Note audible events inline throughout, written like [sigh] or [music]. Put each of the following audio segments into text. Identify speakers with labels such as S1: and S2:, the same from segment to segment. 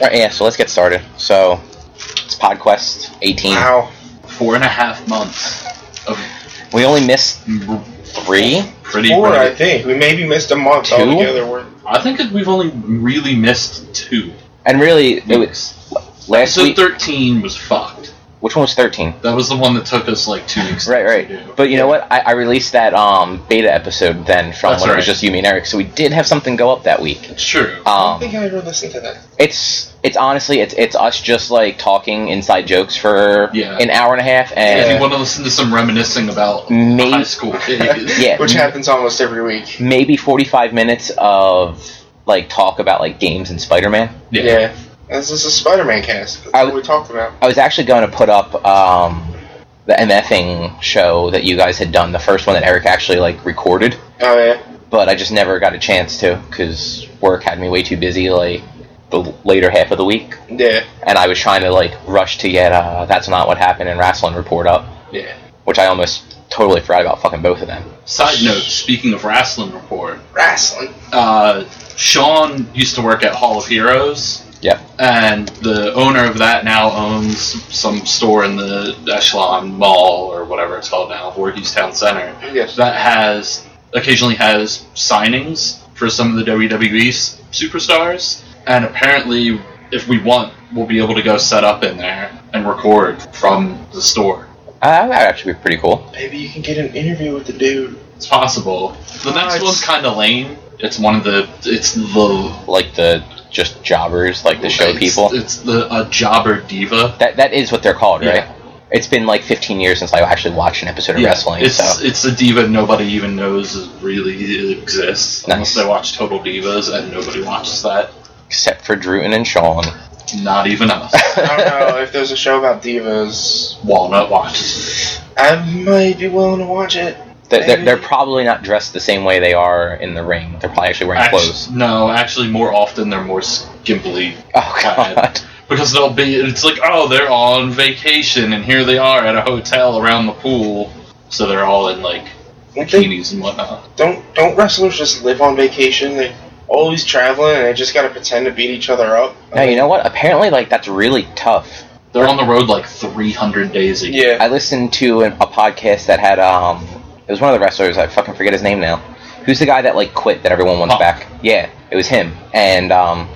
S1: Right, yeah, so let's get started. So it's PodQuest 18.
S2: Wow.
S3: Four and a half months of
S1: We only missed three.
S3: pretty.
S2: Four, I
S3: regular-
S2: think. We maybe missed a month
S1: Two?
S2: altogether. We're,
S3: I think that we've only really missed two.
S1: And really, it was last
S3: So
S1: week.
S3: thirteen was fucked.
S1: Which one was 13?
S3: That was the one that took us like two weeks.
S1: Right,
S3: To
S1: right.
S3: do.
S1: But you know what? I, I released that um, beta episode then from
S3: That's
S1: when it was
S3: right.
S1: just you, me, and Eric. So we did have something go up that week.
S3: True.
S2: I don't think
S1: Um,
S2: I ever listened to that.
S1: it's it's honestly it's it's us just like talking inside jokes for
S3: Yeah.
S1: an hour and a half
S3: If
S1: and
S3: you want to listen to some reminiscing about
S1: May- [laughs]
S3: high school
S2: [laughs]
S3: days,
S1: yeah,
S2: Which
S1: m-
S2: happens almost every week.
S1: maybe forty five minutes of like talk about like games and Spider Man.
S2: Yeah.
S3: yeah,
S2: This is a Spider Man cast. That's
S1: I
S2: what
S1: w-
S2: we talked about.
S1: I was actually going to put up um, the MFing show that you guys had done, the first one that Eric actually like recorded,
S2: Oh, yeah.
S1: but I just never got a chance to because work had me way too busy like the later half of the week,
S2: Yeah.
S1: and I was trying to like rush to get uh, that's not what happened and wrestling report up,
S3: yeah.
S1: which I almost totally forgot about fucking both of them.
S3: Side note: Speaking of wrestling report,
S2: Wrestling.
S3: uh, Sean used to work at Hall of Heroes.
S1: Yep.
S3: And the owner of that now owns some store in the Echelon Mall or whatever it's called now, Voorhees Town Center,
S2: Yes.
S3: that has occasionally has signings for some of the WWE s- superstars. And apparently, if we want, we'll be able to go set up in there and record from the store.
S1: Uh, that would actually be pretty cool.
S2: Maybe you can get an interview with the dude.
S3: It's possible. The next
S2: Nice.
S3: one's kind of lame. It's one of the. It's the.
S1: Like the just jobbers, like the show
S3: it's-
S1: people.
S3: It's the a jobber diva.
S1: That that is what they're called,
S3: Yeah.
S1: right? It's been like 15 years since I actually watched an episode of wrestling.
S3: It's
S1: so.
S3: it's a diva nobody even knows is really exists unless
S1: Nice.
S3: they watch Total Divas and nobody watches that.
S1: except for Drewton and Sean.
S3: Not
S1: [laughs]
S3: even us.
S2: I don't know [laughs] if there's a show about divas.
S3: Walnut watches.
S2: I might be willing to watch it.
S1: they're, they're, they're probably not dressed the same way they are in the ring. They're probably actually wearing
S3: Actu-
S1: clothes.
S3: no, actually, more often they're more skimpily
S1: Oh god,
S3: because they'll be. It's like oh, they're on vacation and here they are at a hotel around the pool, so they're all in like
S2: Don't they-
S3: bikinis and whatnot.
S2: don't don't wrestlers just live on vacation? They always traveling and they just gotta pretend to beat each other up.
S1: now you know what? Apparently, like that's really tough.
S3: They're on the road like 300 days a year.
S2: Yeah.
S1: I listened to an, a podcast that had um, it was one of the wrestlers. I fucking forget his name now. Who's the guy that like quit that everyone wants
S3: Punk.
S1: back? Yeah, it was him, and um,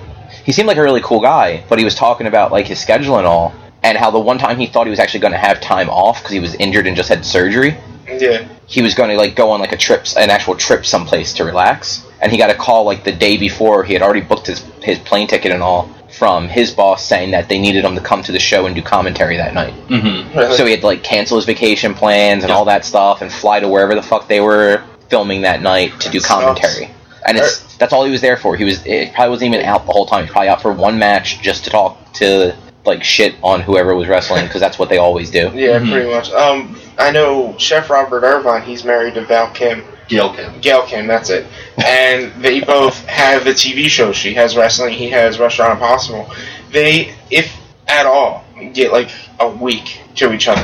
S1: he seemed like a really cool guy. But he was talking about like his schedule and all, and how the one time he thought he was actually going to have time off because he was injured and just had surgery.
S2: Yeah.
S1: he was going to like go on like a trip, an actual trip someplace to relax, and he got a call like the day before he had already booked his his plane ticket and all from his boss saying that they needed him to come to the show and do commentary that night.
S3: Mm-hmm.
S2: Uh-huh.
S1: So he had to like cancel his vacation plans and
S3: Yeah.
S1: all that stuff and fly to wherever the fuck they were filming that night to do
S2: That sucks.
S1: commentary. And it's that's all he was there for. He was it probably wasn't even out the whole time. He was probably out for one match just to talk to like shit on whoever was wrestling because that's what they always do.
S2: [laughs] Yeah,
S3: Mhm.
S2: pretty much. Um, I know Chef Robert Irvine. He's married to Val Kim,
S3: Gail Kim.
S2: Gail Kim. That's it. And they both have the TV show. She has wrestling. He has Restaurant Impossible. They, if at all, get like a week to each other,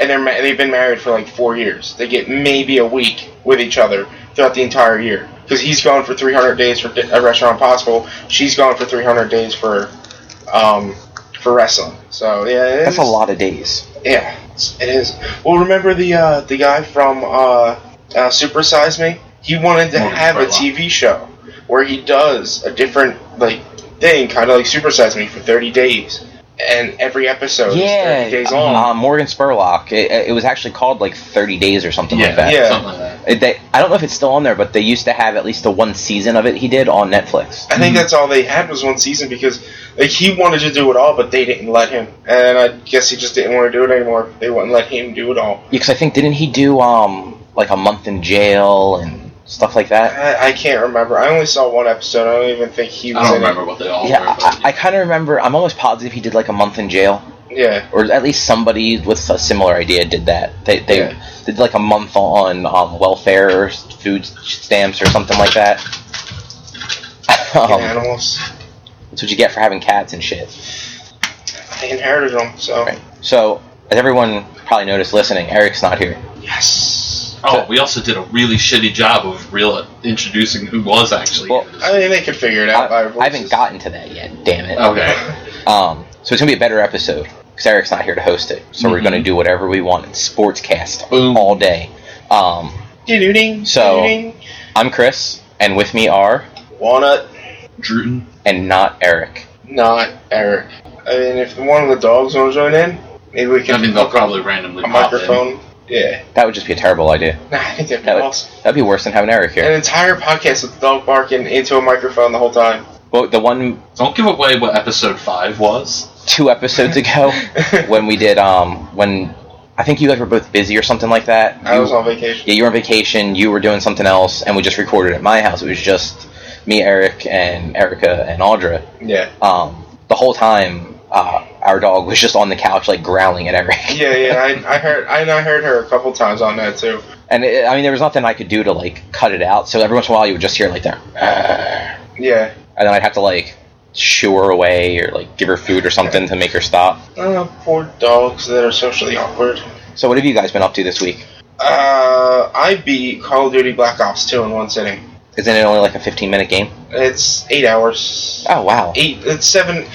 S2: and they're ma- they've been married for like four years. They get maybe a week with each other throughout the entire year. Because he's gone for 300 days for di- uh, Restaurant Impossible. She's gone for 300 days for, um, for wrestling. So yeah,
S1: That's a
S2: it's-
S1: lot of days.
S2: yeah, it's- it is. Well, remember the uh, the guy from uh, uh, Super Size Me? He wanted to
S3: Morgan
S2: have a
S3: Spurlock.
S2: TV show where he does a different like thing, kind of like Super Size Me for thirty days, and every episode is thirty days long.
S1: Uh, Morgan Spurlock. It, it was actually called like 30 Days or something like that.
S2: Yeah.
S3: something like that.
S1: It- they, I don't know if it's still on there, but they used to have at least the one season of it he did on Netflix.
S2: I think that's all they had was one season because like he wanted to do it all, but they didn't let him, and I guess he just didn't want to do it anymore. They wouldn't let him do it all.
S1: Because I think didn't he do um like a month in jail and stuff like that?
S2: I, I can't remember. I only saw one episode. I don't even think he was
S3: I don't
S2: in
S3: remember what they all
S1: Yeah,
S3: were.
S1: I,
S3: but-
S1: I kind of remember. I'm almost positive he did like a month in jail,
S2: it. Yeah.
S1: or at least somebody with a similar idea did that. They they
S3: Yeah.
S1: did like a month on um, welfare or s- food stamps or something like that. [laughs]
S2: fucking
S1: Um,
S2: animals.
S1: that's what you get for having cats and shit.
S2: I inherited them, so
S1: Right. So, as everyone probably noticed listening, Eric's not here.
S2: yes.
S3: Oh, we also did a really shitty job of real introducing who was actually.
S1: Well,
S2: I mean, they could figure it out
S1: I,
S2: by
S1: I
S2: voices. Oh.
S1: haven't gotten to that yet. Damn it.
S3: okay.
S1: Um, so it's gonna be a better episode because Eric's not here to host it. So we're
S2: Mm-hmm.
S3: Mhm.
S1: gonna do whatever we want. It's sportscast
S3: Boom.
S1: all day. Um,
S2: Doo-doo-ding,
S1: So-
S2: doo-doo-ding.
S1: I'm Chris, and with me are
S2: walnut,
S3: Druten.
S1: and not Eric.
S2: not Eric. I mean, if one of the dogs want to join in, maybe we
S3: I
S2: can
S3: mean, they'll probably randomly
S2: a
S3: pop in.
S2: microphone. Yeah,
S1: That would just be a terrible idea.
S2: nah, I think that'd be
S1: That would-
S2: awesome.
S1: That'd be worse than having Eric
S2: An
S1: here.
S2: entire podcast with the dog barking into a microphone the whole time.
S1: Well, the one
S3: Don't give away what episode five was.
S1: two episodes
S2: [laughs]
S1: ago when we did um when I think you guys were both busy or something like that.
S2: I
S1: You-
S2: was on vacation.
S1: yeah, you were on vacation. You were doing something else, and we just recorded at my house. It was just me, Eric, and Erica and Audra.
S2: Yeah,
S1: um, the whole time uh, our dog was just on the couch like growling at Eric.
S2: yeah, yeah. I, I heard, I, I heard her a couple times on that too.
S1: [laughs] And it, I mean, there was nothing I could do to like cut it out. So every once in a while, you would just hear like that, "Ah,"
S2: Yeah.
S1: and then I'd have to like shoo her away or like give her food or something to make her stop.
S2: Oh, poor dogs that are socially awkward.
S1: So what have you guys been up to this week?
S2: Uh, I beat Call of Duty Black Ops 2 in one sitting.
S1: Isn't it only like a 15 minute game?
S2: It's eight hours.
S1: Oh wow!
S2: Eight, it's seven.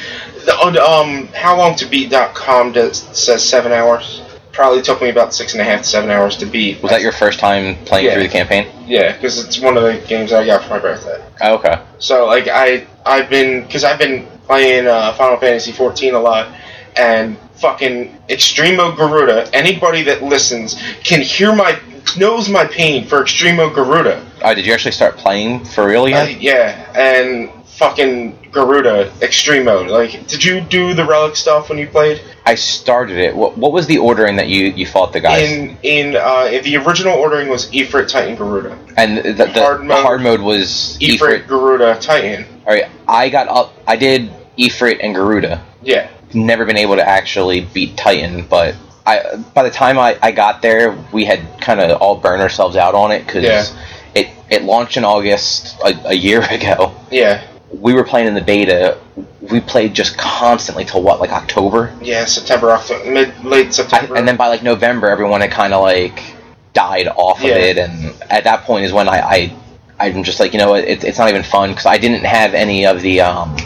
S2: The, on, um, how long to beat.com does, says seven hours. Probably took me about six and a half to seven hours to beat.
S1: Was that your first time playing
S2: Yeah.
S1: through the campaign?
S2: Yeah, because it's one of the games I got for my birthday.
S1: Oh, okay.
S2: So like I I've been because I've been playing uh, Final Fantasy 14 a lot and fucking Extremo Garuda. Anybody that listens can hear my knows my pain for Extremo Garuda.
S1: Oh, did you actually start playing for real
S2: Uh,
S1: yet?
S2: yeah, and fucking Garuda Extremo. Like, did you do the relic stuff when you played?
S1: I started it. What, what was the ordering that you, you fought the guys?
S2: In in uh, in the original ordering was Ifrit Titan Garuda,
S1: and the, the,
S2: hard
S1: the
S2: mode.
S1: hard mode was Ifrit
S2: Ifrit Garuda Titan.
S1: All right, I got up. I did Ifrit and Garuda.
S2: Yeah,
S1: Never been able to actually beat Titan, but I by the time I, I got there, we had kind of all burned ourselves out on it because
S2: Yeah.
S1: it it launched in August a, a year [laughs] ago.
S2: yeah,
S1: We were playing in the beta. We played just constantly till what like October,
S2: yeah. September, October, mid late
S1: I,
S2: September.
S1: and then by like November, everyone had kind of like died off
S2: Yeah.
S1: of it, and at that point is when I. I I'm just like you know what, it, it's not even fun because I didn't have any of the um,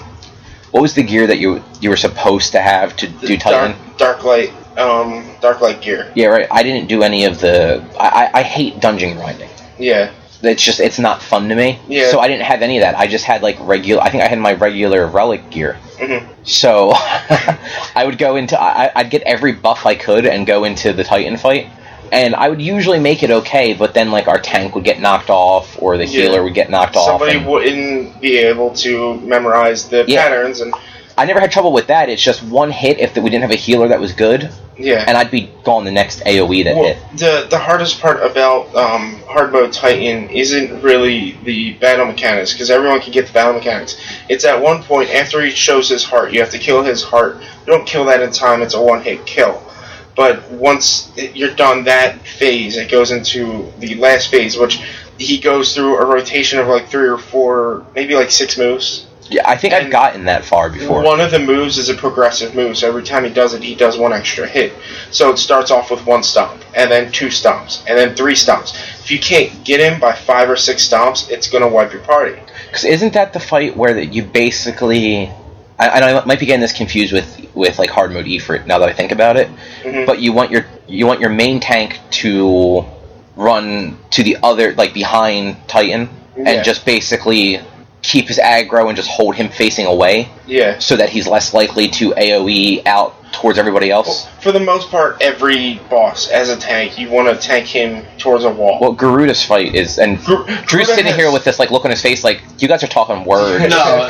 S1: what was the gear that you you were supposed to have to do Titan?
S2: dark, dark light, um, dark light gear.
S1: Yeah, right. I didn't do any of the. I, I, I hate dungeon grinding.
S2: Yeah,
S1: It's just it's not fun to me.
S2: Yeah.
S1: So I didn't have any of that. I just had like regular. I think I had my regular relic gear.
S2: Mhm.
S1: So [laughs] I would go into. I, I'd get every buff I could and go into the Titan fight. And I would usually make it okay, but then like our tank would get knocked off, or the
S2: Yeah.
S1: healer would get knocked off.
S2: somebody
S1: and-
S2: wouldn't be able to memorize the
S1: Yeah.
S2: patterns, and
S1: I never had trouble with that. It's just one hit if we didn't have a healer that was good,
S2: yeah.
S1: and I'd be gone the next AOE that
S2: Well,
S1: hit.
S2: the the hardest part about um, hard mode Titan isn't really the battle mechanics because everyone can get the battle mechanics. It's at one point after he shows his heart, you have to kill his heart. You don't kill that in time; it's a one hit kill. But once it- you're done that phase, it goes into the last phase, which he goes through a rotation of like three or four, maybe like six moves.
S1: Yeah, I think I've
S2: and-
S1: gotten that far before.
S2: One of the moves is a progressive move, so every time he does it, he does one extra hit. So it starts off with one stomp, and then two stomps, and then three stomps. If you can't get him by five or six stomps, it's gonna wipe your party.
S1: Because isn't that the fight where that you basically? I, I, know I might be getting this confused with with like hard mode Ifrit now that I think about it.
S2: Mhm.
S1: But you want your you want your main tank to run to the other like behind Titan
S2: Yeah.
S1: and just basically keep his aggro and just hold him facing away
S2: Yeah.
S1: so that he's less likely to AOE out towards everybody else.
S2: For the most part, every boss as a tank, you want to tank him towards a wall.
S1: Well, Garuda's fight is and
S2: Gr-
S1: Drew's
S2: Gruda
S1: sitting
S2: has-
S1: here with this like look on his face like you guys are
S2: [laughs]
S1: talking words. [laughs]
S3: No,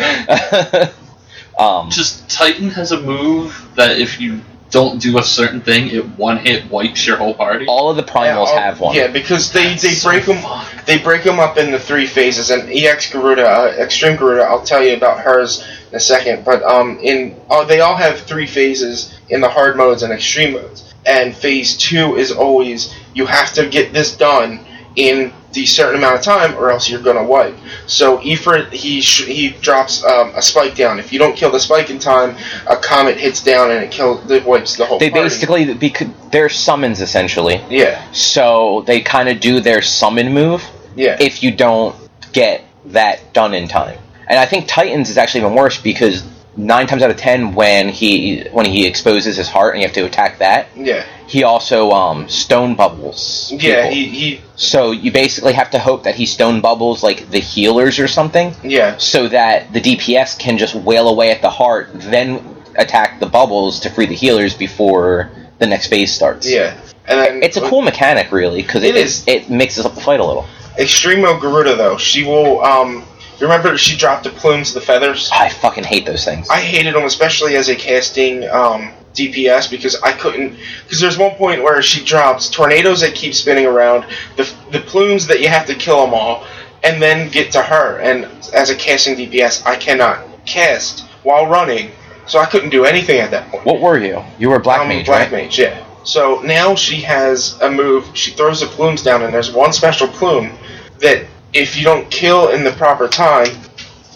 S1: um,
S3: [laughs] just Titan has a move that if you don't do a certain thing, it one hit wipes your whole party.
S1: all of the primals
S2: Yeah, I'll-
S1: have one.
S2: Yeah, because they, they
S3: So
S2: break them
S3: fucked.
S2: they break 'em up into three phases. And EX Garuda, uh, Extreme Garuda, I'll tell you about hers in a second. But um, in oh, they all have three phases in the hard modes and extreme modes. And phase two is always you have to get this done in the certain amount of time, or else you're gonna wipe. So Ifrit, he sh- he drops um, a spike down. If you don't kill the spike in time, a comet hits down and it kills, it wipes the whole.
S1: They
S2: party.
S1: basically because they're summons essentially.
S2: yeah,
S1: So they kind of do their summon move
S2: yeah,
S1: if you don't get that done in time. And I think Titans is actually even worse because nine times out of ten, when he when he exposes his heart and you have to attack that,
S2: yeah,
S1: he also um, stone bubbles.
S2: yeah.
S1: people.
S2: He, he
S1: so you basically have to hope that he stone bubbles like the healers or something,
S2: yeah.
S1: so that the DPS can just wail away at the heart, then attack the bubbles to free the healers before the next phase starts.
S2: Yeah, and then
S1: It's a cool mechanic, really, because it,
S2: It is.
S1: it, it mixes up the fight a little.
S2: Extremo Garuda though. She will. Um, remember she dropped the plumes, the feathers.
S1: I fucking hate those things.
S2: I hated them, especially as a casting um, DPS because I couldn't. Because there's one point where she drops tornadoes that keep spinning around, the the plumes that you have to kill them all, and then get to her. And as a casting DPS, I cannot cast while running, so I couldn't do anything at that point.
S1: what were you? You were a black
S2: I'm a
S1: mage,
S2: Black
S1: right?
S2: Mage, yeah. So now she has a move. She throws the plumes down, and there's one special plume that if you don't kill in the proper time,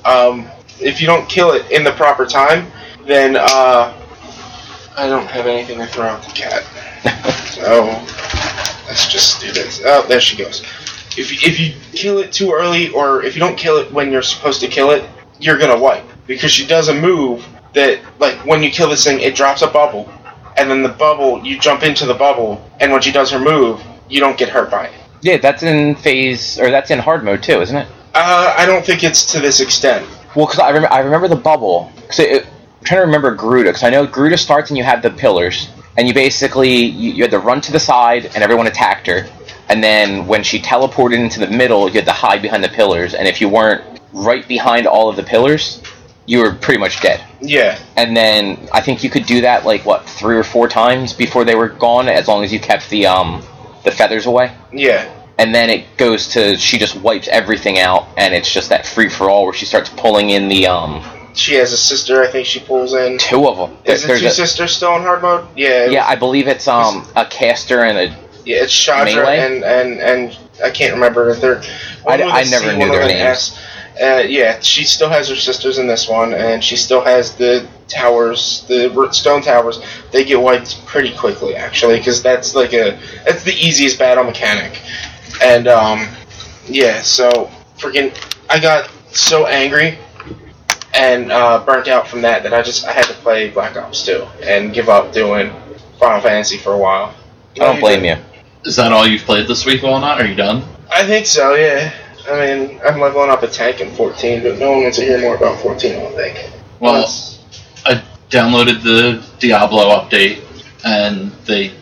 S2: um, if you don't kill it in the proper time, then uh, I don't have anything to throw at
S1: [laughs]
S2: the cat. so let's just do this. Oh, there she goes. If you- if you kill it too early, or if you don't kill it when you're supposed to kill it, you're gonna wipe because she does a move that like when you kill this thing, it drops a bubble and then the bubble, you jump into the bubble, and when she does her move, you don't get hurt by it.
S1: Yeah, that's in phase, or that's in hard mode too, isn't it?
S2: Uh, I don't think it's to this extent.
S1: Well, because I, rem- I remember the bubble. Cause it, it- I'm trying to remember Garuda, because I know Garuda starts and you had the pillars, and you basically you, you had to run to the side, and everyone attacked her. And then when she teleported into the middle, you had to hide behind the pillars, and if you weren't right behind all of the pillars, you were pretty much dead.
S2: Yeah,
S1: and then I think you could do that like what three or four times before they were gone, as long as you kept the um the feathers away.
S2: yeah,
S1: And then it goes to she just wipes everything out, and it's just that free for all where she starts pulling in the um
S2: she has a sister. I think she pulls in.
S1: two of them.
S2: Is the
S1: There's
S2: two
S1: a-
S2: sisters still in hard mode? Yeah,
S1: yeah, I believe it's um a caster and a
S2: yeah. It's Chandra
S1: Melee?
S2: and and and I can't remember the third.
S1: I-
S2: One with
S1: I
S2: a
S1: never
S2: C,
S1: knew
S2: one
S1: their
S2: with an
S1: names.
S2: S. Uh, yeah, she still has her sisters in this one, and she still has the towers, the r- stone towers. They get wiped pretty quickly, actually, because that's like a that's the easiest battle mechanic. And um, yeah, so freaking, I got so angry and uh, burnt out from that that I just I had to play Black Ops 2 and give up doing Final Fantasy for a while.
S1: I don't blame you.
S3: Is that all you've played this week, Walnut? Are you done?
S2: I think so, yeah. I mean, I'm leveling up a tank in 14, but no one wants to hear more about 14, I don't think.
S3: Well,
S2: That's-
S3: I downloaded the Diablo update and they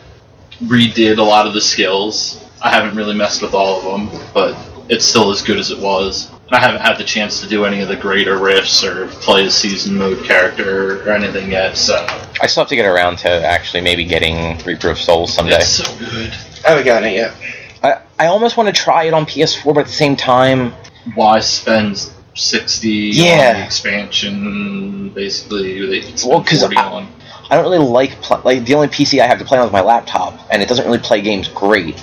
S3: redid a lot of the skills. I haven't really messed with all of them, but it's still as good as it was. And I haven't had the chance to do any of the greater rifts or play a season mode character or anything yet, so
S1: I still have to get around to actually maybe getting Reaper of Souls someday.
S3: it's so good.
S2: I haven't gotten it yet.
S1: I, I almost want to try it on PS4, but at the same time,
S3: Why spend 60 on
S1: Yeah.
S3: the expansion, basically? They can spend
S1: Well, 'cause
S3: 40
S1: I-
S3: on.
S1: I don't really like pl- like the only PC I have to play on is my laptop, and it doesn't really play games great.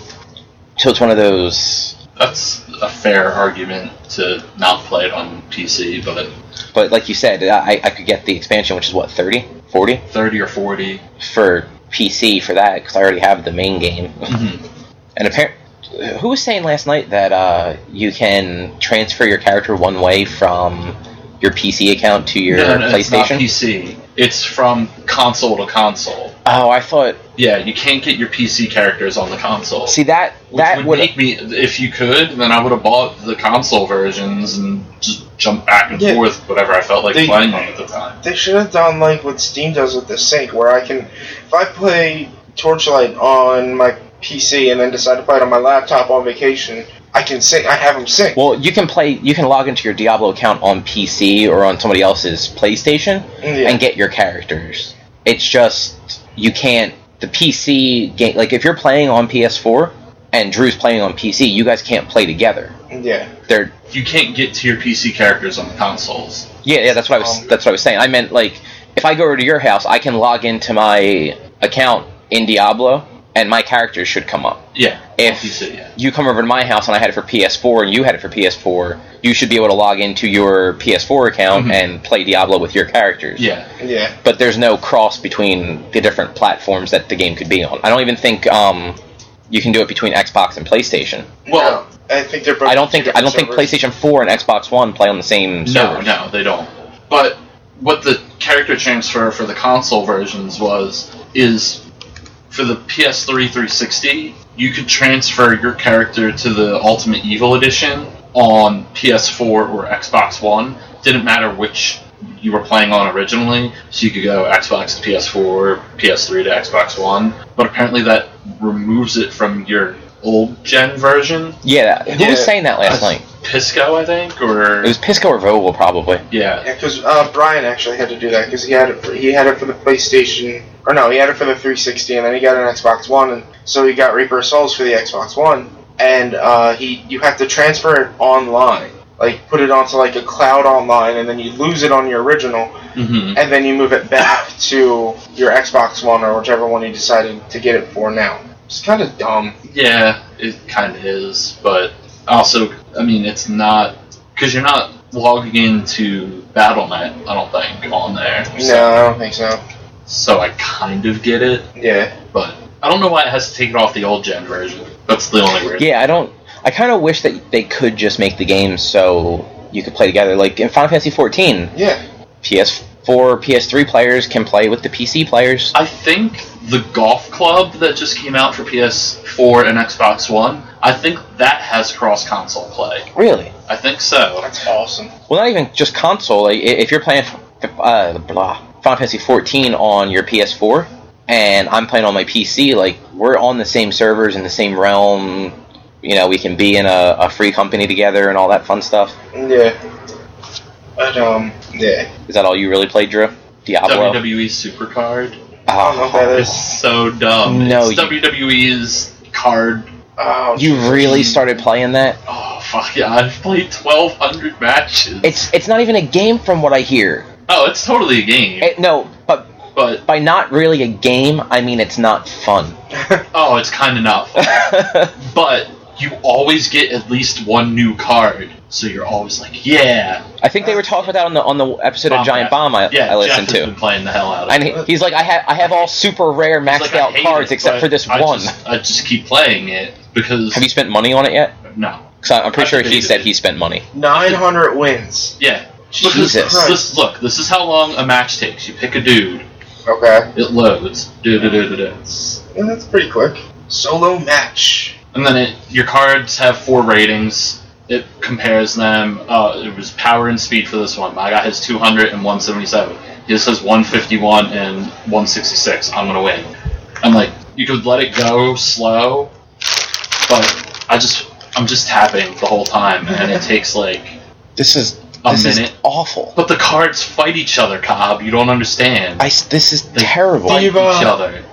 S1: So it's one of those.
S3: That's a fair argument to not play it on PC, but
S1: But like you said, I, I could get the expansion, which is what 30, 40
S3: 30 or 40.
S1: for PC for that because I already have the main game. [laughs]
S3: Mm-hmm.
S1: and apparently, who was saying last night that uh, you can transfer your character one way from your PC account to your
S3: no, no, no, It's not
S1: PlayStation?
S3: PC. It's from console to console.
S1: oh, I thought.
S3: Yeah, you can't get your PC characters on the console.
S1: See that
S3: which
S1: that
S3: would
S1: would
S3: make me, if you could, then I would have bought the console versions and just jumped back and
S2: Yeah.
S3: forth whatever I felt like
S2: They-
S3: playing on at the time.
S2: They should have done like what Steam does with the sync, where I can, if I play Torchlight on my PC and then decide to play it on my laptop on vacation, I can sync. I have them sync.
S1: Well, you can play. You can log into your Diablo account on PC or on somebody else's PlayStation
S2: Yeah.
S1: and get your characters. It's just you can't. The PC game, like if you're playing on PS4 and Drew's playing on PC, you guys can't play together.
S2: yeah,
S1: They're
S3: You can't get to your PC characters on the consoles.
S1: yeah, yeah. That's what I was.
S2: Um,
S1: That's what I was saying. I meant like if I go over to your house, I can log into my account in Diablo and my characters should come up.
S3: Yeah.
S1: If
S3: PC, yeah.
S1: you come over to my house and I had it for PS4 and you had it for PS4, you should be able to log into your PS4 account
S3: Mhm.
S1: and play Diablo with your characters.
S3: Yeah.
S2: Yeah.
S1: But there's no cross between the different platforms that the game could be on. I don't even think um, you can do it between Xbox and PlayStation.
S3: Well,
S2: No, I think they're. both
S1: I don't think I don't think
S2: different
S1: PlayStation 4 and Xbox One play on the same
S3: no,
S1: server.
S3: no, they don't. But what the character transfer for the console versions was is for the PS3 360, you could transfer your character to the Ultimate Evil Edition on PS4 or Xbox One. Didn't matter which you were playing on originally, so you could go Xbox to PS4, PS3 to Xbox One. But apparently that removes it from your old gen version.
S1: Yeah, who was
S2: Yeah.
S1: saying that last night?
S3: Pisco, I think, or
S1: It was Pisco or Vogel, probably.
S3: yeah.
S2: Yeah, because uh, Brian actually had to do that because he had it for, he had it for the PlayStation or no he had it for the 360 and then he got an Xbox One and so he got Reaper of Souls for the Xbox One and uh, he you have to transfer it online like put it onto like a cloud online and then you lose it on your original
S3: hmm
S2: and then you move it back to your Xbox One or whichever one you decided to get it for now. It's kind of dumb.
S3: Yeah, it kind of is, but also, I mean, it's not because you're not logging into BattleNet. I don't think on there.
S2: No, I don't think so.
S3: So I kind of get it,
S2: Yeah,
S3: but I don't know why it has to take it off the old gen version. That's the only reason.
S1: Yeah, I don't. I kind of wish that they could just make the game so you could play together. Like in Final Fantasy 14,
S2: yeah.
S1: PS4, PS3 players can play with the PC players.
S3: I think the golf club that just came out for PS4 and Xbox One. I think that has cross console play.
S1: Really?
S3: I think so.
S2: That's awesome.
S1: Well, not even just console. Like, i- if you're playing uh, blah, Final Fantasy 14 on your PS4 and I'm playing on my PC, like we're on the same servers in the same realm. You know, we can be in a, a free company together and all that fun stuff.
S2: Yeah. But um, yeah.
S1: Is that all you really played, Drew? Diablo.
S3: WWE E Supercard.
S2: I don't know if that
S1: Oh,
S2: is-
S3: It's so dumb.
S1: No,
S3: it's
S1: you-
S3: WWE's card.
S2: Oh,
S1: you really
S3: Mm.
S1: started playing that?
S3: Oh fuck yeah! I've played twelve hundred matches.
S1: It's it's not even a game from what I hear.
S3: oh, it's totally a game,
S1: It, no, but
S3: but
S1: by not really a game, I mean it's not fun. [laughs]
S3: oh, it's kind of not. Fun. but you always get at least one new card, so you're always like, yeah,
S1: I think they were talking about that on the on the episode
S3: Bomb
S1: of Giant
S3: Jack.
S1: Bomb I,
S3: yeah.
S1: I listened
S3: Jeff has been
S1: to.
S3: playing the hell out of
S1: And
S3: it.
S1: he, he's like, I have I have all super rare
S3: He's
S1: maxed
S3: like, I
S1: out
S3: hate
S1: cards
S3: it,
S1: except for
S3: but
S1: this
S3: I
S1: one.
S3: Just, I just keep playing it because
S1: have you spent money on it yet?
S3: no,
S1: Because I'm pretty
S3: I
S1: sure he
S3: deleted
S1: said
S3: it.
S1: he spent money.
S2: [laughs] Nine hundred wins.
S3: yeah. Because
S1: Jesus.
S3: this- this- look, this is how long a match takes. You pick a dude,
S2: Okay,
S3: it loads, do do do do do.
S2: yeah, that's pretty quick. Solo match.
S3: And then it, your cards have four ratings. It compares them. Uh, it was power and speed for this one. My guy has 200 and 177. His has 151 and 166. I'm gonna win. I'm like, you could let it go slow, but I just, I'm just tapping the whole time, and it takes like
S1: This is
S3: a
S1: this is
S3: minute.
S1: awful.
S3: But the cards fight each other, Cobb. You don't understand.
S1: I s this is
S3: They
S1: terrible.
S3: fight each
S2: Diva.
S3: other.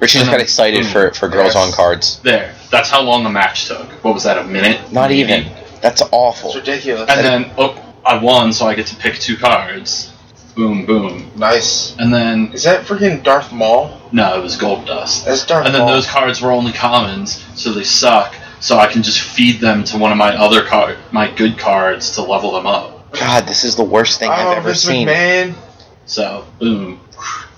S1: Richie just got excited for for girls on cards.
S3: There. That's how long the match took. What was that? A minute?
S1: Not
S3: Maybe?
S1: even. That's
S2: That's
S1: awful.
S2: ridiculous.
S3: And then, oh, I won, so I get to pick two cards. Boom, boom.
S2: nice.
S3: And then,
S2: Is that freaking Darth Maul?
S3: no, it was gold dust.
S2: That's Darth
S3: And then
S2: Maul.
S3: those cards were only commons, so they suck. So I can just feed them to one of my other card, my good cards to level them up.
S1: God, this is the worst thing
S2: oh,
S1: I've ever
S2: Vince
S1: seen.
S2: McMahon.
S3: So boom,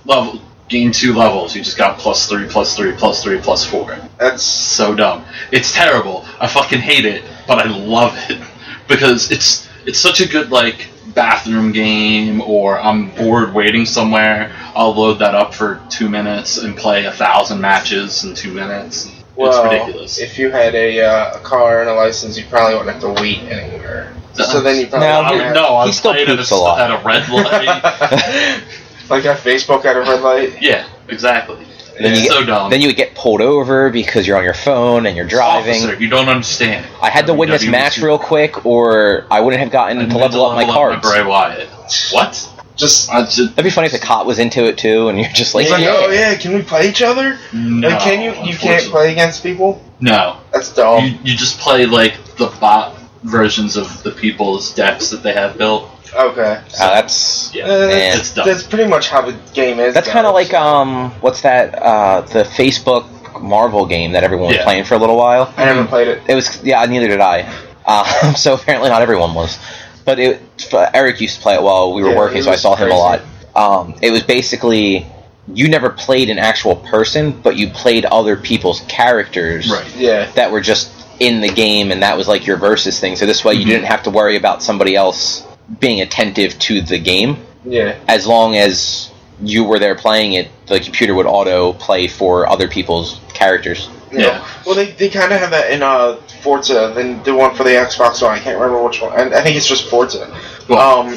S3: level gain two levels. You just got plus three, plus three, plus three, plus four.
S2: That's
S3: so dumb. It's terrible. I fucking hate it, but I love it [laughs] because it's it's such a good like bathroom game or I'm bored waiting somewhere. I'll load that up for two minutes and play a thousand matches in two minutes.
S2: well.
S3: it's ridiculous.
S2: If you had a, uh, a car and a license, you probably wouldn't have to wait anywhere. So then you probably
S1: No,
S3: I would- no,
S1: he
S3: I
S1: still
S3: played
S1: poops
S3: at
S1: a
S3: a,
S1: lot.
S3: at a
S1: [laughs]
S3: red light.
S2: [laughs] like on Facebook at a red light.
S3: yeah, exactly.
S1: Then you
S3: It's
S1: get-
S3: so dumb.
S1: Then you would get pulled over because you're on your phone and you're driving.
S3: Officer, E you don't understand.
S1: I had to win this
S3: WWC.
S1: match real quick, or I wouldn't have
S3: I
S1: gotten
S3: need
S1: to level up my cards.
S3: Bray Wyatt. What?
S2: Just
S3: I just
S1: That'd be funny if the cop was into it too, and you're just like,
S2: it's like,
S1: yeah.
S2: oh yeah, can we play each other?
S3: no.
S2: like, can you? You can't
S3: unfortunately.
S2: play against people.
S3: No,
S2: That's dumb.
S3: you, you just play like the bot versions of the people's decks that they have built.
S2: okay.
S1: Ah, that's
S3: Yeah,
S2: Uh,
S1: Yeah.
S2: that's,
S3: it's dumb.
S2: that's uh, pretty much how the game is.
S1: that's
S2: though.
S1: kind of like um, what's that? Uh, the Facebook Marvel game that everyone was
S3: Yeah.
S1: playing for a little while.
S2: I never played it.
S1: It was yeah, neither did I. Um, [laughs] so apparently not everyone was, but it f- Eric used to play it while we were
S2: Yeah,
S1: working,
S2: it
S1: so I
S2: was
S1: saw him a lot.
S2: crazy.
S1: Um, it was basically you never played an actual person, but you played other people's characters
S3: Right.
S2: Yeah.
S1: that were just in the game, and that was like your versus thing. So this way, you
S2: Mm-hmm.
S3: Mhm.
S1: didn't have to worry about somebody else being attentive to the game
S2: Yeah.
S1: as long as you were there playing it, the computer would auto play for other people's characters. [laughs]
S2: No.
S3: Yeah.
S2: Well, they, they kind of have that in uh, Forza, then the one for the Xbox One. I can't remember which one. I, I think it's just Forza.
S3: Well,
S2: Um,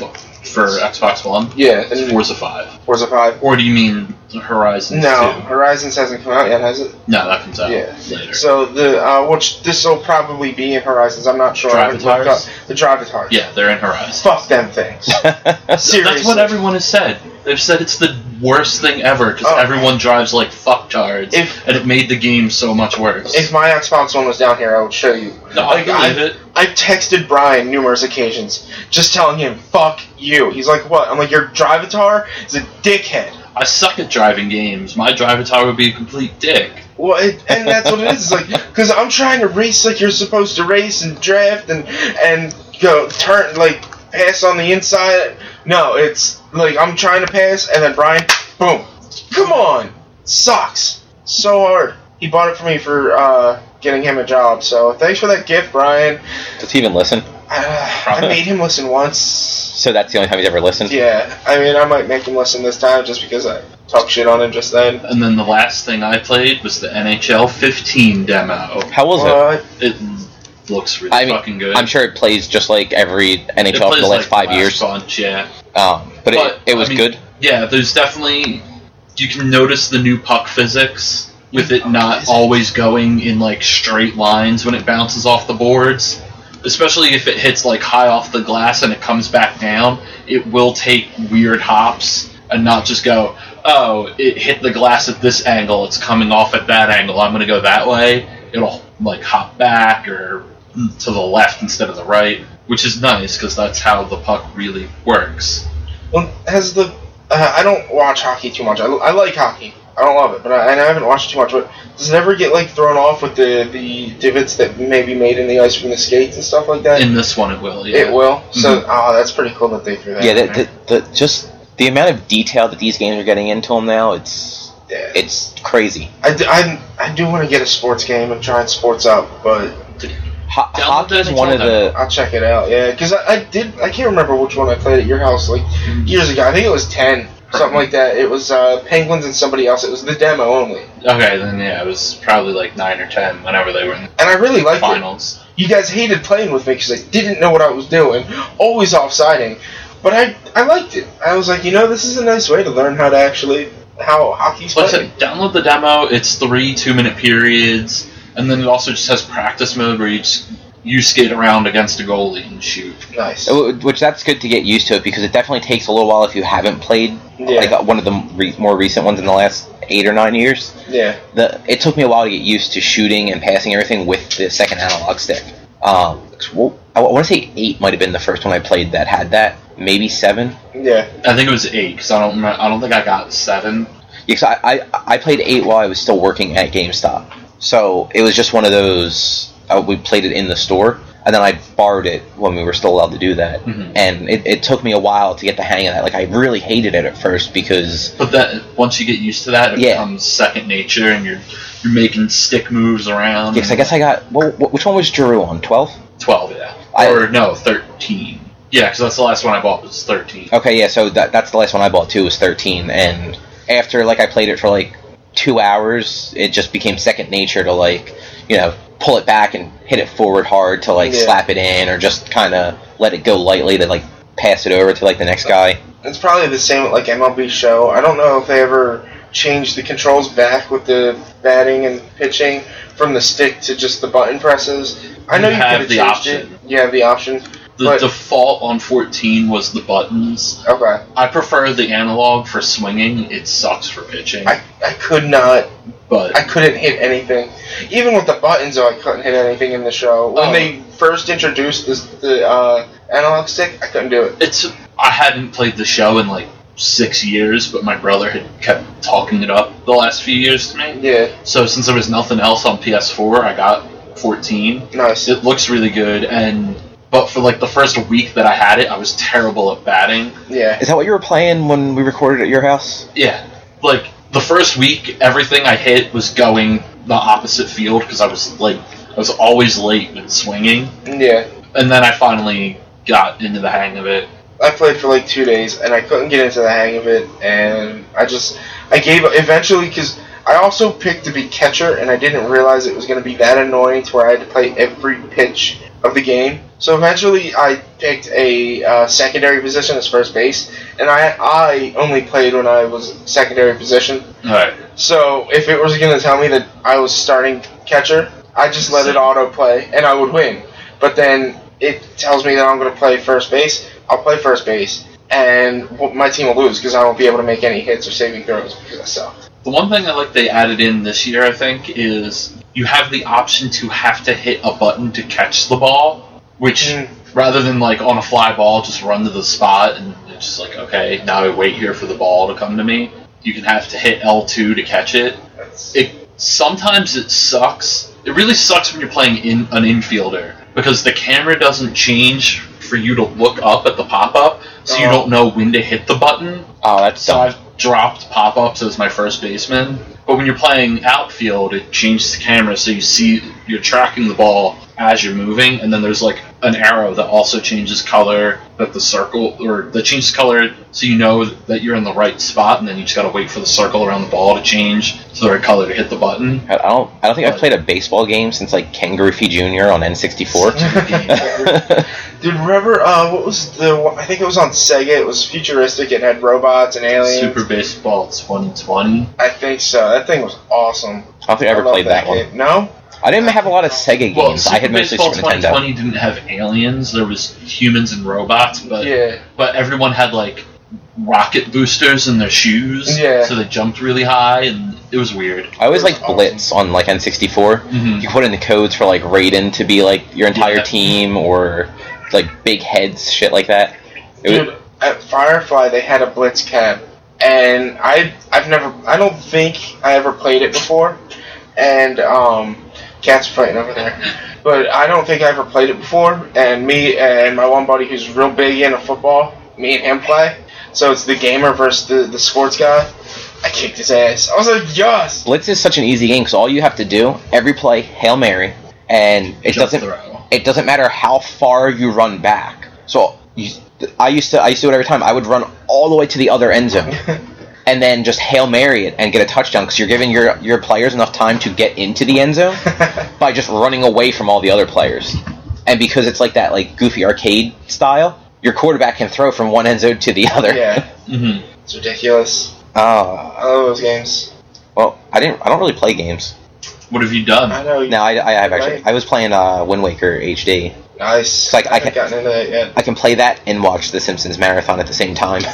S3: for Xbox One,
S2: Yeah,
S3: it's
S2: and
S3: Forza Five.
S2: Forza 5.
S3: Or do you mean Horizon
S2: No, Horizons hasn't come out yet, has it?
S3: 2? No, that comes out
S2: Yeah.
S3: Uh, later.
S2: So the uh, which this will probably be in Horizons. I'm not sure. I haven't looked
S3: Drivatars?
S2: up. The Drivatars.
S3: yeah, they're in Horizon.
S2: Fuck them things.
S3: That's what
S2: Seriously.
S3: everyone has said. They've said it's the worst thing ever because
S2: Oh.
S3: everyone drives like fucktards,
S2: If-
S3: and it made the game so much worse.
S2: If my Xbox One was down here, I would show you.
S3: no, I
S2: Like,
S3: believe
S2: I-
S3: it.
S2: I've texted Brian numerous occasions, just telling him "fuck you." He's like, "What?" I'm like, "Your Drivatar is a dickhead."
S3: I suck at driving games. My drivatar would be a complete dick.
S2: Well, it, and that's what it is. It's like, because I'm trying to race like you're supposed to race and draft and and go turn like pass on the inside. No, it's like I'm trying to pass and then Brian, boom, come on, sucks so hard. He bought it for me for uh, getting him a job. So thanks for that gift, Brian. [sighs]
S1: Does he even listen?
S2: Uh, I made him listen once.
S1: So that's the only time he's ever listened.
S2: Yeah, I mean I might make him listen this time just because I talked shit on him just then.
S3: And then the last thing I played was the NHL 15 demo.
S1: How was it?
S2: What?
S3: It looks really
S1: I mean,
S3: fucking good.
S1: I'm sure it plays just like every
S3: It
S1: NHL for
S3: plays
S1: the
S3: like
S1: last five years.
S3: bunch, yeah.
S1: Um, but,
S3: But,
S1: it, it was
S3: I mean-
S1: good.
S3: Yeah, there's definitely you can notice the new puck physics with it not always going in like straight lines when it bounces off the boards. Especially if it hits like high off the glass and it comes back down, it will take weird hops and not just go, "Oh, it hit the glass at this angle, it's coming off at that angle. I'm going to go that way." It'll like hop back or mm, to the left instead of the right, which is nice because that's how the puck really works.
S2: Well, has the uh, I don't watch hockey too much. I, I like hockey. I don't love it, but I, and I haven't watched it too much. But does it ever get like thrown off with the the divots that may be made in the ice from the skates and stuff like that?
S3: In this one, it will. Yeah.
S2: It will. So, oh, that's pretty cool that they threw that.
S1: Yeah,
S2: in
S1: the, the, the, just the amount of detail that these games are getting into them now, it's
S2: there. yeah.
S1: it's crazy.
S2: I, d- I, I do want to get a sports game and try and sports up, but
S1: Ho-
S3: Download
S1: hockey is
S3: that
S1: one of
S3: NHL
S1: the
S2: I'll check it out. Yeah, because I, I did. I can't remember which one I played at your house like years ago. I think it was ten, something like that. It was uh, Penguins and somebody else. It was the demo only, and
S3: Okay, then yeah, it was probably like nine or ten whenever they were in
S2: I really
S3: the
S2: liked it.
S3: finals.
S2: You guys hated playing with me because I didn't know what I was doing, always offsiding. But I, I liked it. I was like, you know, this is a nice way to learn how to actually how hockey's
S3: Like I
S2: played.
S3: said, download the demo. It's three two-minute periods, and then it also just has practice mode where you just, you skate around against a goalie and shoot.
S2: Nice.
S1: Oh, which that's good to get used to it because it definitely takes a little while if you haven't played
S2: Yeah.
S1: like uh, one of the re- more recent ones in the last eight or nine years.
S2: Yeah.
S1: The it took me a while to get used to shooting and passing everything with the second analog stick. Um, 'cause, well, I, want to say eight might have been the first one I played that had that. Maybe seven.
S2: Yeah.
S3: I think it was eight because I don't remember, I don't think I got seven.
S1: Because I, I I played eight while I was still working at GameStop, so it was just one of those. Uh, we played it in the store, and then I borrowed it when we were still allowed to do that.
S3: Mhm.
S1: And it, it took me a while to get the hang of that. Like I really hated it at first because
S3: But that once you get used to that, it
S1: Yeah.
S3: becomes second nature, and you're you're making stick moves around.
S1: because I guess I got well, wh- which one was Drew on twelve?
S3: twelve, yeah,
S1: I-
S3: or no, thirteen. Yeah, because that's the last one I bought was thirteen.
S1: Okay, yeah. So that, that's the last one I bought too was thirteen, and after like I played it for like two hours, it just became second nature to like you know pull it back and hit it forward hard to like
S2: Yeah.
S1: slap it in or just kind of let it go lightly to like pass it over to like the next guy.
S2: It's probably the same with like MLB Show. I don't know if they ever changed the controls back with the batting and pitching from the stick to just the button presses. I know
S3: You
S2: you,
S3: have
S2: could
S3: the
S2: have changed
S3: option.
S2: it. You have the option.
S3: The
S2: But-
S3: default on 14 was the buttons.
S2: Okay.
S3: I prefer the analog for swinging. It sucks for pitching,
S2: I, I could not
S3: but
S2: I couldn't hit anything. Even with the buttons, though, I couldn't hit anything in the show. When
S3: Oh.
S2: they first introduced this, the uh, analog stick, I couldn't do it.
S3: it's I hadn't played the show in like six years, but my brother had kept talking it up the last few years to me.
S2: Yeah,
S3: So since there was nothing else on PS4, I got 14.
S2: nice.
S3: It looks really good, and but for like the first week that I had it, I was terrible at batting.
S2: Yeah,
S1: Is that what you were playing when we recorded at your house?
S3: Yeah, like the first week, everything I hit was going the opposite field because I was like I was always late with swinging,
S2: yeah.
S3: and then I finally got into the hang of it.
S2: I played for like two days and I couldn't get into the hang of it, and I just I gave up eventually because I also picked to be catcher and I didn't realize it was going to be that annoying to where I had to play every pitch of the game. So eventually I picked a uh, secondary position as first base, and I I only played when I was secondary position.
S3: All right,
S2: So if it was going to tell me that I was starting catcher, I just let it auto play and I would win. But then it tells me that I'm going to play first base. I'll play first base, and w- my team will lose because I won't be able to make any hits or saving throws because I suck.
S3: the one thing I like they added in this year, I think, is you have the option to have to hit a button to catch the ball, which
S2: Mm.
S3: rather than like on a fly ball, just run to the spot and it's just like okay, now I wait here for the ball to come to me. You can have to hit L two to catch it.
S2: That's,
S3: it sometimes it sucks. It really sucks when you're playing in an infielder because the camera doesn't change for you to look up at the pop up, so you
S2: Oh.
S3: don't know when to hit the button.
S1: Oh, that's
S3: So
S1: dumb.
S3: I've dropped pop ups as my first baseman. But when you're playing outfield, it changes the camera so you see you're tracking the ball as you're moving, and then there's like an arrow that also changes color that the circle or that changes color so you know that you're in the right spot, and then you just gotta wait for the circle around the ball to change to the right color to hit the button.
S1: I I don't. I don't think I've played a baseball game since like Ken Griffey Jr. on [laughs] N64.
S2: dude, remember uh, what was the? one- I think it was on Sega. It was futuristic. It had robots and aliens.
S3: Super Baseball 2020.
S2: I think so. That thing was awesome.
S1: I don't think I ever
S2: love
S1: played that, one.
S2: game. No,
S1: I didn't have a lot of Sega games.
S3: Well, Super
S1: I had mostly
S3: Baseball
S1: Super Nintendo.
S3: 2020 didn't have aliens. There was humans and robots, but
S2: yeah,
S3: but everyone had like rocket boosters in their shoes,
S2: Yeah.
S3: so they jumped really high, and it was weird.
S1: I always
S2: It was
S1: liked Blitz on like N64.
S3: Mm-hmm.
S1: You put in the codes for like Raiden to be like your entire
S3: Yeah.
S1: team or like big heads, shit like that. It was-
S2: Dude, at Firefly they had a blitz cab, and I I've never I don't think I ever played it before, and um, cats fighting over there, but I don't think I ever played it before. And me and my one buddy who's real big into football, me and him play. So it's the gamer versus the the sports guy. I kicked his ass. I was like, yes. [laughs]
S1: Blitz is such an easy game because all you have to do every play, hail mary, and it doesn't
S3: Throw.
S1: it doesn't matter how far you run back. So you, I used to I used to do it every time. I would run all the way to the other end zone, and then just hail mary it and get a touchdown because you're giving your your players enough time to get into the end zone by just running away from all the other players. And because it's like that like goofy arcade style, your quarterback can throw from one end zone to the [laughs] other.
S2: yeah,
S3: Mm-hmm.
S2: it's ridiculous.
S1: Ah.
S2: I love those games.
S1: well, I didn't. I don't really play games.
S3: What have you
S2: I
S3: done?
S2: know.
S1: No, I, I have actually.
S2: Right.
S1: I was playing uh, Wind Waker HD.
S2: nice.
S1: like, I can-
S2: haven't gotten into that yet.
S1: I can play that and watch The Simpsons marathon at the same time. [laughs]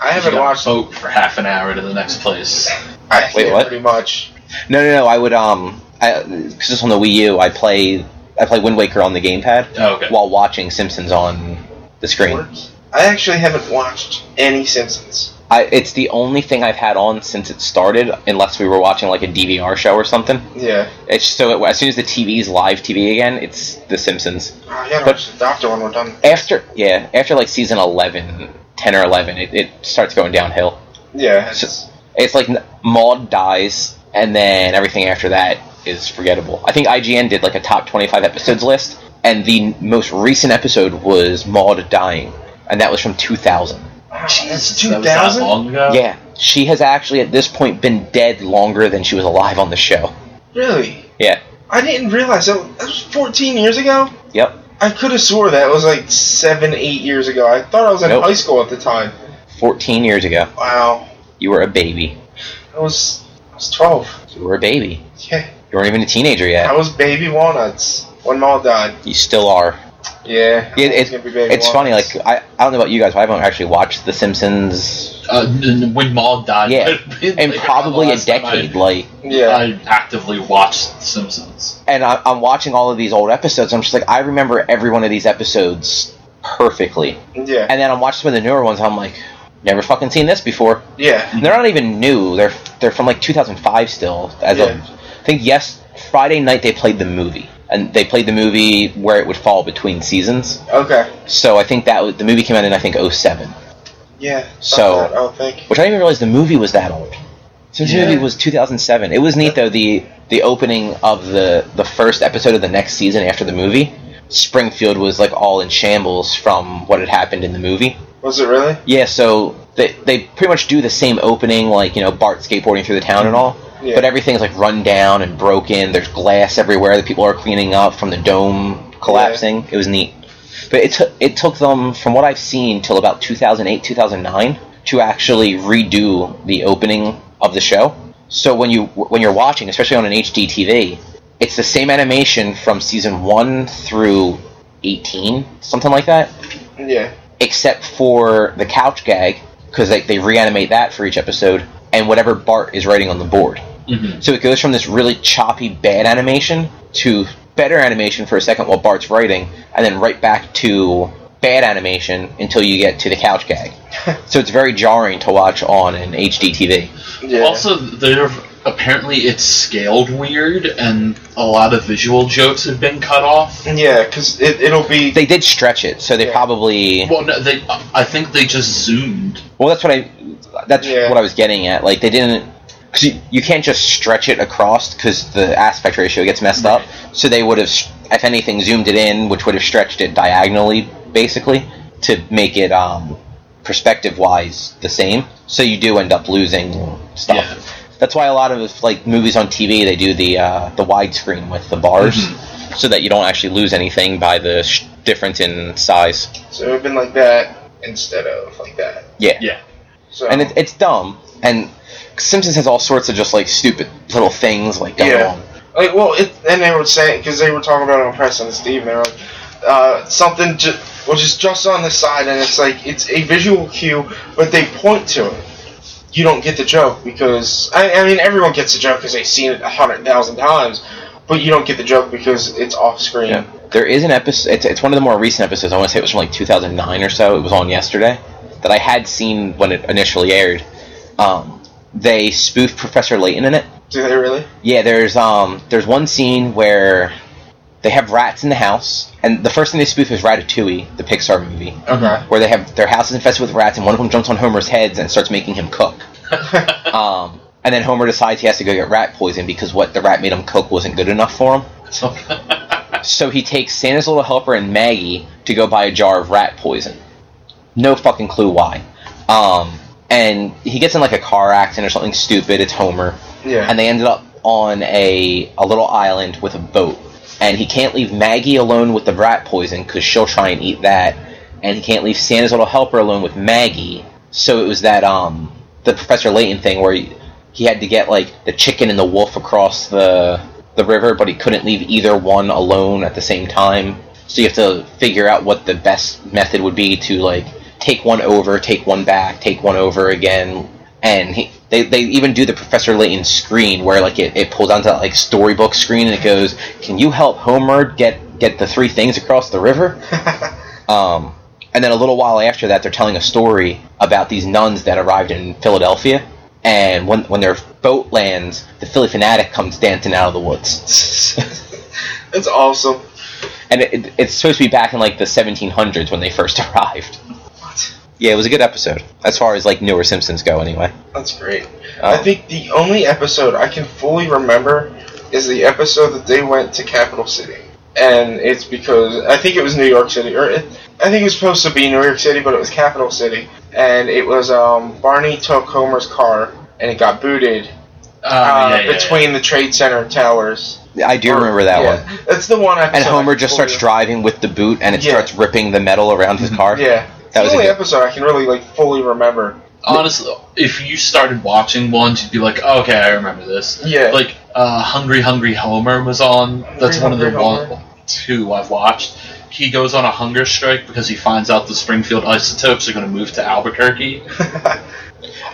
S2: I haven't
S3: You got
S1: Oh,
S2: watched.
S3: boat for half an hour to the next
S1: [laughs]
S3: place.
S2: I
S1: Wait,
S2: yeah,
S1: what?
S2: Pretty much.
S1: no, no, no. I would um, because it's on the Wii U. I play I play Wind Waker on the gamepad
S3: Oh, okay.
S1: while watching Simpsons on the screen.
S2: I actually haven't watched any Simpsons.
S1: I, it's the only thing I've had on since it started, unless we were watching like a DVR show or something.
S2: Yeah.
S1: It's so it, as soon as the TV's live TV again, it's The Simpsons.
S2: Oh, I gotta
S1: But-
S2: watch the Doctor when we're done.
S1: After yeah, after like season 11, 10 or eleven, it, it starts going downhill.
S2: Yeah.
S1: So- It's like n- Maud dies, and then everything after that is forgettable. I think IGN did like a top 25 episodes list, and the n- most recent episode was Maud dying, and that was from 2000.
S2: Wow,
S3: Jesus,
S2: that's
S3: that was that
S2: 2000?
S3: long ago.
S1: Yeah, she has actually at this point been dead longer than she was alive on the show.
S2: Really?
S1: Yeah,
S2: I didn't realize that that was 14 years ago.
S1: yep.
S2: I could have swore that was like seven, eight years ago. I thought I was in
S1: Nope.
S2: high school at the time.
S1: 14 years ago,
S2: Wow.
S1: you were a baby.
S2: I was I was 12.
S1: You were a baby.
S2: Yeah.
S1: You weren't even a teenager yet.
S2: I was baby walnuts when Maul died.
S1: You still are.
S2: Yeah.
S1: Yeah,
S2: I was
S1: it-
S2: gonna be baby
S1: It's funny,
S2: walnuts.
S1: like, I, I don't know about you guys, but I haven't actually watched The Simpsons
S3: Uh, n- n- when Maul died.
S1: Yeah.
S3: [laughs] but-
S1: in
S3: like,
S1: probably
S3: the
S1: a
S3: last time I-
S1: decade. Like,
S2: yeah.
S1: uh,
S3: I actively watched The Simpsons.
S1: and I, I'm watching all of these old episodes. I'm just like, I remember every one of these episodes perfectly.
S2: yeah.
S1: And then I'm watching some of the newer ones. I'm like, never fucking seen this before.
S2: Yeah.
S1: And they're not even new. They're they're from like 2005 still. As
S2: Yeah.
S1: of, I think yes, Friday night they played the movie, and they played the movie where it would fall between seasons.
S2: Okay.
S1: So I think that was, the movie came out in I think 07,
S2: Yeah. Oh, about
S1: So-
S2: that, I don't think.
S1: which I didn't even realize the movie was that old. So the
S3: Yeah.
S1: movie was 2007. It was neat though the the opening of the the first episode of the next season after the movie. Springfield was like all in shambles from what had happened in the movie.
S2: Was it really?
S1: Yeah, so they they pretty much do the same opening, like you know Bart skateboarding through the town and all.
S2: Yeah.
S1: But everything's like run down and broken. There's glass everywhere that people are cleaning up from the dome collapsing. It was neat, but it took it took them from what I've seen till about 2008, 2009 to actually redo the opening of the show. So when you when you're watching, especially on an HD TV, it's the same animation from season one through 18, something like that
S2: Yeah.
S1: except for the couch gag because they, they reanimate that for each episode and whatever bart is writing on the board
S3: Mm-hmm.
S1: so it goes from this really choppy bad animation to better animation for a second while bart's writing and then right back to bad animation until you get to the couch gag so it's very jarring to watch on an hd tv
S2: Yeah.
S3: Also, they're apparently it's scaled weird, and a lot of visual jokes have been cut off.
S2: yeah, because it, it'll be.
S1: they did stretch it so they
S2: Yeah.
S1: probably
S3: Well, no, they. I think they just zoomed.
S1: well that's what i that's
S2: Yeah.
S1: what i was getting at like they didn't cause you, you can't just stretch it across because the aspect ratio gets messed up so they would have if anything zoomed it in which would have stretched it diagonally basically to make it um, perspective wise the same so you do end up losing stuff
S3: Yeah.
S1: that's why a lot of like movies on tv they do the uh, the widescreen with the bars so that you don't actually lose anything by the sh- difference in size
S2: So it would have been like that instead of like that.
S1: yeah
S3: Yeah.
S2: So
S1: and it, it's dumb. And Simpsons has all sorts of just like stupid little things like going
S2: Yeah.
S1: on.
S2: Like, well, it, and they were saying because they were talking about it on Press and Steve, and they were like, uh, something ju- which is just on the side, and it's like it's a visual cue, but they point to it. You don't get the joke because I, I mean everyone gets the joke because they've seen it a hundred thousand times, but you don't get the joke because it's off screen.
S1: Yeah. There is an episode. It's, it's one of the more recent episodes. I want to say it was from like 2009 or so. It was on yesterday that I had seen when it initially aired. Um, they spoofed Professor Layton in it.
S2: Do they really?
S1: Yeah, there's um there's one scene where they have rats in the house, and the first thing they spoof is Ratatouille, the Pixar movie,
S2: Okay.
S1: where they have their house is infested with rats, and one of them jumps on Homer's heads and starts making him cook. Um, and then Homer decides he has to go get rat poison because what the rat made him cook wasn't good enough for him.
S3: [laughs] uh,
S1: So he takes Santa's little helper and Maggie to go buy a jar of rat poison. No fucking clue why. Um, and he gets in like a car accident or something stupid. It's Homer,
S2: Yeah. [laughs]
S1: and they ended up on a a little island with a boat. And he can't leave Maggie alone with the rat poison because she'll try and eat that. And he can't leave Santa's little helper alone with Maggie. So it was that um the Professor Layton thing where he, he had to get like the chicken and the wolf across the the river, but he couldn't leave either one alone at the same time. So you have to figure out what the best method would be to like take one over, take one back, take one over again. And he, they, they even do the Professor Layton screen where like it, it pulls onto that like storybook screen and it goes, "Can you help Homer get get the three things across the river?" Um, and then a little while after that, they're telling a story about these nuns that arrived in Philadelphia. And when, when their boat lands, the Philly fanatic comes dancing out of the woods.
S2: That's awesome.
S1: And it, it, it's supposed to be back in like the 1700s when they first [laughs] arrived. Yeah, it was a good episode. As far as like newer Simpsons go, anyway.
S2: That's great. I
S1: Um,
S2: think the only episode I can fully remember is the episode that they went to Capital City. And it's because I think it was New York City, or it, I think it was supposed to be New York City, but it was Capital City. And it was um, Barney took Homer's car, and it got booted
S1: Oh,
S2: uh,
S3: yeah, yeah,
S2: between the Trade Center towers.
S1: I do
S2: Or-
S1: remember that
S2: Oh, yeah,
S1: one.
S2: That's the one episode.
S1: And
S2: I
S1: Homer
S2: can
S1: just
S2: fully-
S1: starts driving with the boot, and it
S2: Yeah.
S1: starts ripping the metal around his car.
S2: Yeah, it's
S1: That
S2: the
S1: was a
S2: only
S1: good-
S2: episode I can really like fully remember.
S3: Honestly, if you started watching ones, you'd be like, oh, "Okay, I remember this."
S2: Yeah.
S3: Like, uh, "Hungry Hungry Homer" was on. That's
S2: Hungry
S3: one of the
S2: Hungry Homer.
S3: one, two I've watched. He goes on a hunger strike because he finds out the Springfield Isotopes are going to move to Albuquerque.
S1: Uh,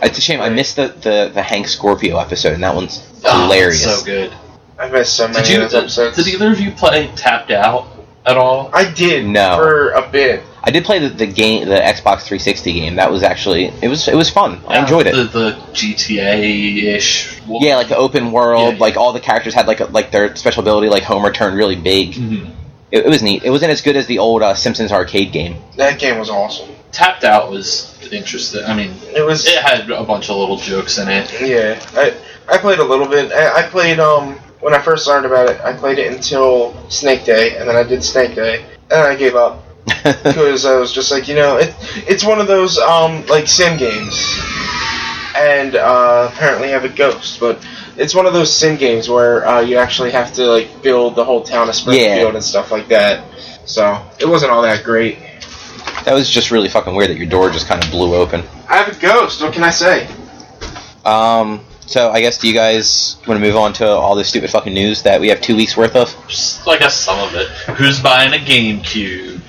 S1: It's a shame. I missed the, the, the Hank Scorpio episode, and that one's
S3: Oh,
S1: hilarious.
S3: so good.
S2: [laughs] I missed so many
S3: Did you?
S2: of those episodes.
S3: Did either of you play Tapped Out at all?
S2: I did
S1: No.
S2: for a bit.
S1: I did play the, the game, the Xbox 360 game. That was actually it was it was fun. I enjoyed it.
S3: The, the GTA ish.
S1: yeah, like the open world,
S3: Yeah, yeah.
S1: like all the characters had like a, like their special ability, like Homer turned really big.
S3: Mm. Mm-hmm.
S1: It, it was neat. It wasn't as good as the old uh, Simpsons arcade game.
S2: That game was awesome.
S3: Tapped Out was interesting. I mean,
S2: It was
S3: it had a bunch of little jokes in it.
S2: Yeah, I I played a little bit. I, I played um when I first learned about it. I played it until Snake Day, and then I did Snake Day, and I gave up because I was just like, you know, it it's one of those um like sim games, and uh, apparently I have a ghost, but it's one of those sim games where uh, you actually have to like build the whole town of Springfield and stuff like that. So it wasn't all that great.
S1: that was just really fucking weird that your door just kind of blew open.
S2: I have a ghost. What can I say?
S1: Um, so I guess do you guys want to move on to all this stupid fucking news that we have two weeks worth of?
S3: Just like us, some of it. Who's buying a GameCube?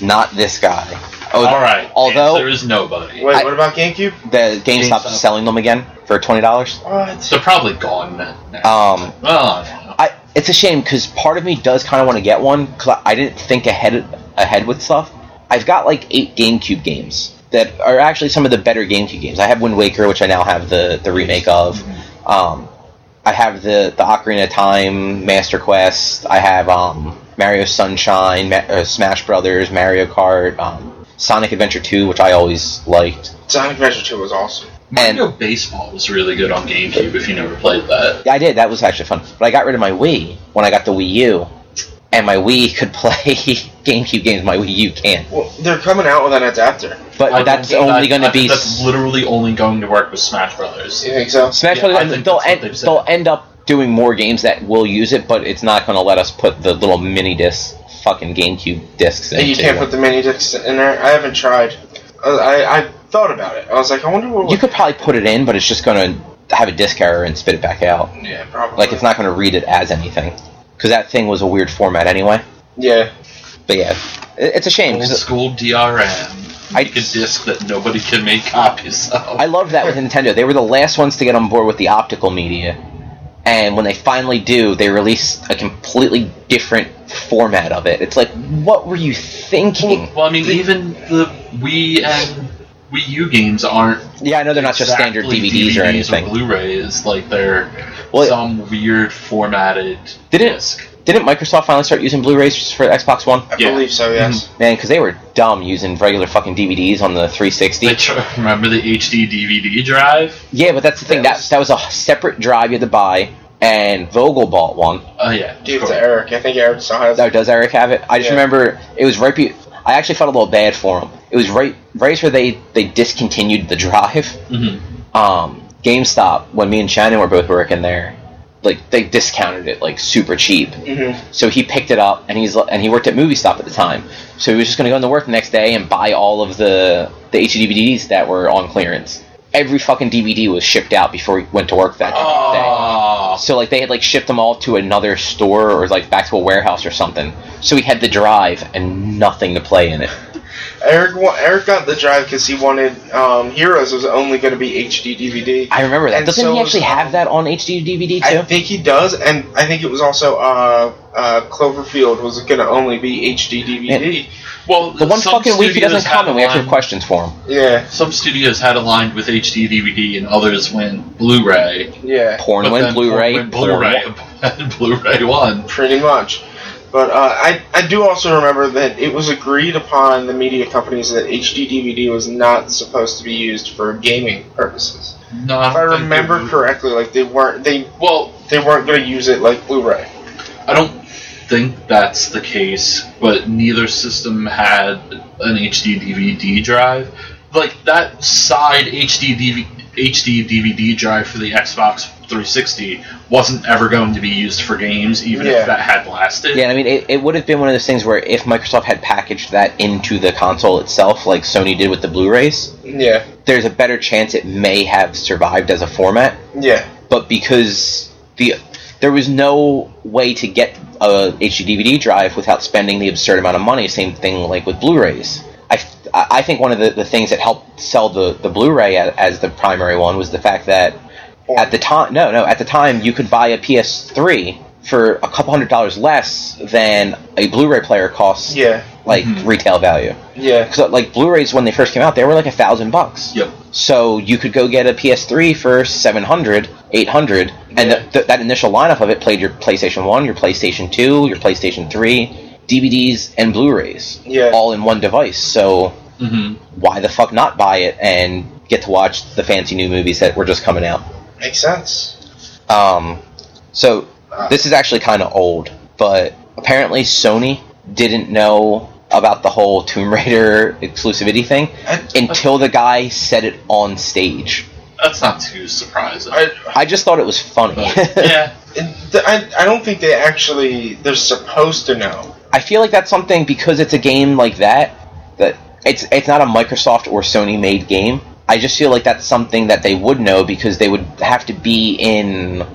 S1: Not this guy. Oh,
S3: All right.
S1: although-
S3: there is nobody.
S2: Wait,
S1: I-
S2: what about GameCube?
S1: the GameStop's
S3: GameStop.
S1: selling them again for twenty dollars.
S2: What?
S3: They're probably gone. now.
S1: Um,
S3: oh,
S1: I it's a shame because part of me does kind of want to get one because I didn't think ahead ahead with stuff. I've got like eight GameCube games that are actually some of the better GameCube games. I have Wind Waker, which I now have the the remake of. Um, I have the the Ocarina of Time, Master Quest. I have um, Mario Sunshine, Ma- uh, Smash Brothers, Mario Kart, um, Sonic Adventure Two, which I always liked.
S2: Sonic Adventure Two was awesome.
S3: Mario Baseball was really good on GameCube. If you never played that,
S1: Yeah, I did. That was actually fun. But I got rid of my Wii when I got the Wii U, and my Wii could [laughs] play GameCube games. My Wii U can't.
S2: Well, they're coming out with an adapter.
S1: But
S3: I
S1: that's
S3: think
S1: only
S3: that-
S1: going to
S3: I think
S1: be
S3: That's
S1: s-
S3: literally only going to work with Smash Brothers.
S2: You think so?
S1: Smash
S3: yeah,
S1: Brothers.
S3: I
S1: and
S3: think
S1: they'll
S3: that's what
S1: end,
S3: they've said.
S1: they'll end up doing more games that will use it, but it's not going to let us put the little mini disc fucking GameCube discs in.
S2: And you can't put the mini discs in there. I haven't tried. I, I, I thought about it. I was like, I wonder what.
S1: you could probably put it in, but it's just going to have a disc error and spit it back out.
S2: Yeah, probably.
S1: Like it's not going to read it as anything because that thing was a weird format anyway.
S2: Yeah,
S1: But yeah, it- it's a shame.
S3: Old
S1: 'cause
S3: school DRM.
S1: I-
S3: Make a disc that nobody can make copies of.
S1: I love that with Nintendo. They were the last ones to get on board with the optical media. And when they finally do, they release a completely different format of it. It's like, what were you thinking?
S3: Well, I mean, even the Wii and Wii U games aren't
S1: Yeah, I know they're not just
S3: exactly
S1: standard DVDs, or anything.
S3: Blu-rays, like they're
S1: Well-
S3: some weird formatted
S1: Didn't-
S3: disc.
S1: Didn't Microsoft finally start using Blu-rays for Xbox One?
S2: I
S3: Yeah.
S2: believe so. Yes.
S1: Man, because they were dumb using regular fucking DVDs on the 360.
S3: They tr- [laughs] remember the HD DVD drive?
S1: yeah, but that's the thing. That, that was a separate drive you had to buy, and Vogel bought one.
S3: Oh yeah,
S2: Give it
S3: sure.
S2: to Eric. I think Eric still has.
S1: Oh, does Eric have it? I just
S2: Yeah.
S1: remember it was right. Be- I actually felt a little bad for him. It was right, right where they they discontinued the drive.
S3: Mhm.
S1: Um, GameStop when me and Shannon were both working there, like they discounted it like super cheap.
S2: Mhm.
S1: So he picked it up and he's and he worked at Movie Stop at the time. So he was just going to go into work the next day and buy all of the the HD DVDs that were on clearance. Every fucking DVD was shipped out before he went to work that day.
S3: Oh,
S1: So like they had like shipped them all to another store or like back to a warehouse or something. So we had the drive and nothing to play in it.
S2: Eric. Wa- Eric got the drive because he wanted um, Heroes was only going to be HD DVD.
S1: I remember that.
S2: And
S1: Doesn't
S2: so
S1: he actually
S2: was-
S1: have that on HD DVD
S2: I
S1: too?
S2: think he does, and I think it was also uh, uh, Cloverfield was going to only be HD DVD.
S3: well,
S1: the one
S3: some
S1: fucking week he
S3: studios
S1: doesn't
S3: had
S1: come and we have to have
S3: aligned-
S1: questions for him.
S2: Yeah,
S3: Some studios had aligned with HD DVD, and others went Blu-ray.
S2: yeah.
S1: Porn
S3: But
S1: went
S3: then
S1: Blu-ray.
S3: went Blu-ray, [laughs]
S1: porn-
S3: and Blu-ray won.
S2: pretty much. But uh, I, I do also remember that it was agreed upon the media companies that HD DVD was not supposed to be used for gaming purposes.
S3: No,
S2: If
S1: Uh,
S2: I
S1: mm-hmm.
S2: remember correctly, like they weren't they
S3: Well,
S2: they weren't going to use it like Blu-ray.
S3: I don't think that's the case, but neither system had an HD DVD drive. Like that side HD DVD, HD DVD drive for the Xbox 360 wasn't ever going to be used for games, even
S2: Yeah.
S3: if that had lasted.
S1: Yeah, I mean, it, it would have been one of those things where if Microsoft had packaged that into the console itself, like Sony did with the Blu-rays,
S2: Yeah,
S1: there's a better chance it may have survived as a format.
S2: yeah,
S1: but because the there was no way to get a HD DVD drive without spending the absurd amount of money. Same thing like with Blu-rays. I, I think one of the, the things that helped sell the, the Blu-ray as, as the primary one was the fact that at the time no no at the time you could buy a PS3 for a couple hundred dollars less than a Blu-ray player costs,
S2: Yeah.
S1: like
S3: Mhm.
S1: retail value.
S2: Yeah.
S1: Because like Blu-rays when they first came out, they were like a thousand bucks.
S3: Yep.
S1: So you could go get a PS3 for 700, 800, and
S2: Yeah.
S1: th- th- that initial lineup of it played your PlayStation 1, your PlayStation 2, your PlayStation 3, DVDs, and Blu-rays,
S2: Yeah.
S1: all in one device. So
S3: Mm-hmm.
S1: why the fuck not buy it and get to watch the fancy new movies that were just coming out?
S2: Makes sense.
S1: Um, so
S2: Uh,
S1: this is actually kind of old, but apparently Sony didn't know about the whole Tomb Raider [laughs] exclusivity thing
S2: I,
S1: until the guy said it on stage.
S3: That's not too surprising.
S2: I,
S1: I just thought it was funny.
S3: yeah.
S2: I, I don't think they actually they're supposed to know.
S1: [laughs] I feel like that's something because it's a game like that that it's it's not a Microsoft or Sony made game. I just feel like that's something that they would know because they would have to be in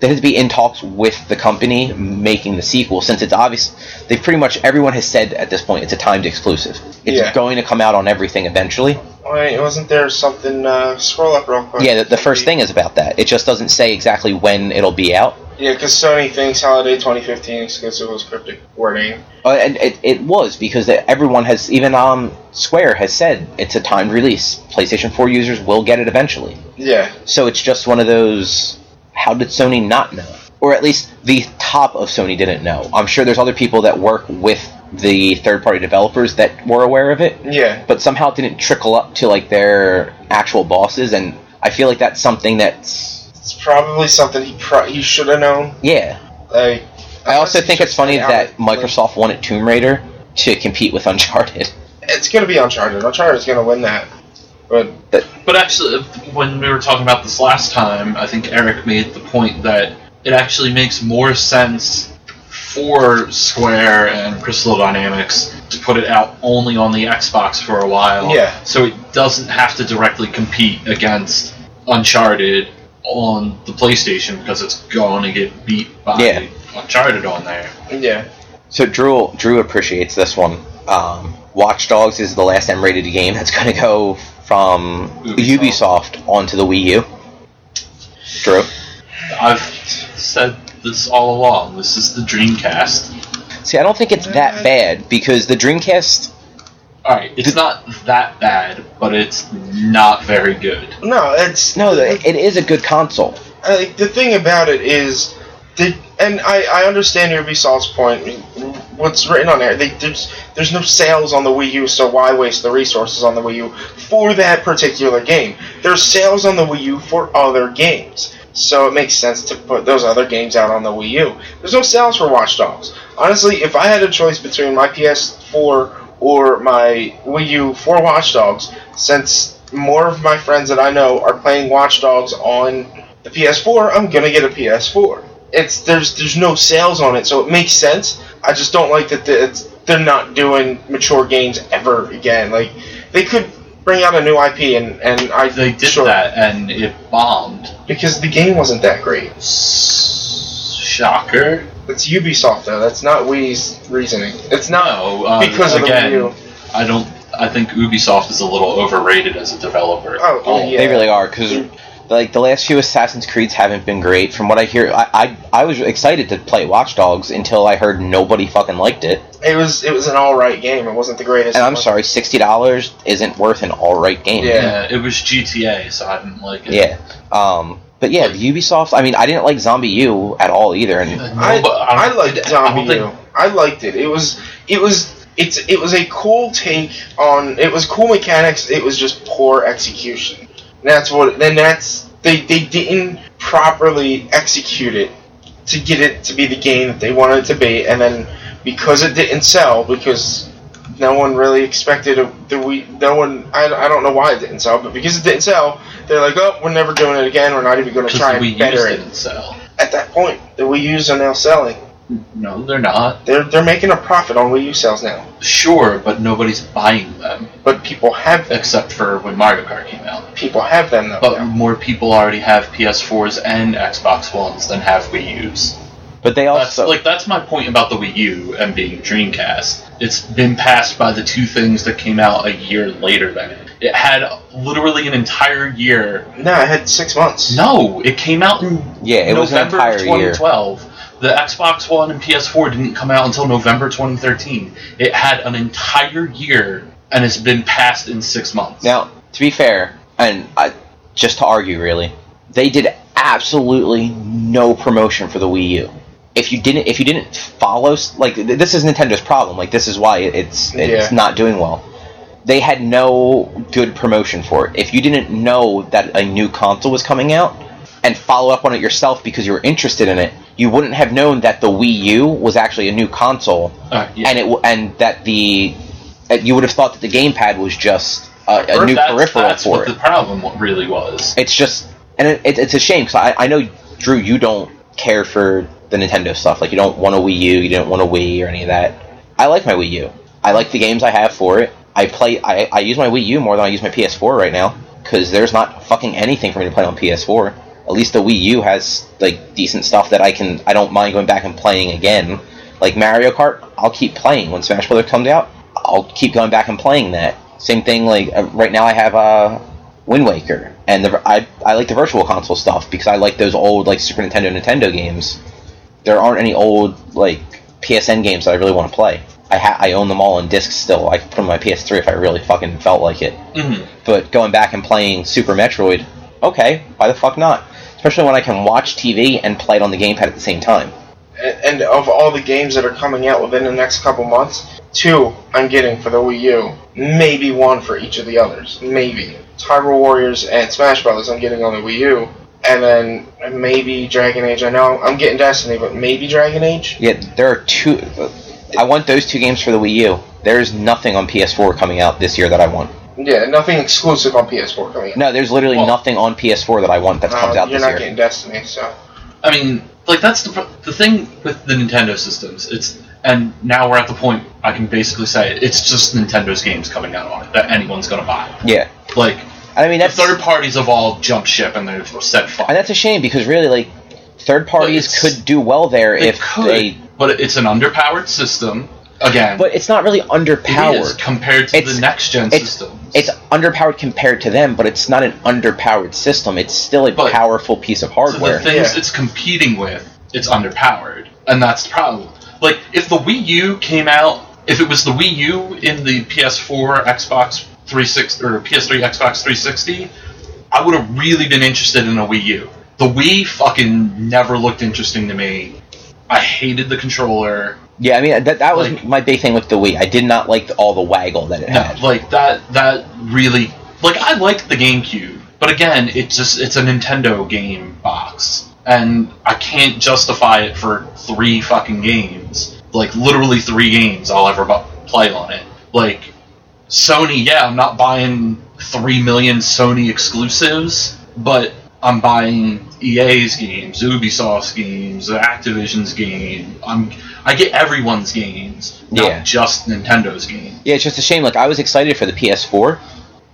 S1: they have to be in talks with the company making the sequel since it's obvious they pretty much everyone has said at this point it's a timed exclusive. It's
S2: Yeah.
S1: going to come out on everything eventually.
S2: Why wasn't there something? Uh, scroll up real quick.
S1: Yeah, the, the first thing is about that. It just doesn't say exactly when it'll be out.
S2: Yeah, because Sony thinks holiday 2015 exclusive was cryptic wording.
S1: Uh, and it, it was because that everyone has even um Square has said it's a timed release. PlayStation Four users will get it eventually.
S2: Yeah.
S1: So it's just one of those. How did Sony not know? Or at least the top of Sony didn't know. I'm sure there's other people that work with the third party developers that were aware of it,
S2: Yeah.
S1: but somehow it didn't trickle up to like their actual bosses. And I feel like that's something that's
S2: It's probably something he pro- he should have known.
S1: yeah.
S2: Like.
S1: I also think it's funny that
S2: Microsoft.
S1: Microsoft wanted Tomb Raider to compete with Uncharted.
S2: It's gonna be Uncharted. Uncharted's gonna win that. But
S3: But actually, when we were talking about this last time, I think Eric made the point that it actually makes more sense for Square and Crystal Dynamics to put it out only on the Xbox for a while.
S2: Yeah.
S3: So it doesn't have to directly compete against Uncharted on the PlayStation because it's going to get beat by
S1: Yeah.
S3: Uncharted on there.
S2: yeah,
S1: So Drew Drew appreciates this one. Um, Watch Dogs is the last M-rated game that's going to go from
S3: Ubisoft.
S1: Ubisoft. onto the Wii U. Drew.
S3: I've said this all along. This is the Dreamcast.
S1: See, I don't think it's
S2: Uh,
S1: that bad because the Dreamcast.
S3: All right, it's not that bad, but it's not very good.
S2: no, it's
S1: No, it it is a good console.
S2: I think uh, the thing about it is, they, and I, I understand Ubisoft's point. What's written on there? They, there's there's no sales on the Wii U, so why waste the resources on the Wii U for that particular game? There's sales on the Wii U for other games, so it makes sense to put those other games out on the Wii U. There's no sales for Watch Dogs. Honestly, if I had a choice between my PS4 or my Wii U for Watch Dogs, since more of my friends that I know are playing Watch Dogs on the PS4, I'm gonna get a PS4. It's there's there's no sales on it, so it makes sense. I just don't like that the, it's, they're not doing mature games ever again. Like they could bring out a new IP, and and I
S3: They did
S2: sure,
S3: that, and it bombed.
S2: because the game wasn't that great.
S3: S- Shocker.
S2: That's Ubisoft though. That's not Wii's reasoning. It's not
S3: No, uh,
S2: because of
S3: again,
S2: the Wii U.
S3: I don't. I think Ubisoft is a little overrated as a developer.
S2: Oh, oh, yeah.
S1: They really are because like the last few Assassin's Creeds haven't been great. From what I hear, I I, I was excited to play Watch Dogs until I heard nobody fucking liked it.
S2: It was it was an all right game. It wasn't the greatest.
S1: And I'm sorry, sixty dollars isn't worth an all right game.
S2: Yeah.
S3: Yeah, it was GTA, so I didn't like it.
S1: Yeah. Um, but yeah, the Ubisoft. I mean, I didn't like Zombie U at all either, and
S2: I,
S3: No, but
S2: I
S3: don't-
S2: liked
S3: I don't
S2: Zombie
S3: think-
S2: U. I liked it. It was it was it's it was a cool take on it was cool mechanics. It was just poor execution. And that's what then that's they they didn't properly execute it to get it to be the game that they wanted it to be, and then because it didn't sell because. No one really expected it. The we no one. I, I don't know why it didn't sell, but because it didn't sell, they're like, oh, we're never doing it again. We're not even going to
S3: 'cause
S2: try
S3: we
S2: and better
S3: used
S2: it.
S3: didn't sell.
S2: At that point, the Wii U's are now selling.
S3: No, they're not.
S2: They're they're making a profit on Wii U sales now,
S3: Sure, but nobody's buying them
S2: but people have them.
S3: except for when Mario Kart came out.
S2: People have them though.
S3: But more people already have PS4s and Xbox Ones than have Wii U's.
S1: but they
S3: That's
S1: also
S3: like that's my point about the Wii U and being Dreamcast. It's been passed by the two things that came out a year later than it. It had literally an entire year.
S2: no, I had six months.
S3: No, it came out in
S1: yeah, it was an
S3: November of
S1: entire year.
S3: 2012. The Xbox One and PS4 didn't come out until November 2013. It had an entire year, and it's been passed in six months.
S1: Now, to be fair, and I, just to argue, really, they did absolutely no promotion for the Wii U. If you didn't, if you didn't follow, s- like th- this is Nintendo's problem. Like this is why it- it's it's
S2: Yeah.
S1: not doing well. They had no good promotion for it. If you didn't know that a new console was coming out and follow up on it yourself because you were interested in it, you wouldn't have known that the Wii U was actually a new console
S3: Uh, yeah.
S1: and it w- and that the that you would have thought that the gamepad was just a, a
S3: Or
S1: new
S3: that's,
S1: peripheral
S3: that's
S1: for
S3: what
S1: it.
S3: the problem wa- really was.
S1: it's just and it, it, it's a shame because I, I know Drew, you don't care for the Nintendo stuff. Like you don't want a Wii U, you don't want a Wii or any of that. I like my Wii U. I like the games I have for it. I play. I, I use my Wii U more than I use my PS4 right now because there's not fucking anything for me to play on PS4. At least the Wii U has like decent stuff that I can. I don't mind going back and playing again. Like Mario Kart, I'll keep playing. When Smash Brothers comes out, I'll keep going back and playing that. Same thing. Like uh, right now, I have uh Wind Waker, and the, I I like the Virtual Console stuff because I like those old like Super Nintendo Nintendo games. There aren't any old like PSN games that I really want to play. I ha- I own them all on disc still. I could put them on my PS3 if I really fucking felt like it.
S3: Mhm.
S1: But going back and playing Super Metroid, okay, why the fuck not? Especially when I can watch TV and play it on the gamepad at the same time.
S2: A- And of all the games that are coming out within the next couple months, two I'm getting for the Wii U. Maybe one for each of the others. Maybe. Hyrule Warriors and Smash Brothers I'm getting on the Wii U. And then maybe Dragon Age. I know I'm getting Destiny, but maybe Dragon Age?
S1: Yet there are two. I want those two games for the Wii U. There is nothing on PS4 coming out this year that I want.
S2: Yeah, nothing exclusive on PS4 coming out.
S1: No, there's literally
S3: Well-
S1: nothing on PS4 that I want that comes
S2: Uh,
S1: out
S2: you're
S1: this
S2: not
S1: year.
S2: getting Destiny, so.
S3: I mean, like that's the pr- the thing with the Nintendo systems. It's and now we're at the point I can basically say it, it's just Nintendo's games coming out on it that anyone's gonna buy.
S1: Yeah,
S3: Like
S1: I mean that's
S3: the third parties have all jumped ship and they've set fire.
S1: and that's a shame because really like third parties
S3: it's-
S1: could do well there
S3: They
S1: if
S3: could,
S1: they.
S3: but it's an underpowered system again.
S1: But it's not really
S3: it is
S1: underpowered.
S3: compared to
S1: It's-
S3: the next gen
S1: it's-
S3: system.
S1: It's underpowered compared to them, but it's not an underpowered system. It's still a
S3: But-
S1: powerful piece of
S3: so the
S1: hardware.
S3: things
S2: Yeah.
S3: it's competing with, it's underpowered, and that's the problem. Like if the Wii U came out, if it was the Wii U in the PS4, Xbox 360 or PS3, Xbox 360, I would have really been interested in a Wii U. The Wii fucking never looked interesting to me. I hated the controller.
S1: yeah, I mean that, that was
S3: like-
S1: my big thing with the Wii. I did not like the, all the waggle that it
S3: Yeah,
S1: had.
S3: like that. That really, like, I liked the GameCube, but again, it's just it's a Nintendo game box, and I can't justify it for three fucking games. Like, literally three games I'll ever bu- play on it. Like, Sony, yeah, I'm not buying three million Sony exclusives, but I'm buying EA's games, Ubisoft's games, Activision's game. I'm I get everyone's games, not
S1: Yeah.
S3: just Nintendo's games.
S1: Yeah, it's just a shame. Like I was excited for the PS4,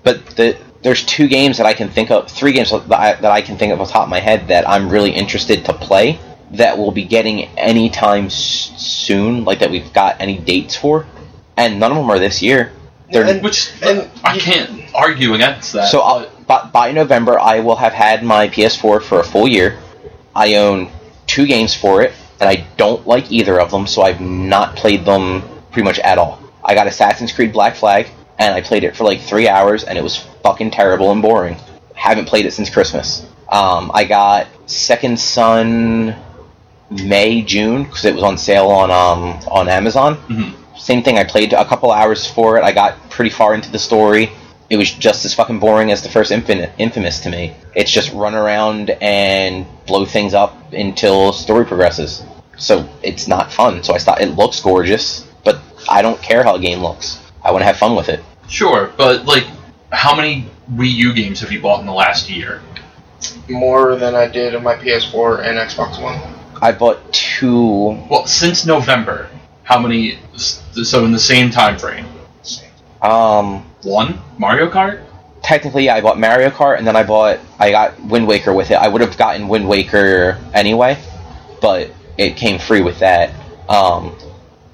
S1: but the there's two games that I can think of, three games that I, that I can think of off the top of my head that I'm really interested to play that will be getting anytime s- soon, like that we've got any dates for, and none of them are this year. They're,
S2: And-
S3: Which
S2: And-
S3: I can't argue against that.
S1: so I'll, by, by November, I will have had my PS4 for a full year. I own two games for it, and I don't like either of them, so I've not played them pretty much at all. I got Assassin's Creed Black Flag, and I played it for like three hours, and it was fucking terrible and boring. Haven't played it since Christmas. Um, I got Second Son May June because it was on sale on um, on Amazon
S3: Mhm.
S1: same thing. I played a couple hours for it. I got pretty far into the story. It was just as fucking boring as the first Infin- Infamous to me. It's just run around and blow things up until story progresses. So it's not fun. So I stopped. It looks gorgeous, but I don't care how a game looks. I want to have fun with it.
S3: sure, but like, how many Wii U games have you bought in the last year?
S2: more than I did on my PS4 and Xbox One.
S1: I bought two.
S3: Well, since November, how many? s- So in the same time frame,
S1: Um,
S3: one Mario Kart.
S1: technically, yeah, I bought Mario Kart, and then I bought I got Wind Waker with it. I would have gotten Wind Waker anyway, but it came free with that. Um,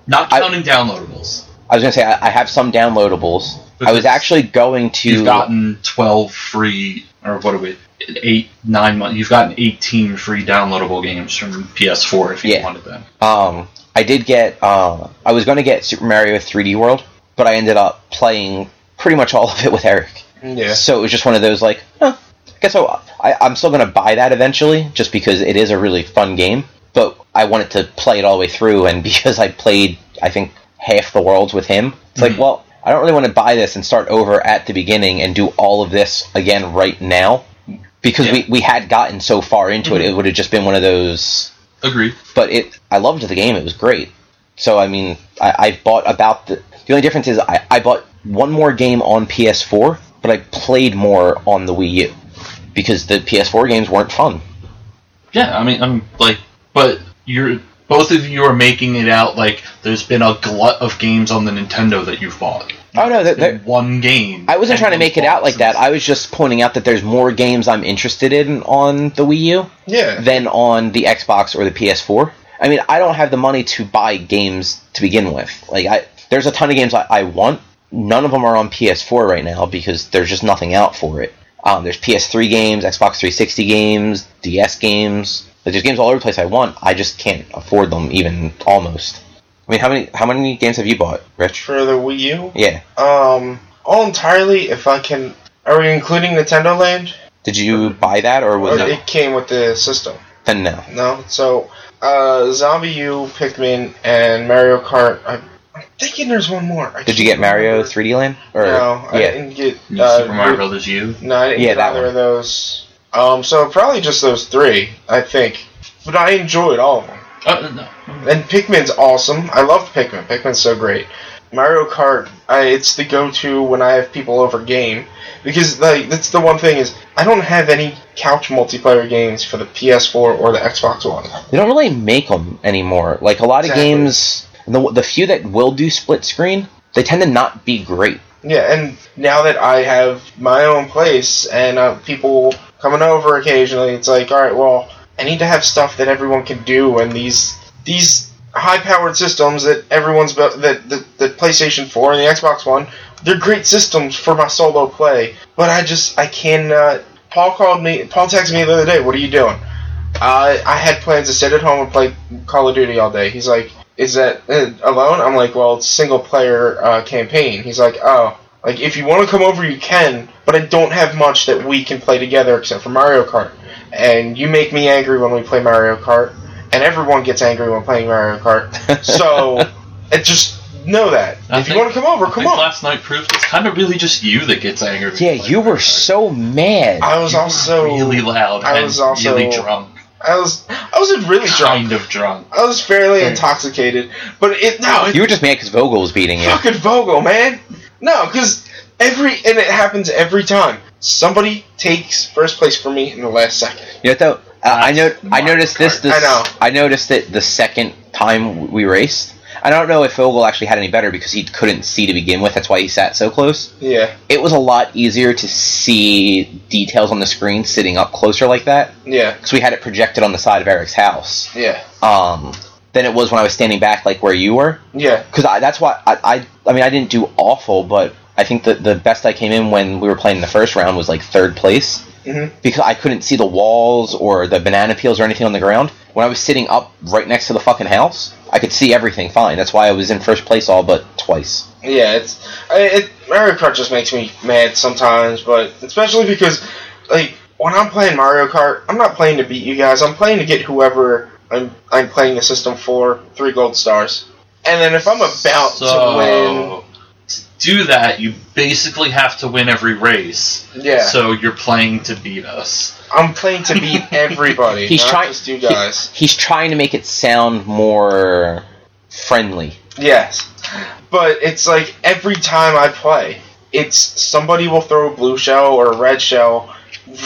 S3: Not
S1: I-
S3: counting downloadables,
S1: I was gonna say I, I have some downloadables, I was actually going to.
S3: You've gotten 12 free, or what are we, eight, nine months. You've gotten 18 free downloadable games from PS4 if you
S1: Yeah.
S3: wanted them.
S1: Um, I did get. Uh, I was going to get Super Mario 3D World, but I ended up playing pretty much all of it with Eric.
S2: Yeah.
S1: So it was just one of those like, huh, I guess I'll, I, I'm still going to buy that eventually, just because it is a really fun game. But I wanted to play it all the way through, and [laughs] because I played, I think half the worlds with him, it's like, well, I don't really want to buy this and start over at the beginning and do all of this again right now, because we, we had gotten so far into it, it would have just been one of those
S3: Agreed.
S1: but it I loved the game. It was great. So I mean, I, I bought about the the only difference is I, I bought one more game on PS4, but I played more on the Wii U because the PS4 games weren't fun.
S3: Yeah, I mean, I'm like, but you're both of you are making it out like there's been a glut of games on the Nintendo that you've bought.
S1: Oh no, that
S3: In one game.
S1: I wasn't
S3: and
S1: trying to make it out like that.
S3: boxes.
S1: I was just pointing out that there's more games I'm interested in on the Wii U
S2: Yeah.
S1: than on the Xbox or the PS4. I mean, I don't have the money to buy games to begin with. Like, I there's a ton of games I, I want. None of them are on PS4 right now because there's just nothing out for it. Um, there's PS3 games, Xbox 360 games, DS games. Like, there's games all over the place I want. I just can't afford them even almost. I mean, how many how many games have you bought, Rich?
S2: For the Wii U,
S1: Yeah.
S2: um, all entirely. If I can, are we including Nintendo Land?
S1: Did you buy that or
S2: Or
S1: was it
S2: it came with the system?
S1: then no?
S2: No. So, uh, Zombie U, Pikmin, and Mario Kart. I'm, I'm thinking there's one more. I
S1: Did you get
S2: can't
S1: Mario
S2: remember.
S1: 3D Land? Or
S2: No, I
S1: yeah,
S2: didn't get
S3: New
S2: uh,
S3: Super Mario Brothers U.
S2: No, I didn't
S1: Yeah,
S2: get
S1: that
S2: either
S1: one.
S2: of those. Um, so probably just those three, I think. But I enjoyed all of them.
S3: Oh, no.
S2: And Pikmin's awesome. I love Pikmin. Pikmin's so great. Mario Kart, I, it's the go-to when I have people over game because like that's the one thing is I don't have any couch multiplayer games for the PS4 or the Xbox One.
S1: they don't really make them anymore. Like a lot of
S2: Exactly.
S1: games, the the few that will do split screen, they tend to not be great.
S2: Yeah, and now that I have my own place and uh, people coming over occasionally, it's like, all right, well, I need to have stuff that everyone can do, and these these high-powered systems that everyone's be- that the, the PlayStation Four and the Xbox One, they're great systems for my solo play, but I just I cannot. Paul called me. Paul texted me the other day. What are you doing? Uh, I had plans to sit at home and play Call of Duty all day. He's like, "Is that uh, alone?" I'm like, "Well, it's single player uh, campaign." He's like, "Oh, like if you want to come over, you can, but I don't have much that we can play together except for Mario Kart." And you make me angry when we play Mario Kart, and everyone gets angry when playing Mario Kart. So, it just know that
S3: I
S2: if you
S3: think-
S2: want to come over,
S3: I
S2: come
S3: think
S2: on.
S3: Last night proved it's kind of really just you that gets angry.
S1: Yeah,
S3: when play
S1: you
S3: Mario
S1: were
S3: Kart.
S1: so mad.
S2: I was
S3: You were
S2: also
S3: really loud.
S2: I
S3: and
S2: was also-
S3: really drunk.
S2: I was I was really drunk.
S3: Kind of drunk.
S2: I was fairly
S3: Mm.
S2: intoxicated, but it no, it
S1: You were just mad because Vogel was beating you.
S2: fucking Vogel, man. No, because every and it happens every time. Somebody takes first place for me in the last second.
S1: You know though, uh, I know I
S3: Mario
S1: noticed this.
S3: Kart.
S1: This
S2: I know.
S1: I noticed it the second time we raced. I don't know if Vogel actually had any better because he couldn't see to begin with. That's why he sat so close.
S2: Yeah,
S1: It was a lot easier to see details on the screen sitting up closer like that
S2: yeah,
S1: because we had it projected on the side of Eric's house.
S2: yeah,
S1: um, than it was when I was standing back, like where you were.
S2: yeah,
S1: Because that's why I, I, I mean, I didn't do awful, but I think that the best I came in when we were playing the first round was like third place
S2: Mhm.
S1: because I couldn't see the walls or the banana peels or anything on the ground. When I was sitting up right next to the fucking house, I could see everything fine. That's why I was in first place all but twice.
S2: yeah. It's I, it Mario Kart just makes me mad sometimes, but especially because like when I'm playing Mario Kart, I'm not playing to beat you guys. I'm playing to get whoever I'm I'm playing the system for three gold stars. And then if I'm about to win,
S3: so, to do that, you basically have to win every race.
S2: yeah.
S3: So you're playing to beat us.
S2: I'm playing to beat
S3: [laughs]
S2: everybody.
S1: He's
S2: not
S1: trying-
S2: just you guys.
S1: He's trying to make it sound more friendly.
S2: yes, but it's like every time I play, it's somebody will throw a blue shell or a red shell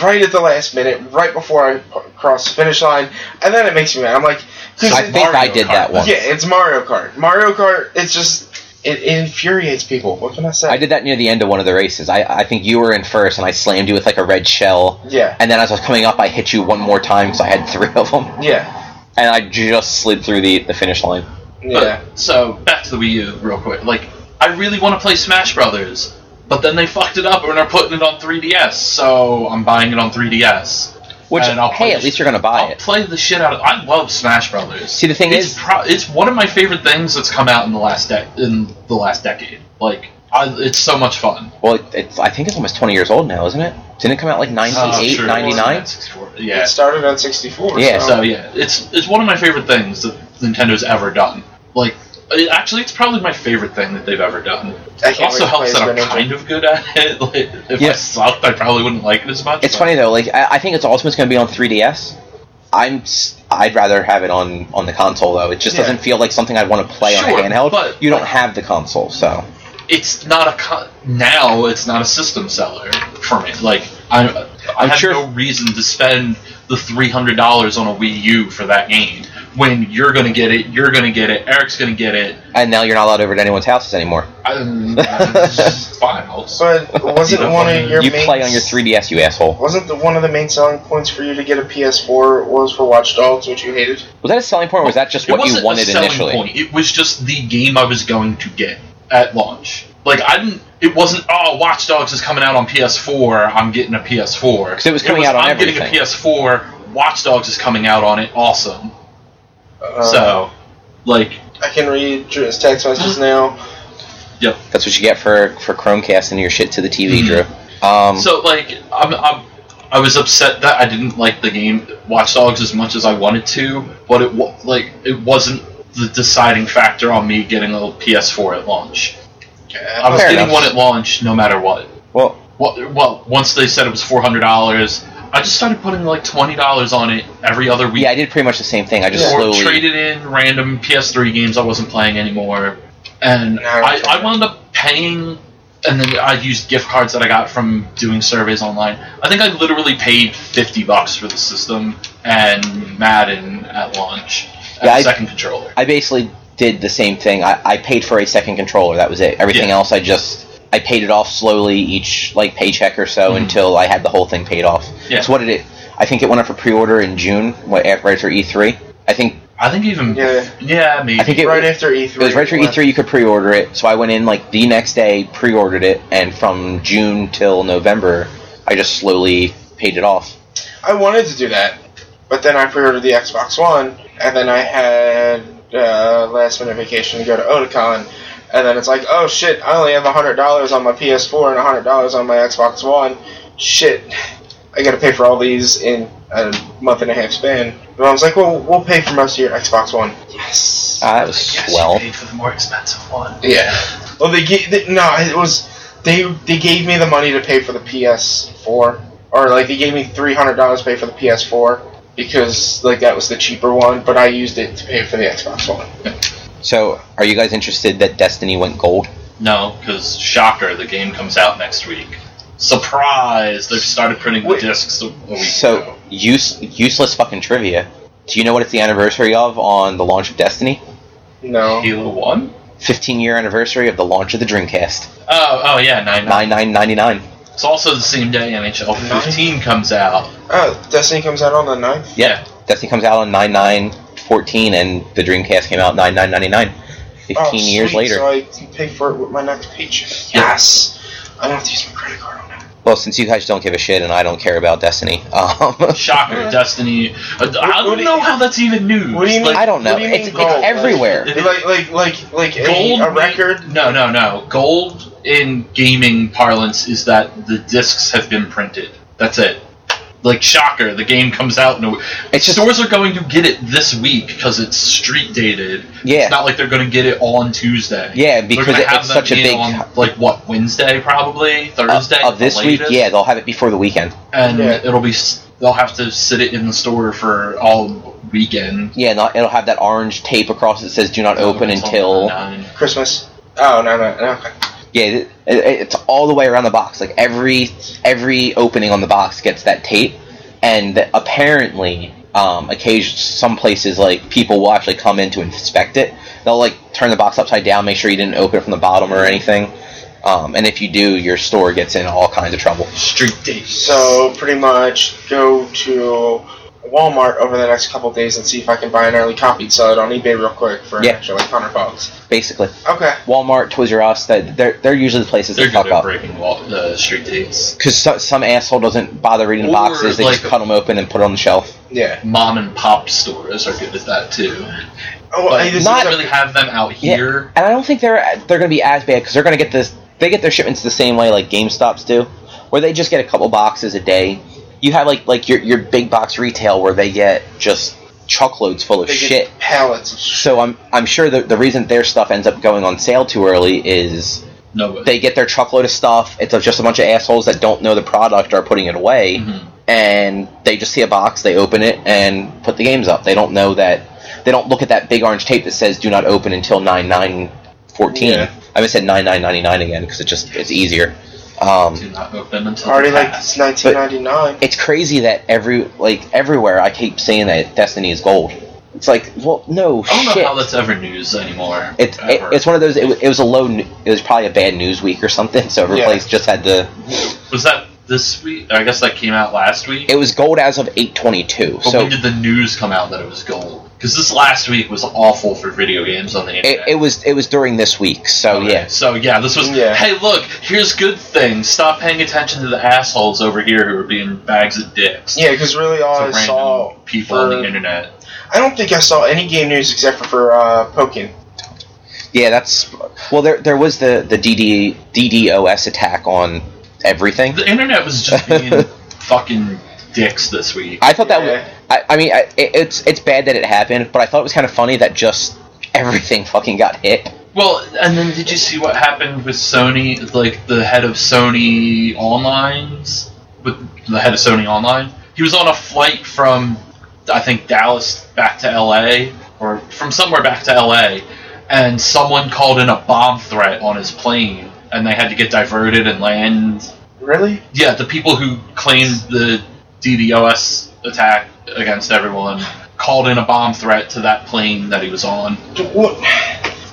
S2: right at the last minute, right before I p- cross the finish line, and then it makes me mad. I'm like, 'cause
S1: I
S2: it-
S1: think I
S3: Mario
S1: did
S3: Kart.
S1: that once.
S2: yeah, it's Mario Kart. Mario Kart. It's just it, infuriates people. What can I say?
S1: I did that near the end of one of the races. I, I think you were in first, and I slammed you with like a red shell.
S2: yeah,
S1: And then as I was coming up, I hit you one more time because I had three of them,
S2: yeah,
S1: and I just slid through the, the finish line.
S2: yeah.
S3: But, so back to the Wii U real quick. Like I really want to play Smash Brothers. But then they fucked it up and are putting it on 3DS, so I'm buying it on 3DS.
S1: Which
S3: And I'll play
S1: hey, at
S3: the
S1: least
S3: sh-
S1: you're gonna buy
S3: I'll
S1: it.
S3: play the shit out of. I love Smash Brothers.
S1: See, the thing
S3: it's
S1: is-
S3: pro- it's one of my favorite things that's come out in the last de- in the last decade. Like, I, it's so much fun.
S1: Well, it, it's I think it's almost 20 years old now, isn't it? Didn't it come out like 98,
S3: Oh, sure it wasn't
S1: 99?
S3: at 64.
S2: It
S3: Yeah.
S2: started on 64.
S1: Yeah,
S2: so,
S3: So yeah, it's it's one of my favorite things that Nintendo's ever done. Like, it, actually, it's probably my favorite thing that they've ever done.
S2: I
S3: It
S2: can't
S3: also
S2: wait to play
S3: helps that I'm
S2: Splinter.
S3: kind of good at it. [laughs] Like, if
S1: Yeah.
S3: I sucked, I probably wouldn't like it as much.
S1: It's
S3: but-
S1: funny though. Like I, I think it's also going to be on 3DS. I'm s- I'd rather have it on on the console though. It just
S3: Yeah.
S1: doesn't feel like something I'd want to play
S3: Sure,
S1: on a handheld.
S3: but-
S1: you don't have the console, so
S3: it's not a co- now it's not a system seller for me. Like I, I
S1: I'm
S3: have
S1: sure-
S3: no reason to spend the three hundred dollars on a Wii U for that game when you're gonna get it, you're gonna get it, Eric's gonna get it.
S1: and now you're not allowed over to anyone's houses anymore.
S2: [laughs]
S3: Um, it's fine. I'll s-
S2: but wasn't
S3: You know,
S2: one of your
S1: you
S2: main
S1: play on your 3DS, you asshole.
S2: Wasn't the, one of the main selling points for you to get a PS4 was for Watch Dogs, which you hated?
S1: Was that a selling point, or was that just
S3: It
S1: what
S3: wasn't
S1: you wanted
S3: a selling
S1: initially?
S3: point. It was just the game I was going to get at launch. Like I didn't. It wasn't. Oh, Watch Dogs is coming out on PS4. I'm getting a PS4
S1: Because it was coming out on
S3: I'm
S1: everything.
S3: getting a PS4. Watch Dogs is coming out on it. Awesome.
S2: Uh,
S3: so, like,
S2: I can read Drew's text messages now.
S1: That's what you get for for Chromecast and your shit to the TV,
S3: Mhm.
S1: Drew. Um,
S3: So like I'm, I'm I was upset that I didn't like the game Watch Dogs as much as I wanted to, but it wa- like it wasn't the deciding factor on me getting a PS4 at launch. I was
S1: Fair
S3: getting
S1: enough.
S3: one at launch no matter what.
S1: well,
S3: Well, well, once they said it was four hundred dollars, I just started putting like twenty dollars on it every other week.
S1: yeah, I did pretty much the same thing. I just
S3: or
S1: slowly.
S3: traded in random PS3 games I wasn't playing anymore, and
S2: No,
S3: I,
S2: okay.
S3: I wound up paying. And then I used gift cards that I got from doing surveys online. I think I literally paid fifty bucks for the system and Madden at launch, and
S1: Yeah,
S3: a
S1: I-
S3: second controller.
S1: I basically did the same thing. I, I paid for a second controller. That was it. Everything
S3: Yeah.
S1: else, I just I paid it off slowly each like paycheck or so
S3: Mhm.
S1: until I had the whole thing paid off.
S3: Yeah.
S1: So what did it? I think it went up for pre-order in June, what, af- right after E3. I think
S3: I think even
S2: Yeah.
S3: yeah, maybe
S1: I think it,
S2: Right after E E3.
S1: it was right after E
S2: left.
S1: E3. You could pre-order it, so I went in like the next day, pre-ordered it, and from June till November, I just slowly paid it off.
S2: I wanted to do that, but then I pre-ordered the Xbox One, and then I had uh, last minute vacation to go to Otakon, and then it's like, oh shit, I only have hundred dollars on my PS4 and hundred dollars on my Xbox One. Shit, I got to pay for all these in a month and a half span. And I was like, well, we'll pay for most of your Xbox One. Yes.
S1: Ah, that was
S3: Yes, you
S1: swell.
S3: paid for the more expensive one.
S2: Yeah. Well, they, ga- they no, it was they they gave me the money to pay for the PS4, or like they gave me three hundred dollars to pay for the PS4 because like that was the cheaper one, but I used it to pay for the Xbox One.
S1: So, are you guys interested that Destiny went gold?
S3: No, because shocker, the game comes out next week. Surprise! They've started printing the
S2: Wait.
S3: discs a, a week ago.
S1: So use, useless fucking trivia. Do you know what it's the anniversary of on the launch of Destiny?
S2: No,
S3: Halo One?
S1: 15 year anniversary of the launch of the Dreamcast.
S3: Oh, oh yeah, nine nine.
S1: 9999.
S3: It's also the same day NHL 15 comes out.
S2: oh, Destiny comes out on the 9th?
S1: Yeah. Destiny comes out on 9914 and the Dreamcast came out 9999. 15
S2: Oh,
S1: years
S2: sweet,
S1: later.
S2: so I can pay for it with my next paycheck.
S3: Yeah.
S2: Yes, I don't have to use my credit card on that.
S1: Well, since you guys don't give a shit and I don't care about Destiny, um, [laughs]
S3: Shocker,
S2: Yeah.
S3: Destiny. Uh, I
S2: what
S3: don't
S2: do
S3: know
S2: you-
S3: how that's even news.
S2: What do you mean?
S1: I don't know.
S2: What do you mean
S1: It's, it's
S2: gold? Like-
S1: everywhere.
S2: Like like like like a,
S3: gold
S2: a
S3: ma-
S2: record.
S3: No, no, no. Gold in gaming parlance is that the discs have been printed. That's it. Like shocker, the game comes out. No,
S1: It's just-
S3: stores are going to get it this week because it's street dated.
S1: Yeah.
S3: it's not like they're going to get it on Tuesday.
S1: Yeah,
S3: They're
S1: because
S3: gonna
S1: it-
S3: have
S1: it's
S3: them
S1: such a
S3: in
S1: big- uh,
S3: on, like what Wednesday probably Thursday
S1: of
S3: the
S1: this week,
S3: latest.
S1: yeah, they'll have it before the weekend.
S3: and
S2: Yeah.
S3: it'll be s- they'll have to sit it in the store for all weekend.
S1: Yeah, and it'll have that orange tape across it that says "Do not open
S3: Until
S1: until."
S3: nine.
S2: Christmas. Oh no no no. Okay.
S1: Yeah, it, it, it's all the way around the box. Like every every opening on the box gets that tape, and apparently, um, occasion some places like people will actually come in to inspect it. They'll like turn the box upside down, make sure you didn't open it from the bottom or anything. Um, and if you do, your store gets in all kinds of trouble.
S3: street date.
S2: So pretty much go to Walmart over the next couple days and see if I can buy an early copy and sell it on eBay real quick for
S1: Yeah.
S2: an extra like hundred bucks.
S1: basically.
S2: Okay.
S1: Walmart, Toys R Us, that they're they're usually the places
S3: They're
S1: that fuck
S3: good at
S1: up
S3: breaking wall, the street dates.
S1: because so, some asshole doesn't bother reading the
S3: Or,
S1: boxes; they just
S3: like-
S1: cut them open and put it on the shelf.
S2: Yeah.
S3: Mom and pop stores are good at that too.
S2: Oh,
S3: But
S2: I just
S3: not
S1: not-
S3: really have them out here.
S1: And I don't think they're they're going to be as bad because they're going to get this. They get their shipments the same way like GameStop's do, where they just get a couple boxes a day. You have like like your your big box retail where they get just truckloads full of
S2: they get
S1: shit.
S2: pallets of shit.
S1: So I'm I'm sure the the reason their stuff ends up going on sale too early is
S3: No,
S1: they get their truckload of stuff. It's just a bunch of assholes that don't know the product are putting it away,
S3: Mhm.
S1: and they just see a box, they open it, and put the games up. They don't know that they don't look at that big orange tape that says "Do not open until nine nine fourteen.
S2: Yeah.
S1: I haven't said nine nine ninety nine again because it just it's easier. Um,
S3: do not open until
S2: Already
S3: the
S2: like
S3: past.
S2: it's 1999.
S1: it's crazy that every like everywhere I keep saying that Destiny is gold. It's like, well, no
S3: I don't
S1: shit.
S3: know how that's ever news anymore.
S1: It's it,
S3: ever.
S1: it's one of those. It, wa- it was a low. n- It was probably a bad news week or something. So every
S2: Yeah.
S1: place just had to.
S3: was that this week? I guess that came out last week.
S1: It was gold as of eight twenty two.
S3: but
S1: So
S3: when did the news come out that it was gold? Because this last week was awful for video games on the
S1: it,
S3: internet.
S1: it was it was during this week. So
S3: Okay,
S1: yeah,
S3: So yeah, this was.
S2: Yeah.
S3: Hey, look, here's good things. Stop paying attention to the assholes over here who are being bags of dicks.
S2: Yeah, because really all
S3: To
S2: I
S3: random
S2: saw
S3: people on
S2: for-
S3: the internet.
S2: I don't think I saw any game news except for, for uh, Pokin.
S1: yeah. That's well. There there was the the DD, DDoS attack on everything.
S3: The internet was just being fucking dicks this week.
S1: I thought that
S2: Yeah.
S1: was. I, I mean, I, it, it's it's bad that it happened, but I thought it was kind of funny that just [laughs] everything fucking got hit.
S3: Well, and then did you see what happened with Sony? Like the head of Sony Online's, with the head of Sony Online, he was on a flight from, I think Dallas back to L.A. or from somewhere back to L.A. And someone called in a bomb threat on his plane, and they had to get diverted and land.
S2: Really?
S3: Yeah, the people who claimed the DDoS attack against everyone called in a bomb threat to that plane that he was on.
S2: What?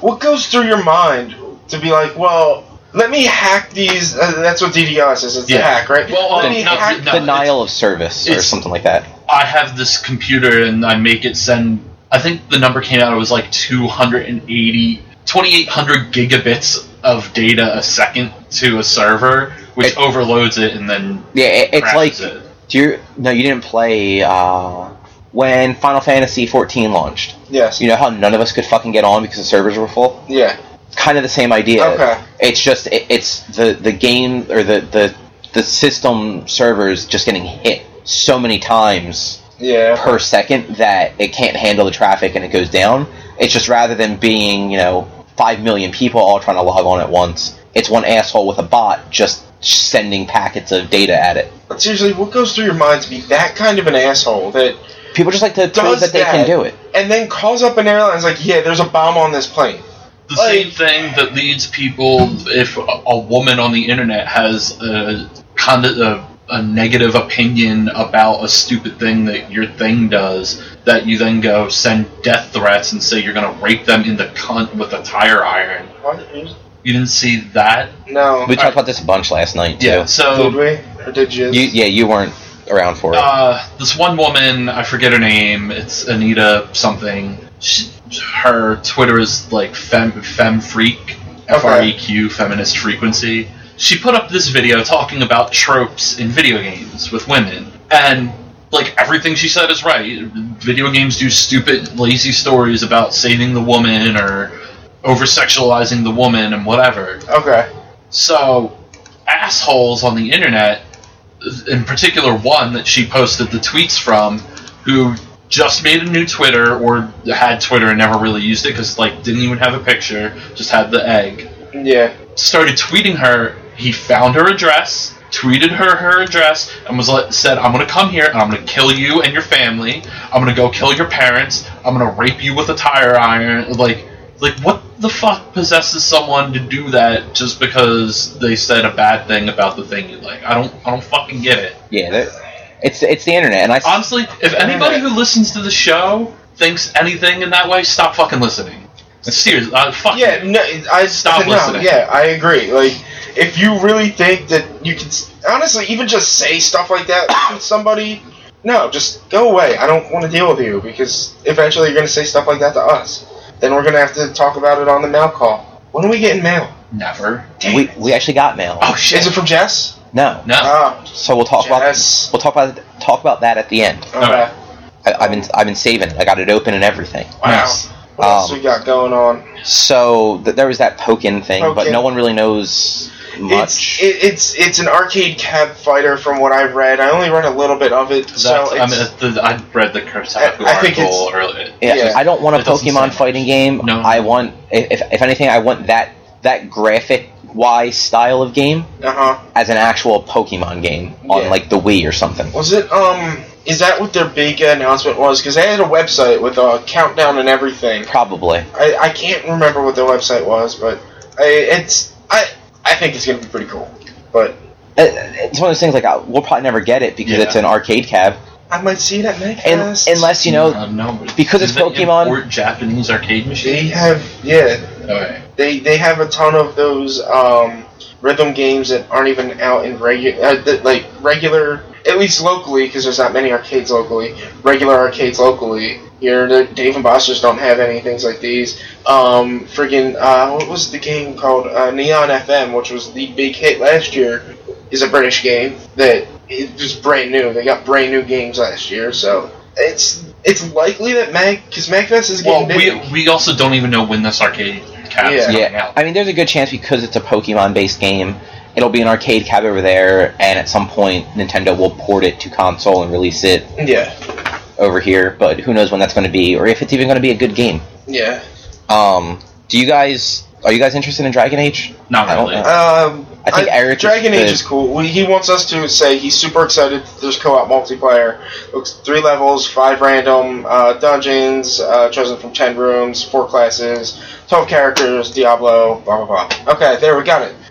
S2: What goes through your mind to be like, well, let me hack these? Uh, that's what DDoS is. It's
S3: Yeah.
S2: a hack, right?
S3: Well,
S2: let
S3: um,
S2: me
S3: not-
S2: hack
S3: No,
S1: Denial of service or
S3: it's-
S1: something like that.
S3: I have this computer and I make it send. I think the number came out. It was like 280, 2,800 gigabits of data a second to a server, which
S1: It-
S3: overloads it and then
S1: Yeah, it, it's like
S3: crashes it.
S1: do you no you didn't play uh, when Final Fantasy fourteen launched.
S2: Yes.
S1: You know how none of us could fucking get on because the servers were full.
S2: Yeah.
S1: kind of the same idea.
S2: Okay.
S1: It's just it, it's the the game or the the the system servers just getting hit so many times
S2: Yeah.
S1: per second that it can't handle the traffic and it goes down. It's just rather than being you know five million people all trying to log on at once, it's one asshole with a bot just sending packets of data at it.
S2: But seriously, what goes through your mind to be that kind of an asshole that,
S1: People just like to prove
S2: Does
S1: that they
S2: that-
S1: can do it.
S2: and then calls up an airline and is like, yeah, there's a bomb on this plane.
S3: The
S2: Like-
S3: same thing that leads people if a, a woman on the internet has a kind of a, a negative opinion about a stupid thing that your thing does, that you then go send death threats and say you're going to rape them in the cunt with a tire iron.
S2: What?
S3: You didn't see that?
S2: No.
S1: We talked about this a bunch last night too.
S3: Yeah.
S2: Did
S3: So
S2: we? Or did you?
S1: You, yeah, you weren't around for it.
S3: uh, this one woman, I forget her name. It's Anita something. She, her Twitter is like fem fem freak f r e q feminist frequency. She put up this video talking about tropes in video games with women, and like everything she said is right. Video games do stupid, lazy stories about saving the woman or over sexualizing the woman and whatever.
S2: Okay.
S3: So, assholes on the internet, in particular one that she posted the tweets from, who just made a new Twitter or had Twitter and never really used it because like didn't even have a picture, just had the egg.
S2: Yeah.
S3: Started tweeting her. He found her address, tweeted her her address, and was like, said, "I'm gonna come here and I'm gonna kill you and your family. I'm gonna go kill your parents. I'm gonna rape you with a tire iron." Like, like what the fuck possesses someone to do that just because they said a bad thing about the thing you like? I don't, I don't fucking get it.
S1: yeah, that- it's it's the internet, and I
S3: Honestly, if anybody who listens to the show thinks anything in that way, stop fucking listening. Seriously, uh, fuck
S2: Yeah,
S3: it.
S2: no, I
S3: Stop
S2: no,
S3: listening.
S2: Yeah, I agree. Like, [coughs] if you really think that you can, s- honestly, even just say stuff like that to somebody no, just go away. I don't want to deal with you because eventually you're going to say stuff like that to us. Then we're going to have to talk about it on the mail call. When are we getting mail?
S3: Never.
S2: Dang
S1: We,
S2: it.
S1: we actually got mail.
S3: Oh shit.
S2: Is it from Jess?
S1: No.
S3: no.
S2: Ah,
S1: So we'll talk about
S2: Jess.
S1: we'll talk about talk about that at the end.
S2: Okay.
S3: Alright.
S1: I, I've been I've been saving it. I got it open and everything.
S2: Wow.
S3: Nice.
S2: What else
S1: Um,
S2: we got going on?
S1: So th- there was that Pokin thing, but
S2: Pokin.
S1: no one really knows much.
S2: It's it, it's it's an arcade cab fighter from what I've read. I only read a little bit of it, so
S3: That's, I,
S2: it's,
S3: mean, it's the, I read the Kotaku
S2: I- I think
S3: article earlier.
S1: yeah,
S2: yeah.
S1: I don't want a
S3: It doesn't
S1: Pokemon
S3: say
S1: fighting
S3: much.
S1: game.
S3: No.
S1: I want if if anything, I want that that graphic wise style of game
S2: uh huh.
S1: as an actual Pokemon game on
S2: Yeah.
S1: like the Wii or something.
S2: Was it um? Is that what their big announcement was? Because they had a website with a countdown and everything.
S1: Probably.
S2: I, I can't remember what their website was, but I, it's I I think it's gonna be pretty cool. But
S1: It- It's one of those things like I- we'll probably never get it because
S3: Yeah.
S1: it's an arcade cab,
S2: I might see it at
S1: and,
S2: Magfest.
S1: unless you know
S3: I don't know.
S1: because it's
S3: Did they
S1: Pokemon-
S3: import Japanese arcade
S2: they
S3: machines.
S2: have yeah
S3: Okay.
S2: they they have a ton of those um, rhythm games that aren't even out in regular uh, that, like regular at least locally because there's not many arcades locally regular arcades locally here the Dave and Buster's don't have any things like these um friggin uh, what was the game called uh, Neon FM which was the big hit last year is a British game that it was brand new they got brand new games last year so it's it's likely that Mag because Magfest is
S3: Well,
S2: getting big.
S3: we, we also don't even know when this arcade cap is
S2: Yeah.
S3: coming
S1: Yeah,
S3: out.
S1: I mean, there's a good chance because it's a Pokemon-based game, it'll be an arcade cab over there, and at some point Nintendo will port it to console and release it
S2: yeah
S1: over here. But who knows when that's going to be, or if it's even going to be a good game.
S2: yeah.
S1: Um, do you guys are you guys interested in Dragon Age?
S3: Not
S1: I don't
S3: really.
S1: know.
S2: Um,
S1: I think Eric is
S2: Dragon Age
S1: the-
S2: is cool. We, he wants us to say he's super excited. that There's co-op multiplayer. Looks three levels, five random uh, dungeons, uh, chosen from ten rooms, four classes, twelve characters. Diablo, blah blah blah. Okay, there we got it. [laughs]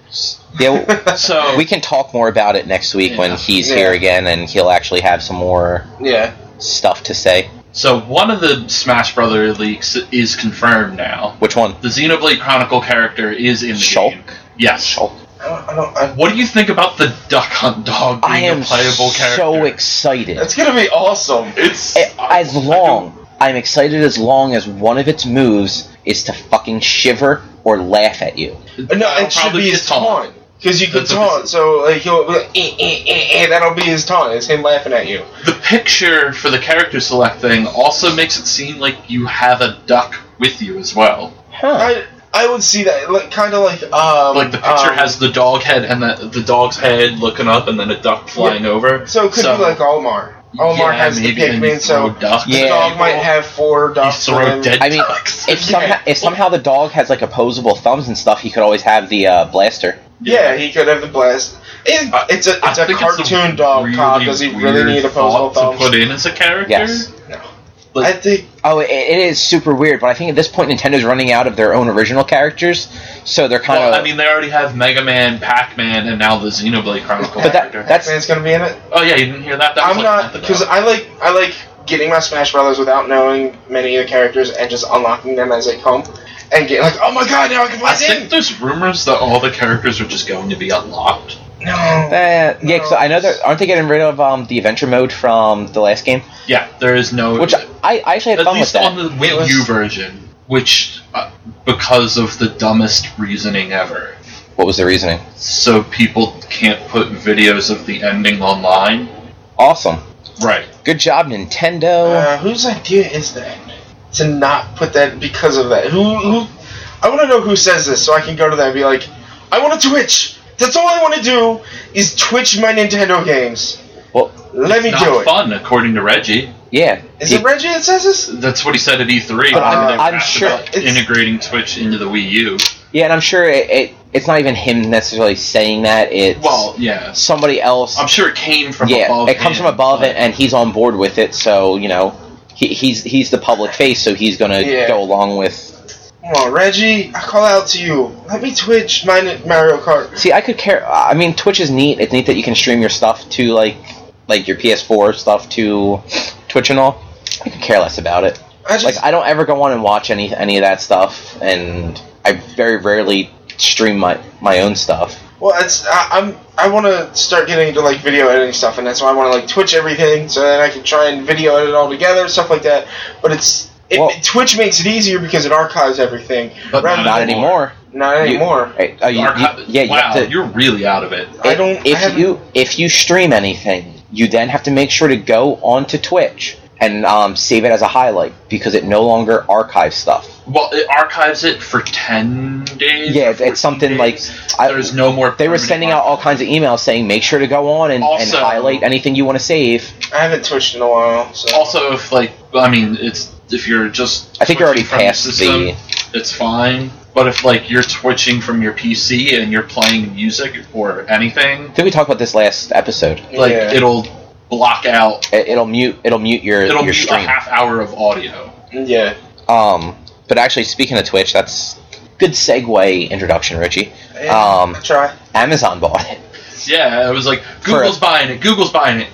S1: Yeah,
S3: [laughs]
S1: w-
S3: So
S1: we can talk more about it next week when
S3: Yeah.
S1: he's
S2: Yeah.
S1: here again, and he'll actually have some more
S2: Yeah,
S1: stuff to say.
S3: so one of the Smash Brother leaks is confirmed now.
S1: Which one?
S3: The Xenoblade Chronicle character is in the
S1: Shulk?
S3: game. Yes.
S1: Shulk.
S2: I don't. I don't I,
S3: What do you think about the Duck Hunt dog being
S1: I am
S3: a playable character?
S1: so excited.
S2: that's gonna be awesome.
S3: It's
S1: A- Eh, as long I'm excited as long as one of its moves is to fucking shiver or laugh at you.
S2: No,
S3: That'll
S2: it should
S3: probably
S2: be his taunt. Because you could
S3: That's what
S2: taunt,
S3: this-
S2: so like he'll be like, eh, eh, eh, eh, that'll be his taunt. It's him laughing at you.
S3: The picture for the character select thing also makes it seem like you have a duck with you as well.
S1: Huh.
S2: I I would see that, like kind of like um
S3: Like the picture
S2: um,
S3: has the dog head and the, the dog's head looking up and then a duck flying over.
S2: So it could be like Olmar. Olmar
S3: yeah,
S2: has the
S3: maybe then you
S2: Pikmin, so
S3: throw ducks
S1: Yeah.
S2: the
S3: at
S2: dog
S3: people.
S2: might have four
S3: you
S2: ducks.
S3: throw
S2: and then-
S3: dead
S1: I mean,
S3: ducks.
S1: If somehow if somehow the dog has like opposable thumbs and stuff, he could always have the uh, blaster.
S2: Yeah, he could have the blast. It-
S3: I-
S2: it's a it's
S3: I
S2: a
S3: think
S2: cartoon
S3: a
S2: dog.
S3: really
S2: Cobb. Does he really
S3: weird
S2: need opposable
S3: thought to put
S2: thumbs?
S3: in as a character?
S1: Yes.
S2: No.
S3: Like-
S2: I think
S1: Oh, it, it is super weird, but I think at this point Nintendo's running out of their own original characters, so they're kind
S3: Well,
S1: of.
S3: I mean, they already have Mega Man, Pac Man, and now the Xenoblade Chronicle
S1: but that,
S3: character.
S1: that's
S2: Man's gonna be in it.
S3: oh yeah, you didn't hear that? that
S2: I'm
S3: was like a
S2: not
S3: month ago.
S2: because I like I like getting my Smash Brothers without knowing many of the characters and just unlocking them as they come and get like, oh my god, now I can
S3: I
S2: play
S3: think
S2: Zing.
S3: there's rumors that all the characters are just going to be unlocked.
S2: No.
S1: that, yeah. 'cause I know they're aren't they getting rid of um, the adventure mode from the last game,
S3: Yeah, there is no.
S1: which I, I actually had
S3: at
S1: fun with
S3: least
S1: that.
S3: on the
S2: It was-
S3: Wii U version, which uh, because of the dumbest reasoning ever,
S1: what was the reasoning?
S3: so people can't put videos of the ending online.
S1: Awesome,
S3: Right.
S1: good job, Nintendo.
S2: Uh, whose idea is that to not put that because of that? Who? who I want to know who says this so I can go to them and be like, I want to Twitch. That's all I want to do is Twitch my Nintendo games.
S1: well,
S2: Let me
S3: Not
S2: do it.
S3: fun, according to Reggie.
S1: yeah.
S2: Is it Reggie that says this?
S3: That's what he said at E E3.
S1: But
S3: when
S2: I'm-
S3: they were
S1: I'm
S3: asked
S1: sure
S3: about
S2: it's-
S3: integrating Twitch into the Wii U.
S1: Yeah, and I'm sure it, it it's not even him necessarily saying that. It's
S3: Well, yeah,
S1: somebody else.
S3: I'm sure it came from
S1: yeah,
S3: above.
S1: it comes
S3: him,
S1: from above,
S3: but-
S1: and, and he's on board with it. So you know, he, he's he's the public face, so he's gonna
S2: Yeah.
S1: go along with.
S2: Come on, Reggie. I call out to you. Let me Twitch my Ni- Mario Kart.
S1: See, I could care. I mean, Twitch is neat. It's neat that you can stream your stuff to like like your PS4 stuff to Twitch and all. I could care less about it.
S2: I just
S1: Like I don't ever go on and watch any any of that stuff, and I very rarely stream my my own stuff.
S2: Well, it's I, I'm I want to start getting into like video editing stuff, and that's why I want to like Twitch everything so that I can try and video edit all together, stuff like that. But it's it,
S1: Well-
S2: Twitch makes it easier because it archives everything.
S3: But
S2: Rather
S1: Not
S2: than-
S1: anymore.
S2: Not
S1: You-
S2: anymore.
S1: Right, uh, you- you-
S3: Archi-
S1: yeah, you
S3: wow,
S1: have to.
S3: you're really out of it.
S2: I don't. I
S1: If
S2: haven't-
S1: you if you stream anything, you then have to make sure to go onto Twitch and um, save it as a highlight because it no longer archives stuff.
S3: Well, it archives it for ten days.
S1: Yeah,
S3: or
S1: it's- it's
S3: 14
S1: something like-
S3: days.
S1: I-
S3: there's no more.
S1: They were
S3: permanent
S1: sending out all kinds of emails saying, make sure to go on and,
S3: Also- um,
S1: and highlight anything you want to save.
S2: I haven't Twitched in a while. So.
S3: Also, if like, I mean, it's if you're just.
S1: I think you're already
S3: switching from the
S1: past
S3: system,
S1: the.
S3: it's fine. But if like you're twitching from your PC and you're playing music or anything,
S1: I think we talked about this last episode.
S3: like
S2: Yeah.
S3: it'll block out.
S1: It, it'll mute. It'll mute your
S3: It'll
S1: your
S3: mute a
S1: stream.
S3: half hour of audio.
S2: yeah.
S1: Um, but actually, speaking of Twitch, that's good segue introduction, Richie.
S2: Yeah,
S1: Um,
S2: I try.
S1: Amazon bought it
S3: Yeah, it was like
S1: For-
S3: Google's buying it. Google's buying it.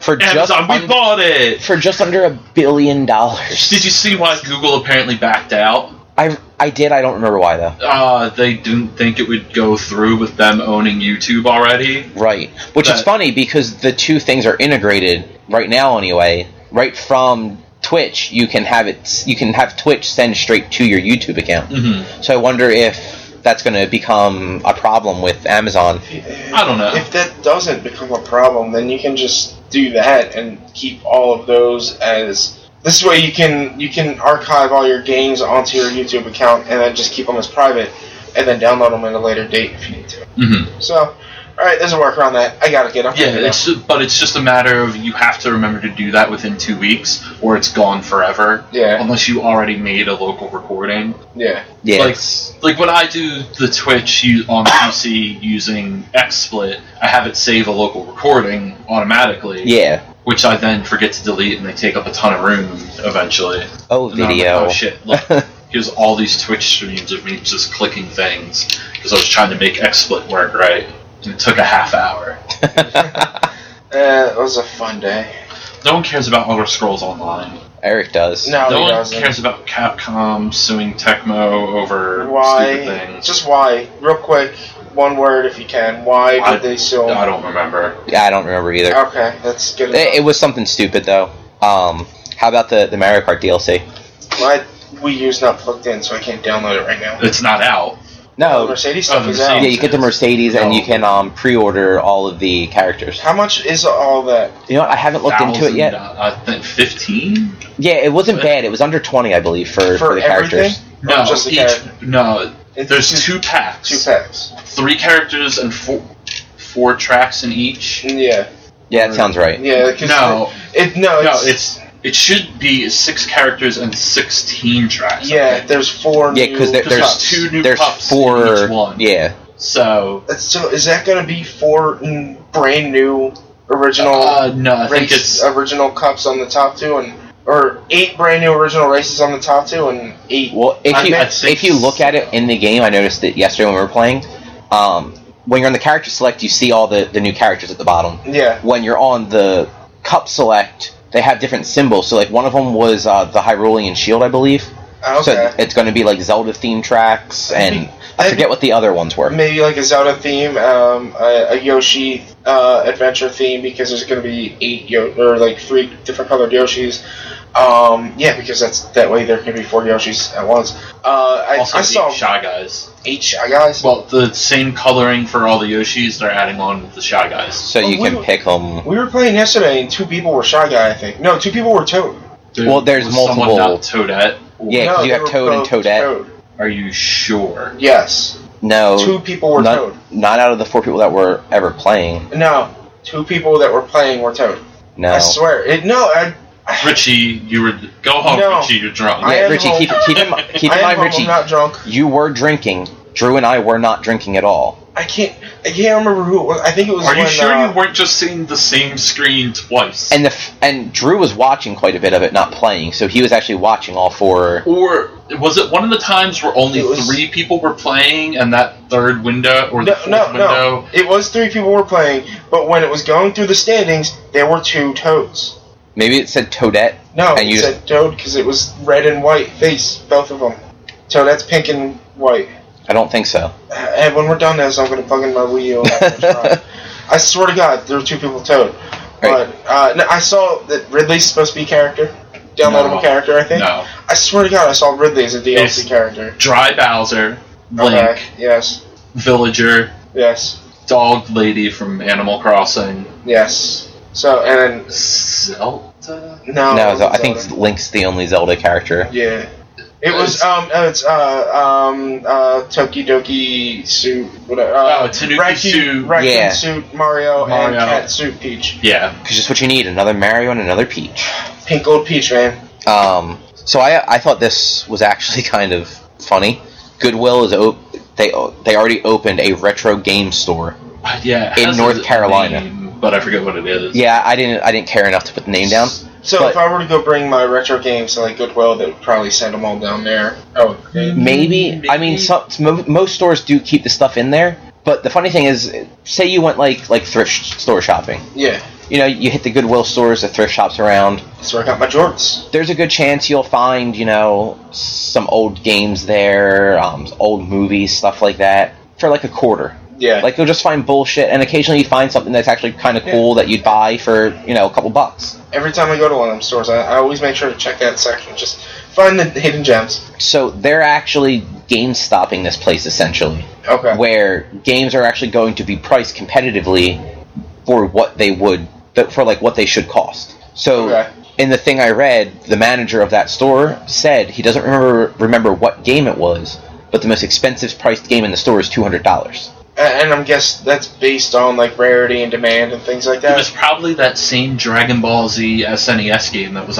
S1: for just
S3: Amazon, we
S1: un-
S3: bought it.
S1: for just under a billion dollars.
S3: Did you see why Google apparently backed out?
S1: I I did. I don't remember why though.
S3: Uh, they didn't think it would go through with them owning YouTube already.
S1: Right, which is
S3: But-
S1: funny because the two things are integrated right now. Anyway, right from Twitch, you can have it. You can have Twitch send straight to your YouTube account.
S3: hmm
S1: So I wonder if that's going to become a problem with Amazon.
S3: I don't know.
S2: If that doesn't become a problem, then you can just do that and keep all of those as this way you can you can archive all your games onto your YouTube account and then just keep them as private and then download them at a later date if you need to.
S3: hmm
S2: So, all right, there's a work around that. I gotta get up.
S3: Yeah, it's ju- but it's just a matter of you have to remember to do that within two weeks, or it's gone forever.
S2: yeah,
S3: Unless you already made a local recording.
S2: yeah,
S1: Yeah,
S3: Like, like when I do the Twitch u- on PC using XSplit, I have it save a local recording automatically,
S1: yeah.
S3: which I then forget to delete, and they take up a ton of room eventually.
S1: Oh,
S3: And then I'm like,
S1: video.
S3: oh shit! Look, here's all these Twitch streams of me just clicking things because I was trying to make XSplit work right, and it took a half hour.
S2: uh, it was a fun day.
S3: No one cares about Elder Scrolls Online.
S1: [laughs] Eric does.
S2: No,
S3: no
S2: he
S3: one
S2: doesn't.
S3: cares about Capcom suing Tecmo over stupid
S2: Why?
S3: things.
S2: Just why? Real quick, one word if you can. Why
S3: I-
S2: did they so?
S3: I don't remember.
S1: Yeah, I don't remember either.
S2: Okay, that's good. enough.
S1: It, it was something stupid though. Um, how about the the Mario Kart DLC?
S2: My Wii U's not plugged in, so I can't download it right now.
S3: It's not out.
S2: the
S1: No,
S2: Mercedes
S3: Oh,
S2: stuff
S3: the
S2: is
S1: yeah,
S2: out.
S3: Mercedes.
S1: you get the Mercedes and you can um, pre-order all of the characters.
S2: How much is all that?
S1: You know what? I haven't looked into it
S3: Thousand,
S1: yet.
S3: uh, I think fifteen.
S1: Yeah, it wasn't
S3: uh,
S1: bad. It was under twenty, I believe, for, for,
S2: For
S1: the
S2: everything?
S1: characters.
S3: No,
S2: Or just the
S3: each,
S2: character?
S3: no.
S2: It's
S3: There's
S2: two
S3: two packs.
S2: two packs.
S3: Three characters and four four tracks in each.
S2: Yeah,
S1: Yeah, that sounds right.
S2: yeah. 'cause
S3: No,
S2: it, no,
S3: no,
S2: it's,
S3: it's it should be six characters and sixteen tracks. I
S2: yeah.
S3: think.
S2: There's four.
S1: Yeah,
S2: new
S1: 'cause there-
S3: there's
S1: Pups.
S2: pups.
S3: two new
S1: There's
S3: pups in
S1: four.
S3: each one.
S1: Yeah,
S3: So
S2: That's- So is that gonna be four mm, brand new original
S3: uh, no, I think
S2: race
S3: it's
S2: original cups on the top two and or eight brand new original races on the top two and eight.
S1: Well, if
S3: I
S1: you
S3: bet six-
S1: if you look at it in the game, I noticed it yesterday when we were playing. Um, when you're on the character select, you see all the, the new characters at the bottom.
S2: Yeah,
S1: When you're on the cup select, they have different symbols. So like one of them was uh, the Hyrulean shield, I believe. So
S2: okay.
S1: it's going to be like Zelda themed tracks, and I
S2: Maybe-
S1: forget what the other ones were.
S2: Maybe like a Zelda theme, um, a, a Yoshi uh, adventure theme because there's going to be eight Yo- or like three different colored Yoshis. Um, yeah, because that's that way there can be four Yoshis at once. Uh, I,
S3: also
S2: I
S3: eight
S2: saw
S3: Shy Guys.
S2: eight Shy Guys.
S3: Well, the same coloring for all the Yoshis, they're adding on with the Shy Guys.
S1: So you
S2: Well,
S1: can
S2: we-
S1: pick them.
S2: We were playing yesterday and two people were Shy Guy, I think. No, two people were Toad.
S1: Well, there's
S3: Was someone
S1: multiple-
S3: not Toadette.
S1: Yeah,
S2: No,
S1: 'cause you
S2: they
S1: have
S2: were
S1: Toad and
S2: both
S1: Toadette.
S3: Are you sure?
S2: Yes,
S1: No,
S2: two people were
S1: Oh, not,
S2: Toad.
S1: not out of the four people that were ever playing.
S2: No, two people that were playing were Toad.
S1: No.
S2: I swear. It, no, I,
S3: Richie, you were go home,
S2: No.
S3: Richie. You're drunk.
S2: I
S1: Yeah,
S2: am
S1: Richie,
S2: home.
S1: keep keep in,
S2: [laughs]
S1: mi- keep
S2: I
S1: in
S2: am
S1: mind,
S2: home,
S1: Richie,
S2: I'm not drunk.
S1: you were drinking. Drew and I were not drinking at all.
S2: I can't. I can't remember who it was. I think it was.
S3: Are you
S2: when,
S3: sure
S2: uh,
S3: you weren't just seeing the same screen twice?
S1: And the f- and Drew was watching quite a bit of it, not playing. So he was actually watching all four.
S3: or was it one of the times where only
S2: It was-
S3: three people were playing and that third window or the
S2: No,
S3: fourth
S2: no,
S3: window?
S2: no. It was three people were playing, but when it was going through the standings, there were two toads.
S1: Maybe it said Toadette.
S2: No,
S1: And
S2: it
S1: you-
S2: said toad because it was red and white face, both of them. So that's pink and white.
S1: I don't think so.
S2: And when we're done this, I'm gonna plug in my Wii U. And have them
S1: [laughs]
S2: try it. I swear to God, there were two people towed. But uh, no, I saw that Ridley's supposed to be a character, downloadable
S3: No.
S2: character. I think.
S3: No.
S2: I swear to God, I saw Ridley as a DLC
S3: Yes.
S2: character.
S3: Dry Bowser, Link,
S2: Okay. Yes.
S3: Villager,
S2: Yes.
S3: Dog Lady from Animal Crossing,
S2: Yes. So and
S3: Zelda?
S2: then no.
S1: no,
S2: Oh, it
S1: Zo- I
S2: wasn't
S1: think
S2: Zelda.
S1: Link's the only Zelda character.
S2: Yeah. It was
S3: It's-
S2: um no, it's uh um uh Tokidoki suit whatever uh,
S3: Oh, Tanuki suit.
S2: Raccoon
S1: Yeah.
S2: suit Mario, and
S3: Mario.
S2: cat suit Peach
S3: Yeah.
S1: Because just what you need another Mario and another Peach.
S2: pink old Peach man
S1: Um, so I I thought this was actually [laughs] kind of funny. Goodwill is op- they they already opened a retro game store.
S3: Yeah. it
S1: In
S3: has
S1: North
S3: a
S1: Carolina.
S3: name, but I forget what it is.
S1: Yeah, I didn't I didn't care enough to put the name down.
S2: so
S1: But-
S2: if I were to go bring my retro games to like Goodwill they would probably send them all down there oh
S1: Mm-hmm. Maybe I mean some, mo- most stores do keep the stuff in there. But the funny thing is, say you went like like thrift store shopping.
S2: yeah
S1: You know, you hit the Goodwill stores, the thrift shops around.
S2: that's where I got my jorts
S1: there's a good chance you'll find, you know, some old games there, um, old movies, stuff like that, for like a quarter.
S2: yeah
S1: [laughs] Like you'll just find bullshit, and occasionally you find something that's actually kind of cool that you'd buy for you know a couple bucks.
S2: every time I go to one of them stores I, I always make sure to check that section just find the hidden gems
S1: So they're actually game stopping this place essentially,
S2: okay
S1: where games are actually going to be priced competitively for what they would for like what they should cost. So
S2: Okay.
S1: in the thing I read, the manager of that store said he doesn't remember remember what game it was, but the most expensive priced game in the store is two hundred dollars.
S2: A- and I'm guess that's based on like rarity and demand and things like
S3: It was
S2: that
S3: probably that same Dragon Ball Z uh, SNES E game that was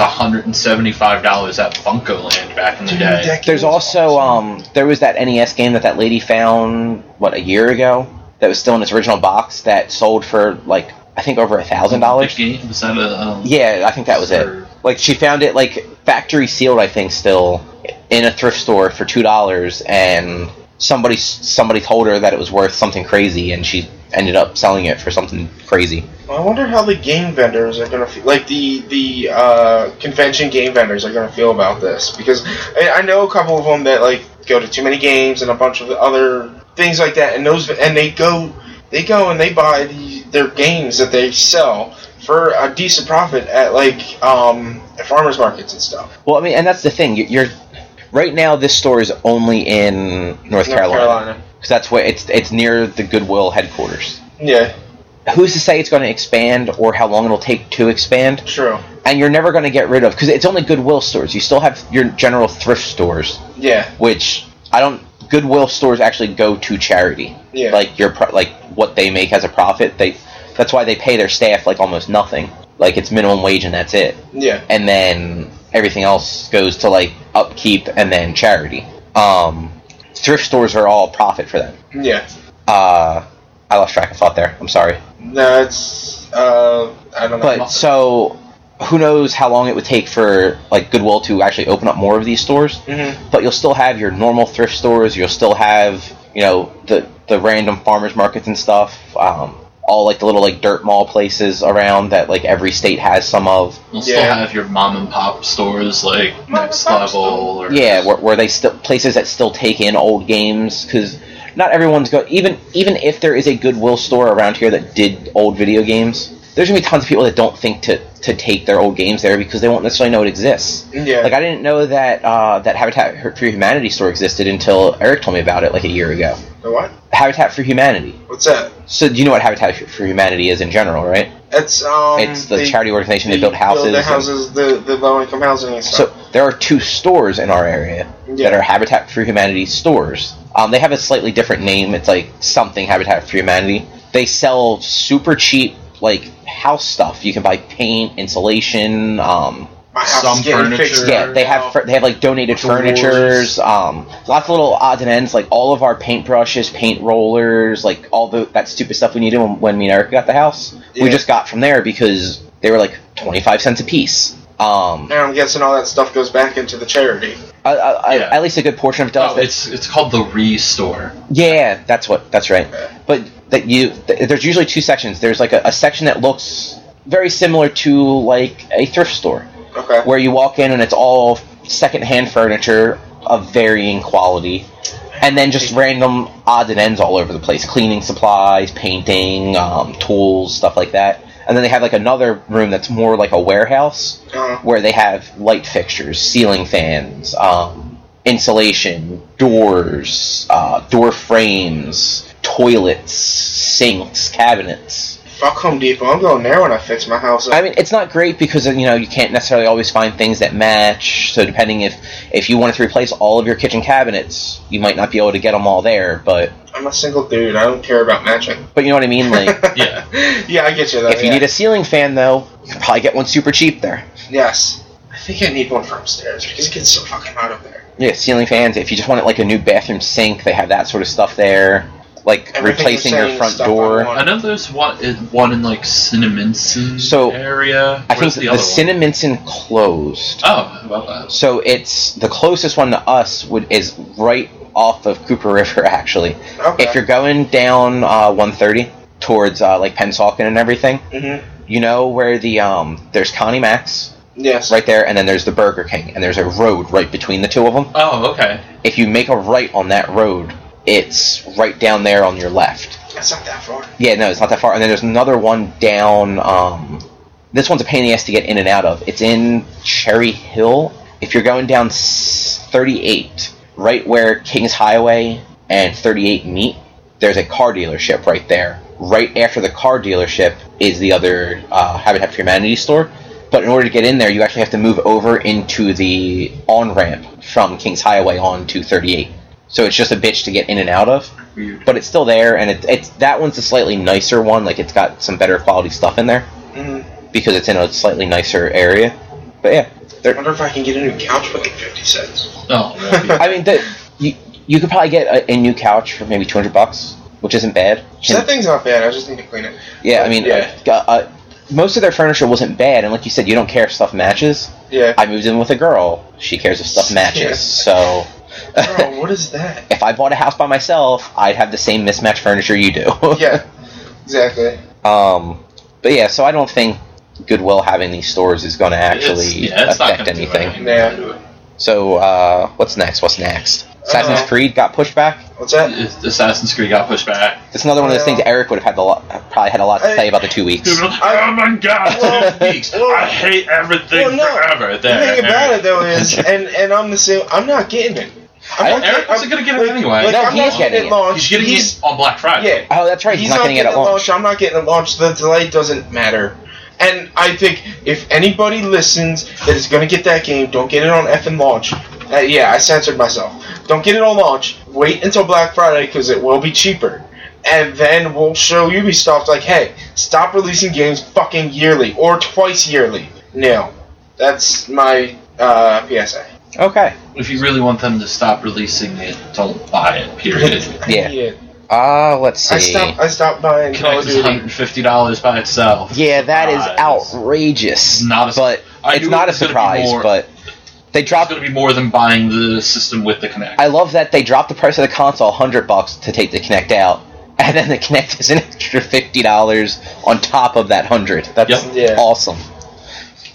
S3: $175 at Funko Land back in the
S2: Dude,
S3: day.
S2: that
S1: There's
S2: game was
S1: also
S2: awesome.
S1: um there was that NES game that that lady found what a year ago that was still in its original box that sold for like I think over a thousand
S3: Which
S1: dollars.
S3: game? Was that a. Um,
S1: Yeah, I think that was it.
S3: Sure.
S1: Like she found it like factory sealed, I think, still in a thrift store for two dollars, and somebody somebody told her that it was worth something crazy, and she ended up selling it for something crazy.
S2: I wonder how the game vendors are gonna feel, like the the uh, convention game vendors are gonna feel about this because I, I know a couple of them that like go to too many games and a bunch of other things like that, and those and they go they go and they buy the, their games that they sell for a decent profit at like um, farmers markets and stuff.
S1: Well, I mean, and that's the thing. You're, you're right now. This store is only in North, Carolina because that's where it's it's near the Goodwill headquarters.
S2: Yeah,
S1: Who's to say it's going to expand or how long it'll take to expand?
S2: true.
S1: And you're never going to get rid of because it's only Goodwill stores. You still have your general thrift stores.
S2: Yeah,
S1: which I don't. Goodwill stores actually go to charity.
S2: Yeah.
S1: Like your pro- like what they make as a profit. They that's why they pay their staff like almost nothing. Like it's minimum wage and that's it.
S2: yeah,
S1: And then everything else goes to like upkeep and then charity. Um, thrift stores are all profit for them.
S2: yeah.
S1: Uh, I lost track of thought there. I'm sorry.
S2: No, it's uh, I don't know.
S1: But so who knows how long it would take for like Goodwill to actually open up more of these stores?
S2: Mhm.
S1: but you'll still have your normal thrift stores. You'll still have you know the the random farmers markets and stuff. Um, all like the little like dirt mall places around that like every state has some of.
S3: You'll still
S2: Yeah.
S3: have your mom and pop stores like
S2: Mom
S3: Next
S2: and pop
S3: Level or.
S1: Yeah, where, where they still places that still take in old games because not everyone's go even even if there is a Goodwill store around here that did old video games. There's gonna be tons of people that don't think to, to take their old games there because they won't necessarily know it exists.
S2: yeah,
S1: Like I didn't know that uh, that Habitat for Humanity store existed until Eric told me about it like a year ago.
S2: The what?
S1: Habitat for Humanity.
S2: What's that?
S1: So do you know what Habitat for Humanity is in general, right?
S2: It's um.
S1: it's the
S2: they-
S1: charity organization that
S2: they
S1: built houses.
S2: the
S1: and-
S2: houses, the, the low income housing and stuff.
S1: so there are two stores in our area
S2: Yeah.
S1: that are Habitat for Humanity stores. Um, they have a slightly different name. It's like something Habitat for Humanity. They sell super cheap like house stuff. You can buy paint, insulation. Um,
S2: My house
S3: Some
S2: is getting
S3: furniture.
S2: fixed
S1: yeah,
S2: up
S1: they
S2: now.
S1: have fur- they have like donated
S3: Doors.
S1: furnitures, um, lots of little odds and ends. Like all of our paint brushes, paint rollers, like all the that stupid stuff we needed when, when me and Erica got the house.
S2: Yeah.
S1: We just got from there because they were like twenty five cents a piece. Um,
S2: Now I'm guessing all that stuff goes back into the charity.
S1: I, I,
S3: Yeah.
S1: I, at least a good portion of it does.
S3: Oh,
S1: but-
S3: it's it's called the Re Store.
S1: yeah, that's what that's right.
S2: Okay.
S1: But that you th- there's usually two sections. There's like a, a section that looks very similar to like a thrift store.
S2: Okay.
S1: where you walk in and it's all secondhand furniture of varying quality, and then just random odds and ends all over the place cleaning supplies painting um, tools stuff like that and then they have like another room that's more like a warehouse
S2: Uh,
S1: where they have light fixtures ceiling fans um, insulation doors uh, door frames toilets sinks cabinets
S2: fuck Home Depot. I'm going there when I fix my house up.
S1: I mean, it's not great because you know you can't necessarily always find things that match. So depending if if you wanted to replace all of your kitchen cabinets, you might not be able to get them all there. But
S2: I'm a single dude. I don't care about matching.
S1: but you know what I mean.
S2: [laughs]
S1: Like
S3: Yeah.
S2: yeah, I get you. Though,
S1: if you
S2: Oh, yeah.
S1: need a ceiling fan, though, you can probably get one super cheap there.
S2: yes, I think I need one for upstairs because it gets so fucking hot up there.
S1: Yeah, ceiling fans. If you just wanted like a new bathroom sink, they have that sort of stuff there. Like
S2: Everything
S1: replacing
S2: you're
S1: your
S2: saying is
S1: front
S2: stuff I
S1: door.
S2: want.
S3: I know there's one in, one in like Cinnaminson
S1: So,
S3: area.
S1: I think
S3: Where's
S1: the,
S3: the, other
S1: Cinnaminson closed.
S3: one? Oh, how about that.
S1: So it's the closest one to us would is right off of Cooper River [laughs] actually.
S2: Okay.
S1: If you're going down uh, 130 towards uh, like Pensauken and everything,
S2: mm-hmm.
S1: you know where the um there's Connie Max
S2: Yes.
S1: right there, and then there's the Burger King, and there's a road right between the two of them.
S3: Oh, okay.
S1: If you make a right on that road, it's right down there on your left.
S2: That's not that far.
S1: Yeah, no, it's not that far. And then there's another one down. Um, this one's a pain in the ass to get in and out of. It's in Cherry Hill. If you're going down s- 38, right where Kings Highway and 38 meet, there's a car dealership right there. Right after the car dealership is the other uh, Habitat for Humanity store. But in order to get in there, you actually have to move over into the on ramp from Kings Highway on to 38. So it's just a bitch to get in and out of
S3: Weird.
S1: but it's still there, and it, it's that one's a slightly nicer one. Like it's got some better quality stuff in there
S2: Mm-hmm.
S1: because it's in a slightly nicer area. But yeah,
S2: I wonder if I can get a new couch for like fifty cents.
S3: Oh, it won't
S1: [laughs]
S3: be.
S1: I mean, the, you you could probably get a, a new couch for maybe two hundred bucks, which isn't bad.
S2: That thing's not bad. I just need to clean it.
S1: yeah, I mean,
S2: Yeah.
S1: uh, uh, most of their furniture wasn't bad, and like you said, you don't care if stuff matches.
S2: Yeah.
S1: I moved in with a girl; she cares if stuff matches.
S2: Yeah.
S1: So.
S2: [laughs] Girl, what is that?
S1: If I bought a house by myself, I'd have the same mismatched furniture you do.
S2: Yeah. Exactly.
S1: Um, but yeah, so I don't think Goodwill having these stores is going to actually
S3: It's- yeah, it's not
S1: affect
S3: gonna do
S1: anything.
S3: anything.
S2: Yeah.
S1: So uh, what's next? What's next?
S3: Uh,
S1: Assassin's
S2: Uh-huh.
S1: Creed got pushed back.
S2: What's that?
S3: It's- Assassin's Creed got pushed back.
S1: That's another one of those
S2: Well-
S1: things Eric would have had a lot, probably had a lot to
S2: I-
S1: say about the two weeks.
S2: I-
S3: oh my god,
S2: [laughs] Well,
S3: two weeks.
S2: well,
S3: I hate everything
S2: well, no.
S3: forever. There.
S2: the thing about
S3: Eric.
S2: it though
S1: [laughs]
S2: is, and and I'm the same. I'm not getting it. I'm
S1: I-
S2: not
S3: Eric wasn't
S2: I'm-
S3: gonna get it
S2: like-
S3: anyway.
S2: Like,
S1: No,
S2: I'm
S1: he
S2: not
S1: is getting
S2: it
S1: it.
S2: launched.
S3: He's getting
S2: He's-
S3: it on Black Friday.
S2: Yeah.
S1: Oh, that's right. He's, not, going to get
S2: it
S1: it launched.
S2: I'm not getting it launched. The delay doesn't matter. And I think if anybody listens that is going to get that game, don't get it on effing launch. Uh, yeah, I censored myself. Don't get it on launch. Wait until Black Friday because it will be cheaper. And then we'll show Ubisoft, like, hey, stop releasing games fucking yearly or twice yearly. No. That's my uh, PSA.
S1: Okay.
S3: If you really want them to stop releasing it, don't buy
S2: [laughs]
S3: it. Period.
S1: [laughs] Yeah. Uh, let's see.
S2: I stopped, I stopped buying Call of
S3: Connect is
S2: Duty.
S3: $150 by itself.
S1: Yeah, that is
S3: Surprise.
S1: outrageous.
S3: It's not a-
S1: but
S3: I
S1: it's
S3: knew
S1: not
S3: it
S1: a
S3: was gonna
S1: surprise.
S3: be more-
S1: But they
S3: It's
S1: dropped.
S3: going to be more than buying the system with the Connect.
S1: I love that they dropped the price of the console 100 bucks to take the Kinect out, [laughs] and then the Kinect is an extra $50 on top of that 100. That's
S3: Yep.
S2: Yeah.
S1: awesome.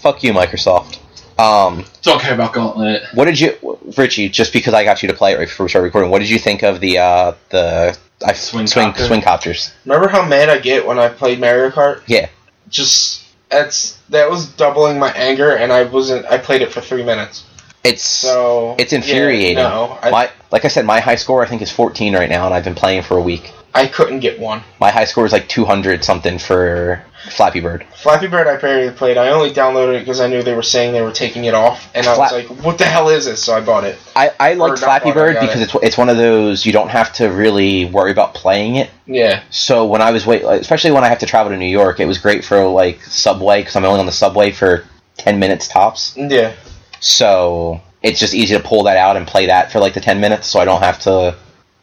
S1: Fuck you, Microsoft. Um,
S3: don't care about Gauntlet.
S1: what did you, Richie? Just because I got you to play it right before we started recording, what did you think of the uh, the I,
S3: Swing
S1: swing
S3: copter.
S1: swing copters?
S2: Remember how mad I get when I played Mario Kart?
S1: Yeah.
S2: Just that's that was doubling my anger, and I wasn't. I played it for three minutes,
S1: It's
S2: so
S1: it's
S2: yeah,
S1: infuriating.
S2: no, I,
S1: my like I said, my high score I think is 14 right now, and I've been playing for a week.
S2: I couldn't get one.
S1: My high score is like 200 something for Flappy Bird.
S2: Flappy Bird I barely played. I only downloaded it because I knew they were saying they were taking it off, and I was
S1: Fla-
S2: like, "What the hell is this?" So I bought it.
S1: I, I like
S2: not
S1: Flappy
S2: bought it,
S1: Bird
S2: got
S1: because
S2: it.
S1: it's it's one of those you don't have to really worry about playing it.
S2: Yeah,
S1: So when I was wait, like, especially when I have to travel to New York, it was great for like subway because I'm only on the subway for ten minutes tops.
S2: yeah,
S1: So it's just easy to pull that out and play that for like the ten minutes, so I don't have to,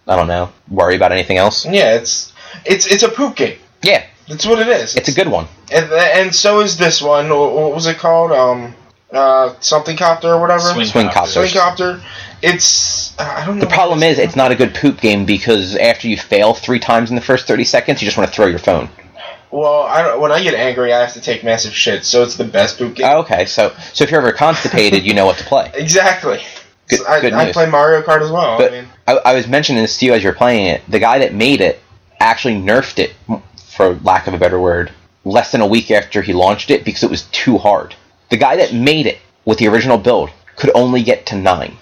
S1: I don't know, worry about anything else.
S2: yeah. It's it's it's a poop game.
S1: Yeah,
S2: That's what it is.
S1: it's a good one.
S2: and, and so is this one. Wh- What was it called? Um, uh, something copter or whatever.
S1: Swing
S2: Swing
S1: copters.
S2: copter. It's I don't know.
S1: The problem is it's not a good poop game because after you fail three times in the first thirty seconds, you just want to throw your phone.
S2: Well, I don't, when I get angry, I have to take massive shit, so it's the best boot game.
S1: Okay, so so if you're ever constipated, you know what to play.
S2: exactly.
S1: Good-
S2: So I,
S1: good
S2: I
S1: news.
S2: play Mario Kart as well.
S1: But-
S2: I mean,
S1: I, I was mentioning this to you as you're playing it. The guy that made it actually nerfed it, for lack of a better word, less than a week after he launched it because it was too hard. The guy that made it with the original build could only get to nine.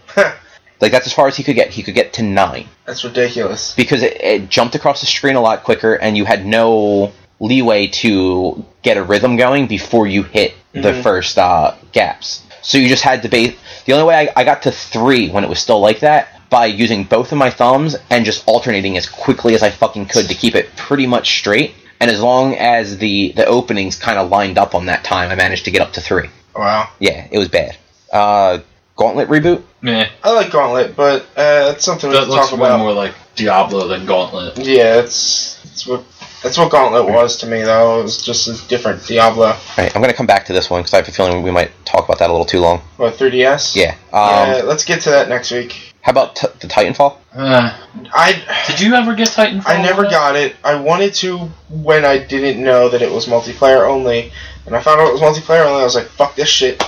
S1: Like that's as far as he could get. He could get to nine
S2: [laughs] That's ridiculous.
S1: because it, it jumped across the screen a lot quicker, and you had no leeway to get a rhythm going before you hit the first uh, gaps. So you just had to be. The only way I, I got to three when it was still like that by using both of my thumbs and just alternating as quickly as I fucking could to keep it pretty much straight. And as long as the the openings kind of lined up on that time, I managed to get up to three.
S2: Wow.
S1: Yeah, it was bad. Uh, Gauntlet reboot.
S3: Meh.
S2: I like Gauntlet, but uh, that's something we
S3: That
S2: can talk
S3: looks way
S2: about.
S3: more like Diablo than Gauntlet.
S2: Yeah, it's it's what that's what Gauntlet was to me though. It was just a different Diablo.
S1: All right, I'm gonna come back to this one because I have a feeling we might talk about that a little too long.
S2: What 3DS?
S1: Yeah. Um,
S2: Yeah, let's get to that next week.
S1: How about t- the Titanfall?
S3: Uh,
S2: I
S3: did you ever get Titanfall?
S2: I never got it. I wanted to when I didn't know that it was multiplayer only, and I found out it was multiplayer only. I was like, "Fuck this shit,"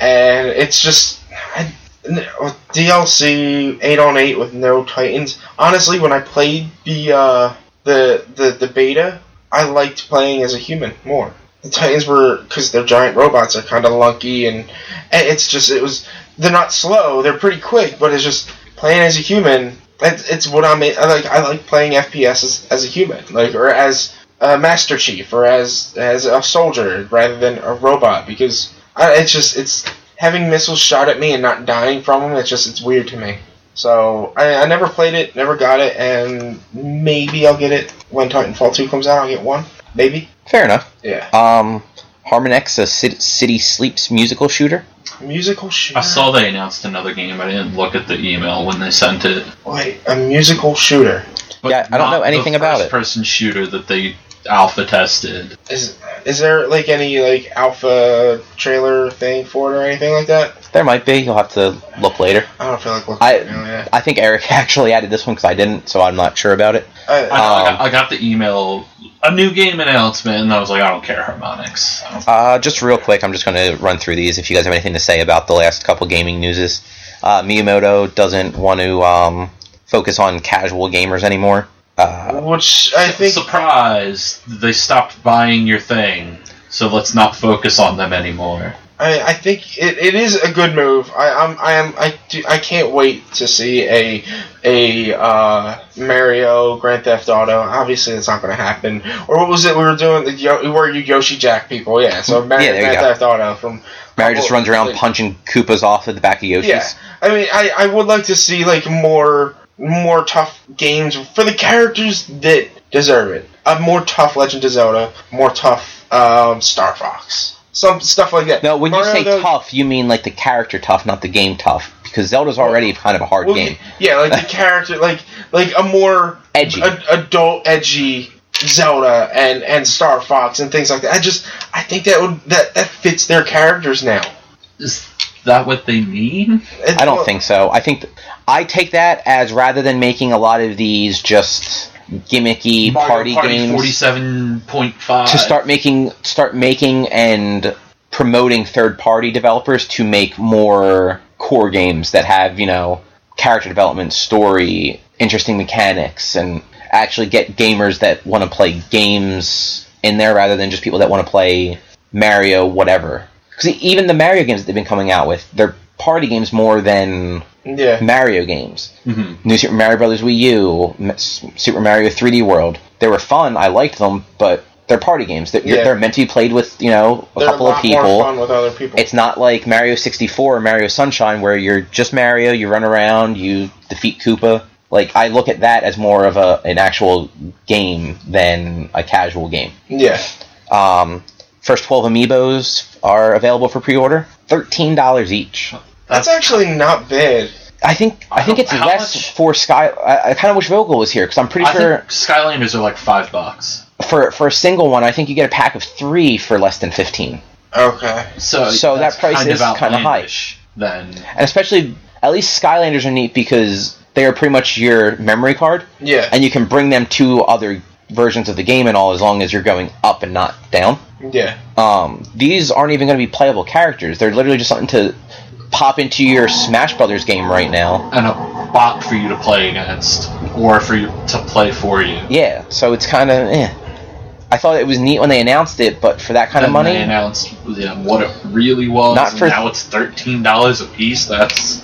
S2: and it's just I, n- DLC eight on eight with no titans. Honestly, when I played the uh, the the the beta, I liked playing as a human more. The titans were because they're giant robots. They're kind of lunky, and, and Eh, it's just it was they're not slow. They're pretty quick, but it's just playing as a human. It's, it's what I'm I like. I like playing FPS as, as a human, like or as a Master Chief or as as a soldier rather than a robot because I, it's just it's having missiles shot at me and not dying from them. It's just it's weird to me. So I, I never played it, never got it, and maybe I'll get it when Titanfall two comes out. I'll get one, maybe.
S1: Fair enough.
S2: Yeah,
S1: Um, Harmon X, a City, City Sleeps musical shooter.
S2: musical shooter.
S3: I saw they announced another game. I didn't look at the email when they sent it.
S2: Wait, a musical shooter
S3: But
S1: Yeah, I don't
S3: not
S1: know anything
S3: the
S1: about it.
S3: Person shooter that they alpha tested.
S2: is. Is there like any like alpha trailer thing for it or anything like that?
S1: There might be. You'll have to look later.
S2: I don't feel like looking.
S1: I-
S2: at it now, yeah.
S1: I think Eric [laughs] actually added this one because I didn't, so I'm not sure about it.
S2: I,
S3: I,
S1: Oh.
S3: know, I, got, I got the email, a new game announcement, and I was like, I don't care, harmonics. I don't
S1: Uh, just real quick, I'm just going to run through these. If you guys have anything to say about the last couple gaming newses, uh, Miyamoto doesn't want to um, focus on casual gamers anymore. Uh,
S2: which I think
S3: surprise they stopped buying your thing so let's not focus on them anymore
S2: I, I think it, it is a good move. I I'm, I am I do, I can't wait to see a a uh, Mario Grand Theft Auto. Obviously, it's not going to happen. Or what was it we were doing? The Yo- were you Yoshi Jack people? Yeah. So Mario
S1: Yeah, there you
S2: Grand
S1: go.
S2: Theft Auto from
S1: Mario just runs around punching Koopas off at the back of Yoshi's.
S2: Yeah, I mean, I, I would like to see like more more tough games for the characters that deserve it. A more tough Legend of Zelda, more tough um, Star Fox, some stuff like that.
S1: No, when
S2: Mario,
S1: you say
S2: though-
S1: tough, you mean like the character tough, not the game tough, because Zelda's already kind of a hard
S2: well,
S1: game.
S2: Yeah, like the character, like like a more
S1: Edgy.
S2: ad- adult, edgy Zelda and and Star Fox and things like that. I just I think that would that that fits their characters now.
S3: is that what they mean
S1: I don't think so. I think th- I take that as rather than making a lot of these just gimmicky party, games
S3: 47.5
S1: to start making start making and promoting third party developers to make more core games that have, you know, character development, story, interesting mechanics and actually get gamers that want to play games in there rather than just people that want to play Mario whatever. Cuz even the Mario games that they've been coming out with, they're party games more than
S2: Yeah,
S1: Mario games.
S3: Mhm.
S2: Mm-hmm.
S1: New Super Mario Brothers Wii U, M- S- Super Mario 3D World. They were fun. I liked them, but they're party games. They're,
S2: Yeah.
S1: they're meant to be played with you know a
S2: they're
S1: couple
S2: a
S1: of
S2: lot more
S1: people.
S2: fun with other people.
S1: It's not like Mario 64 or Mario Sunshine where you're just Mario. You run around, you defeat Koopa. Like I look at that as more of a an actual game than a casual game.
S2: yeah,
S1: Um, first 12 amiibos are available for pre-order. Thirteen dollars each.
S2: that's
S3: That's-
S2: actually not bad.
S1: I think I think it's
S3: How
S1: less
S3: much-
S1: for Sky. I, I kind of wish Vogel was here because I'm pretty
S3: I
S1: sure
S3: think Skylanders are like five bucks.
S1: for for a single one, I think you get a pack of three for less than fifteen,
S2: Okay.
S3: So,
S1: So that
S3: that's
S1: price
S3: kind
S1: is
S3: of
S1: kinda high.
S3: outlandish Then
S1: and especially at least Skylanders are neat because they are pretty much your memory card,
S2: Yeah.
S1: and you can bring them to other versions of the game and all as long as you're going up and not down.
S2: Yeah.
S1: Um, these aren't even going to be playable characters; they're literally just something to pop into your Smash Brothers game right now.
S3: and a bot for you to play against or for you to play for you.
S1: Yeah, so it's kind of. Eh. I thought it was neat when they announced it, but for that kind of
S3: And
S1: money,
S3: They announced yeah, what it really was.
S1: Not
S3: and
S1: for-
S3: now it's thirteen dollars a piece. That's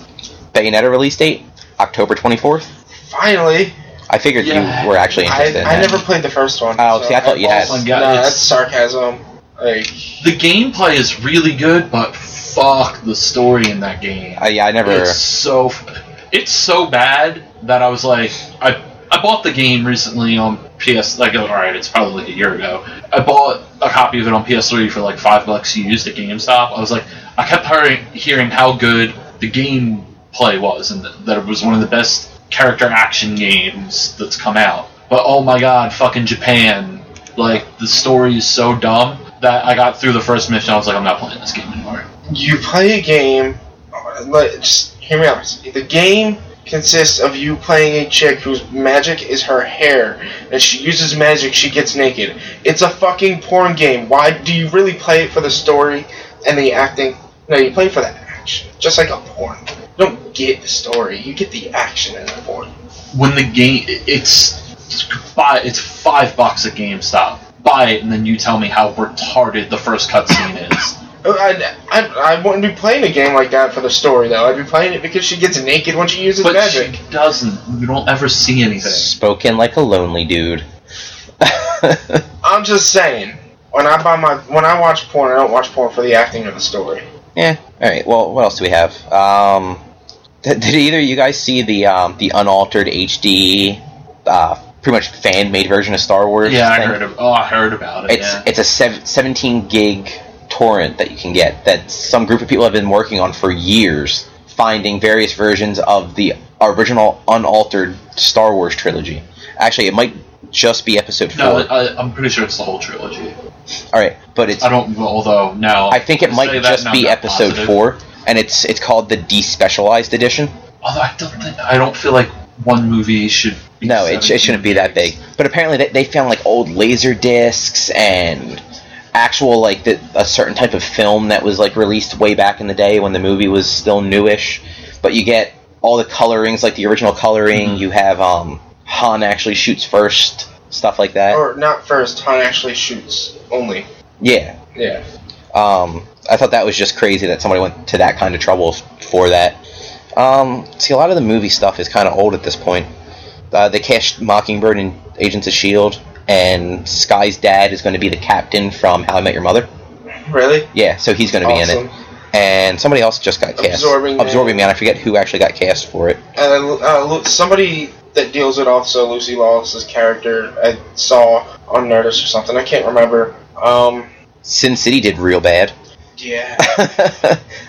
S1: Bayonetta release date October twenty fourth.
S2: Finally,
S1: I figured
S3: Yeah.
S1: you were actually
S2: I,
S1: interested. in
S2: I
S1: that.
S2: never played the first one.
S1: Oh, see, I thought you had.
S2: also-
S3: Yeah,
S2: Nah,
S3: it's-
S2: that's sarcasm. Like,
S3: the gameplay is really good, but fuck the story in that game.
S1: Uh, yeah, I never.
S3: It's so it's so bad that I was like I I bought the game recently on PS like all right it's probably like a year ago I bought a copy of it on PS3 for like five bucks used at GameStop I was like I kept hearing, hearing how good the game play was and that- that it was one of the best character action games that's come out but oh my god fucking Japan like the story is so dumb that I got through the first mission I was like I'm not playing this game anymore
S2: you play a game. Let, just hear me out. The game consists of you playing a chick whose magic is her hair, and she uses magic. She gets naked. It's a fucking porn game. Why do you really play it for the story and the acting? No, you play for the action, just like a porn. You don't get the story. You get the action in a porn.
S3: when the game it's buy it's five bucks at GameStop. Buy it and then you tell me how retarded the first
S1: [laughs]
S3: cutscene is.
S2: I, Uh, I, I wouldn't be playing a game like that for the story though. I'd be playing it because she gets naked when she uses
S3: But
S2: magic.
S3: she doesn't. You don't ever see anything.
S1: Spoken like a lonely dude. [laughs]
S2: I'm just saying. When I buy my when I watch porn, I don't watch porn for the acting or the story.
S1: yeah. All right. Well, what else do we have? Um, did, did either of you guys see the um, the unaltered HD, uh, pretty much fan made version of Star Wars?
S3: Yeah, I
S1: thing?
S3: heard. Of, oh, I heard about it.
S1: It's
S3: yeah.
S1: it's a sev- 17 gig torrent that you can get that some group of people have been working on for years, finding various versions of the original unaltered Star Wars trilogy. Actually, it might just be Episode Four.
S3: no, I, I'm pretty sure it's the whole trilogy.
S1: All right, but it's
S3: I don't. Although now
S1: I think it might just be Episode Four, and it's it's called the Despecialized Edition.
S3: Although I don't think I don't feel like one movie should. Be
S1: No, it, it
S3: 17
S1: shouldn't be that
S3: gigs.
S1: big. But apparently, they, they found like old laser discs and actual like the, a certain type of film that was like released way back in the day when the movie was still newish. But you get all the colorings, like the original coloring.
S3: Mhm.
S1: You have um, Han actually shoots first, stuff like that.
S2: Or not first, Han actually shoots only.
S1: yeah,
S2: Yeah.
S1: um, I thought that was just crazy that somebody went to that kind of trouble f- for that. Um, see, a lot of the movie stuff is kind of old at this point. Uh, they cast Mockingbird in Agents of S.H.I.E.L.D., E and Sky's dad is going to be the captain from How I Met Your Mother.
S2: Really?
S1: Yeah, so he's going to be in
S2: Awesome.
S1: it. And somebody else just got cast.
S2: Absorbing Man.
S1: Absorbing Man. I forget who actually got cast for it.
S2: And then, uh, Lu- somebody that deals with also Lucy Lawless's character I saw on Nerdist or something. I can't remember. Um.
S1: Sin City did real bad. [laughs]
S2: Yeah.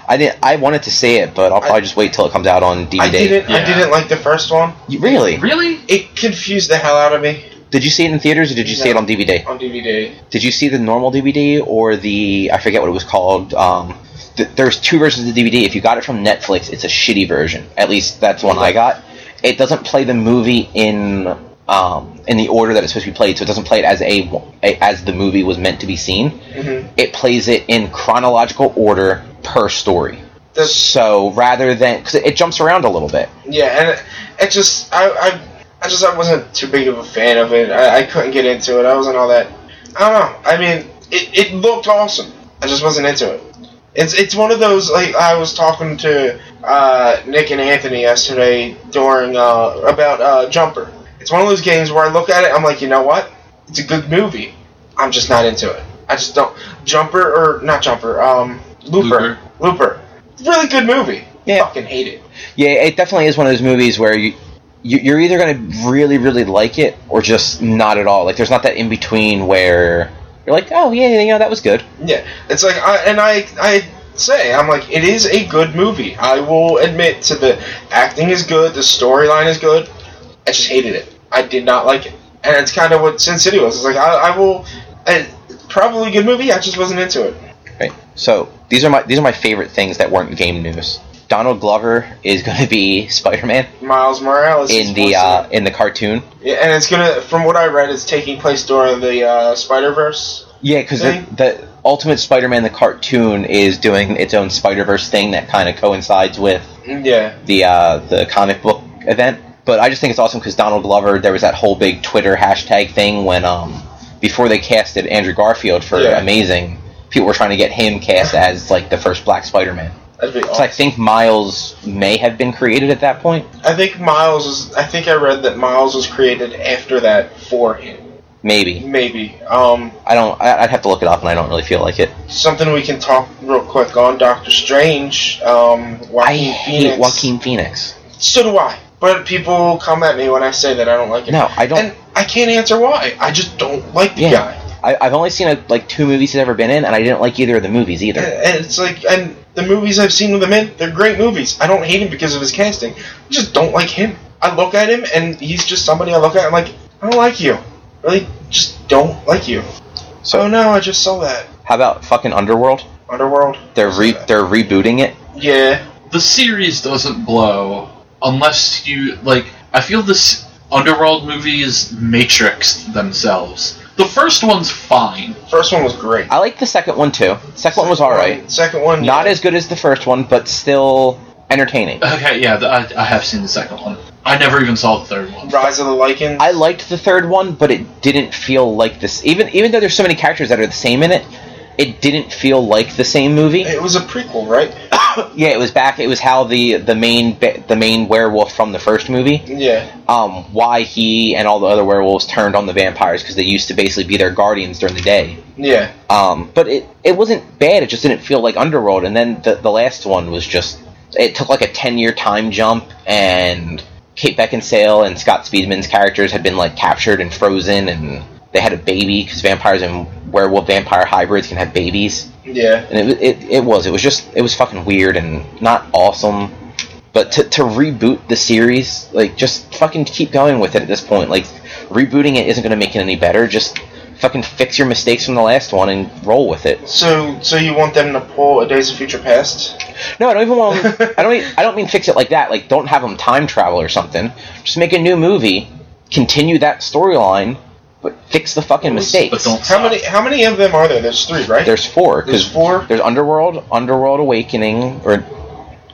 S1: I didn't. I wanted to see it, but I'll probably
S2: I-
S1: just wait till it comes out on DVD.
S2: I didn't. I
S3: Yeah.
S2: didn't like the first one.
S1: You- really?
S3: Really?
S2: It confused the hell out of me
S1: Did you see it in theaters or did you see
S2: No.
S1: it on DVD?
S2: on DVD.
S1: Did you see the normal DVD or the I forget what it was called? Um, th- there's two versions of the DVD. If you got it from Netflix, it's a shitty version. At least that's the one I got. It doesn't play the movie in um, in the order that it's supposed to be played, so it doesn't play it as a, a as the movie was meant to be seen.
S2: Mm-hmm.
S1: It plays it in chronological order per story.
S2: This
S1: So rather than because it jumps around a little bit.
S2: Yeah, and it, it just I, I I just I wasn't too big of a fan of it. I, I couldn't get into it. I wasn't all that. I don't know. I mean, it, it looked awesome. I just wasn't into it. It's it's one of those like I was talking to uh, Nick and Anthony yesterday during uh, about uh, Jumper. It's one of those games where I look at it. I'm like, you know what? It's a good movie. I'm just not into it. I just don't. Jumper or not Jumper. Um, Looper. Looper. Really good movie.
S1: Yeah.
S2: Fucking hate it.
S1: Yeah, it definitely is one of those movies where you you- you're either going to really really like it or just not at all. Like there's not that in between where you're like, "Oh, yeah, yeah, yeah, that was good."
S2: Yeah, it's like, I, and I, I say, I'm like, it is a good movie. I will admit to the acting is good, the storyline is good. I just hated it. I did not like it, and it's kind of what Sin City was. It's like I, I will, I, probably a good movie. I just wasn't into it.
S1: Right. So, these are my these are my favorite things that weren't game news. Donald Glover is going to be [laughs] Spider-Man
S2: Miles Morales is
S1: in the uh,
S2: supposed to-
S1: in the cartoon.
S2: yeah, and it's gonna, from what I read, it's taking place during the uh, Spider Verse.
S1: Yeah, cuz the,
S2: Thing?
S1: the Ultimate Spider-Man the cartoon is doing its own Spider-Verse thing that kind of coincides with
S2: Mm, Yeah.
S1: the uh, the comic book event. But I just think it's awesome because Donald Glover. There was that whole big Twitter hashtag thing when um, before they casted Andrew Garfield for
S2: Yeah.
S1: Amazing, people were trying to get him cast as like the first Black Spider-Man.
S2: That'd be
S1: So I
S2: awesome.
S1: think Miles may have been created at that point.
S2: I think Miles is. I think I read that Miles was created after that for him.
S1: Maybe
S2: Maybe. Um,
S1: I don't. I- I'd have to look it up, and I don't really feel like it.
S2: something we can talk real quick on Doctor Strange. Um, Joaquin
S1: I hate
S2: Phoenix.
S1: Joaquin Phoenix.
S2: So do I. But people come at me when I say that I don't like it.
S1: No, I don't.
S2: And I can't answer why. I just don't like the
S1: Yeah.
S2: guy.
S1: I, I've only seen uh like two movies he's ever been in, and I didn't like either of the movies
S2: And,
S1: either.
S2: and it's like, and the movies I've seen with him in, they're great movies. I don't hate him because of his casting. I just don't like him. I look at him, and he's just somebody I look at. I'm like, I don't like you. Really, just don't like you.
S1: So-
S2: oh no, I just saw that
S1: How about fucking Underworld?
S2: Underworld.
S1: They're re- they're rebooting it.
S2: Yeah,
S3: the series doesn't blow unless you like i feel this underworld movies matrixed themselves the first one's fine
S2: first one was great.
S1: I like the second one too. Second one was all right.
S2: Second one,
S1: Not
S2: yeah.
S1: as good as the first one, but still
S3: [laughs]
S1: entertaining.
S3: okay yeah the, I, I have seen the second one i never even saw the third one
S2: Rise of the Lycans.
S1: I liked the third one, but it didn't feel like this. Even even though there's so many characters that are the same in it, it didn't feel like the same movie.
S2: It was a prequel, right?
S1: Yeah, it was back. It was how the the main ba- the main werewolf from the first movie
S2: yeah,
S1: um, why he and all the other werewolves turned on the vampires because they used to basically be their guardians during the day.
S2: yeah.
S1: Um, but it it wasn't bad. It just didn't feel like Underworld. And then the the last one was just it took like a ten year time jump and Kate Beckinsale and Scott Speedman's characters had been like captured and frozen and they had a baby because vampires and werewolf vampire hybrids can have babies.
S2: Yeah.
S1: And it, wa- it it was it was just it was fucking weird and not awesome. But to, to reboot the series, like just fucking keep going with it at this point. Like rebooting it isn't going to make it any better. Just fucking fix your mistakes from the last one and roll with it.
S2: So, so you want them to pull a Days of Future Past?
S1: No, I don't even want. 'em- I don't. e- I don't mean fix it like that. Like don't have them time travel or something. Just make a new movie, continue that storyline, but fix the fucking
S3: but
S1: mistakes.
S3: don't
S2: How many? How many of them are there? There's three, right?
S1: There's four.
S2: There's
S1: 'cause
S2: four?
S1: There's Underworld, Underworld Awakening, or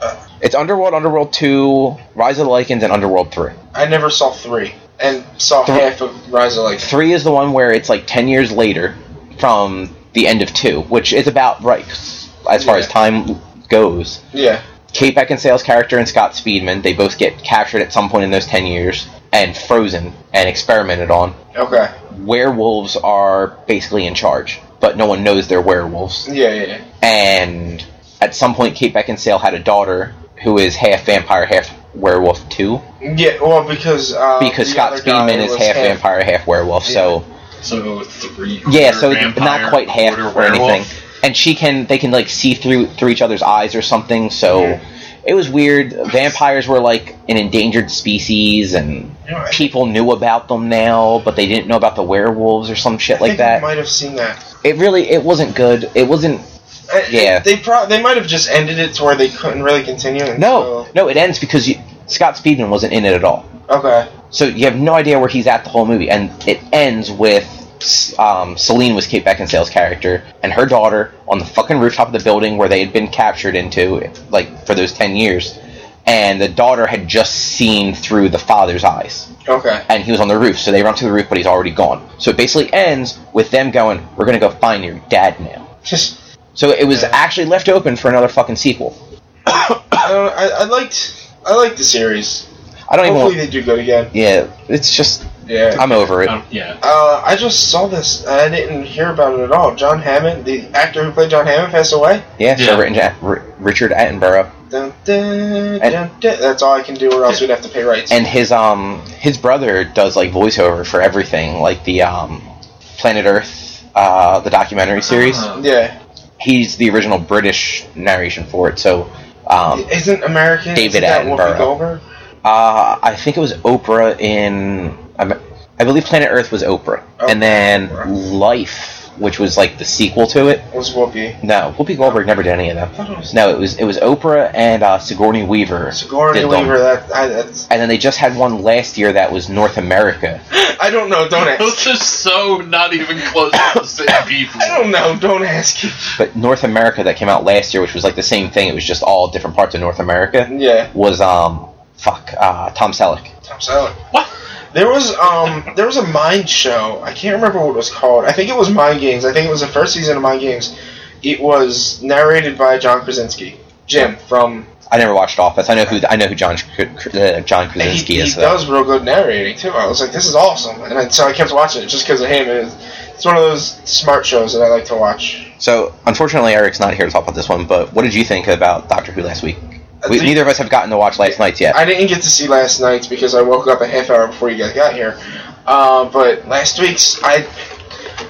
S1: uh, it's Underworld, Underworld Two, Rise of the Lycans, and Underworld Three.
S2: I never saw three, and saw
S1: Three.
S2: half of Rise of Light.
S1: Three is the one where it's like ten years later from the end of two, which is about right 'cause as far
S2: Yeah.
S1: as time goes.
S2: Yeah.
S1: Kate Beckinsale's character and Scott Speedman, they both get captured at some point in those ten years and frozen and experimented on.
S2: Okay.
S1: Werewolves are basically in charge, but no one knows they're werewolves.
S2: Yeah, yeah, yeah.
S1: and at some point Kate Beckinsale had a daughter who is half vampire, half werewolf too.
S2: Yeah. Well, because uh,
S1: Because
S2: the
S1: Scott
S2: other guy
S1: Speedman is
S2: was
S1: half, vampire, half werewolf, so
S3: so three
S1: yeah,
S3: quarter
S1: so
S3: vampire,
S1: not quite half
S3: quarter
S1: or anything. And she can they can like see through through each other's eyes or something, so
S2: Yeah.
S1: it was weird. Vampires were like an endangered species and
S2: You know, I
S1: people knew about them now, but they didn't know about the werewolves or some shit like
S2: think I
S1: that.
S2: might have seen that.
S1: It really it wasn't good. It wasn't
S2: I-
S1: Yeah.
S2: They pro- they might have just ended it to where they couldn't really continue.
S1: No,
S2: Until,
S1: no, it ends because you, Scott Speedman wasn't in it at all.
S2: Okay.
S1: So you have no idea where he's at the whole movie, and it ends with um, Celine was Kate Beckinsale's character and her daughter on the fucking rooftop of the building where they had been captured into, like for those ten years, and the daughter had just seen through the father's eyes,
S2: Okay. [laughs]
S1: and he was on the roof. So they run to the roof, but he's already gone. So it basically ends with them going, "We're gonna go find your dad now."
S2: Just
S1: So it was
S2: Yeah.
S1: actually left open for another fucking sequel.
S2: I, don't, I I liked I liked the series.
S1: I don't even.
S2: Hopefully
S1: Want,
S2: they do good again.
S1: yeah, it's just
S2: Yeah.
S1: I'm over it.
S3: [coughs] Um, yeah
S2: Uh, I just saw this. I didn't hear about it at all. John Hammond, the actor who played John Hammond, passed away.
S1: Yeah,
S3: Yeah.
S1: Sir Rit- Ja- R- Richard Attenborough
S2: Dun, dun, dun, dun. That's all I can do, or else we'd have to pay rights.
S1: and his um his brother does like voiceover for everything, like the um Planet Earth uh the documentary series.
S3: Uh-huh.
S2: yeah,
S1: He's the original British narration for it. So um
S2: isn't American
S1: David
S2: isn't that
S1: Attenborough.
S2: Whoopi Goldberg?
S1: uh I think it was Oprah in I me- I believe Planet Earth was Oprah,
S2: Oh,
S1: and then
S2: Oprah.
S1: Life which was like the sequel to it.
S2: was Whoopi.
S1: No, Whoopi Goldberg never did any of them.
S2: I thought it was
S1: No, it was it was Oprah and uh, Sigourney Weaver.
S2: Sigourney
S1: did them.
S2: Weaver. That I, that's
S1: And then they just had one last year that was North America.
S2: I don't know.
S1: [laughs]
S2: Don't ask.
S3: Those are so not even close to the same
S1: [coughs]
S3: people.
S2: I don't know. Don't ask.
S1: But North America that came out last year, which was like the same thing, it was just all different parts of North America,
S2: Yeah,
S1: was um fuck, uh, Tom Selleck.
S2: Tom Selleck.
S3: What?
S2: There was um there was a mind show. I can't remember what it was called. I think it was Mind Games. I think it was the first season of Mind Games. It was narrated by John Krasinski, Jim from.
S1: I never watched Office. I know who I know who John Kr- Kr- uh, John
S2: and He,
S1: Krasinski
S2: he
S1: is. though.
S2: does real good narrating too. I was like, this is awesome, and I, so I kept watching it just because of him. It was, it's one of those smart shows that I like to watch.
S1: So unfortunately, Eric's not here to talk about this one. But what did you think about Doctor Who last week?
S2: I
S1: We,
S2: think-
S1: neither of us have gotten to watch last night's yet.
S2: I didn't get to see last night's because I woke up a half hour before you guys got here. Uh, but last week's, I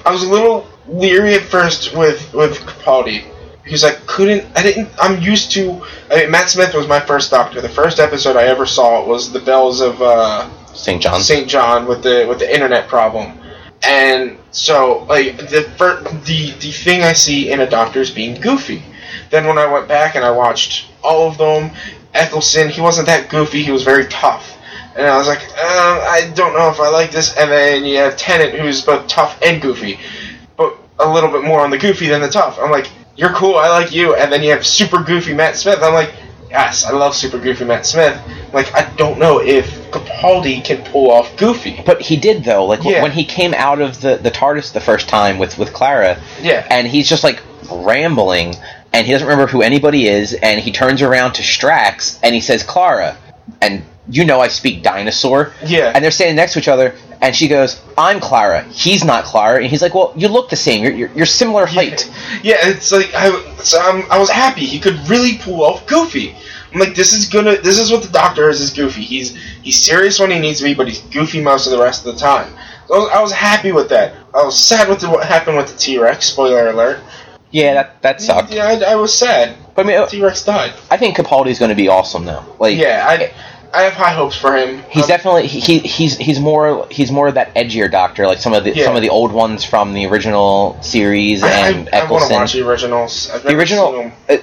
S2: I was a little leery at first with with Capaldi because I couldn't. I didn't. I'm used to. I mean, Matt Smith was my first Doctor. The first episode I ever saw was the bells of uh,
S1: St. John's.
S2: St. John with the with the internet problem. And so, like the fir- the the thing I see in a doctor is being goofy. Then when I went back and I watched all of them, Eccleston, he wasn't that goofy. He was very tough. And I was like, uh, I don't know if I like this. And then you have Tennant, who's both tough and goofy, but a little bit more on the goofy than the tough. I'm like, you're cool. I like you. And then you have super goofy Matt Smith. I'm like, yes, I love super goofy Matt Smith. Like, I don't know if Capaldi can pull off goofy.
S1: But he did though. Like w
S2: Yeah.
S1: when he came out of the the TARDIS the first time with with Clara,
S2: Yeah.
S1: and he's just like rambling, and he doesn't remember who anybody is, and he turns around to Strax and he says Clara, and you know I speak dinosaur.
S2: Yeah.
S1: And they're standing next to each other, and she goes, "I'm Clara. He's not Clara." And he's like, "Well, you look the same. You're you're, you're similar height."
S2: Yeah, it's like I, so I'm, I was happy he could really pull off Goofy. I'm like, this is gonna, this is what the Doctor is. Is Goofy? He's he's serious when he needs to be, but he's goofy most of the rest of the time. So I was, I was happy with that. I was sad with the, what happened with the T Rex. Spoiler alert.
S1: Yeah, that that sucked.
S2: Yeah, I, I was sad.
S1: But I mean,
S2: T Rex died.
S1: I think Capaldi's going to be awesome though. Like,
S2: Yeah, I I have high hopes for him.
S1: He's
S2: Um,
S1: definitely he, he he's he's more he's more of that edgier doctor, like some of the
S2: Yeah.
S1: some of the old ones from the original series and
S2: I, I, I want to
S1: Eccleston.
S2: watch the originals. I've
S1: the
S2: never
S1: original,
S2: seen 'em.
S1: uh,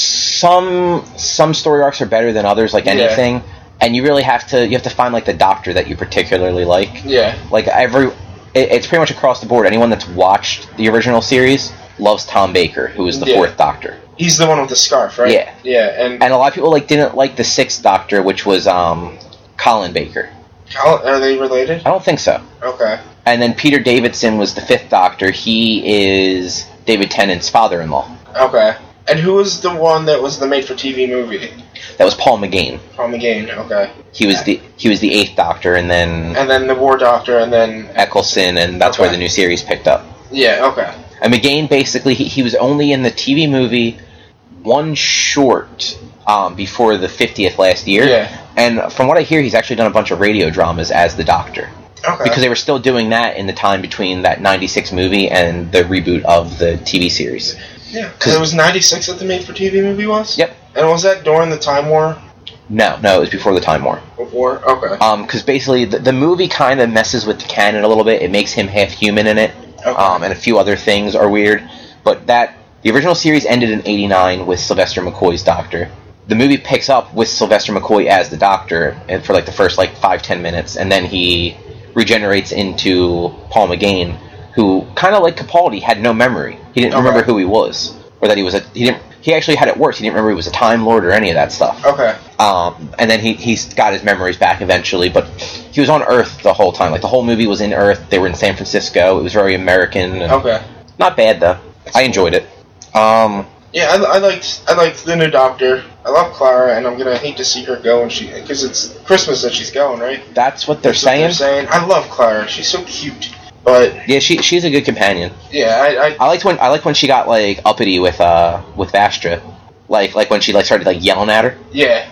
S1: some some story arcs are better than others, like
S2: Yeah.
S1: anything, and you really have to you have to find like the doctor that you particularly like.
S2: Yeah,
S1: Like every, it, it's pretty much across the board. Anyone that's watched the original series loves Tom Baker, who is the
S2: Yeah.
S1: fourth Doctor,
S2: he's the one with the scarf, right?
S1: Yeah.
S2: yeah, and
S1: and a lot of people like didn't like the sixth Doctor, which was um Colin Baker.
S2: Cal- are they related?
S1: I don't think so.
S2: Okay.
S1: And then Peter Davidson was the fifth Doctor. He is David Tennant's father-in-law.
S2: Okay. And who was the one that was the made for TV movie
S1: That was Paul McGain.
S2: from the game? Okay.
S1: He was the he was the eighth Doctor, and then
S2: And then the War Doctor, and then.
S1: Eccleston, and that's where the new series picked up.
S2: Yeah, okay.
S1: And McGain basically he, he was only in the TV movie one short um, before the fiftieth last year.
S2: Yeah.
S1: And from what I hear, he's actually done a bunch of radio dramas as the Doctor
S2: Okay.
S1: because they were still doing that in the time between that '96 movie and the reboot of the TV series.
S2: yeah, because it was 96 that the made for TV movie was?
S1: Yep.
S2: And was that during the Time War?
S1: No, no, it was before the Time War.
S2: Of War? Okay.
S1: because basically the, the movie kind of messes with the canon a little bit. It makes him half human in it,
S2: Okay.
S1: um, and a few other things are weird. But that the original series ended in '89 with Sylvester McCoy's Doctor. The movie picks up with Sylvester McCoy as the Doctor, and for like the first like five ten minutes, and then he regenerates into Paul McGain, who kind of like Capaldi had no memory. He didn't
S2: Okay.
S1: remember who he was, or that he was a he didn't. He actually had it worse. He didn't remember he was a Time Lord or any of that stuff.
S2: okay.
S1: Um, and then he, he's got his memories back eventually, but he was on Earth the whole time. Like, the whole movie was in Earth. They were in San Francisco. It was very American. and-
S2: Okay.
S1: Not bad, though. I enjoyed it. Um,
S2: Yeah, I, I liked I liked the new Doctor. I love Clara, and I'm gonna hate to see her go, and she because it's Christmas that she's going, right?
S1: that's what they're
S2: That's what
S1: saying.
S2: saying I love Clara. She's so cute. But
S1: Yeah, she, she's a good companion.
S2: yeah, I, I
S1: I liked when I liked when she got like uppity with uh with Vastra, like like when she like started like yelling at her.
S2: yeah,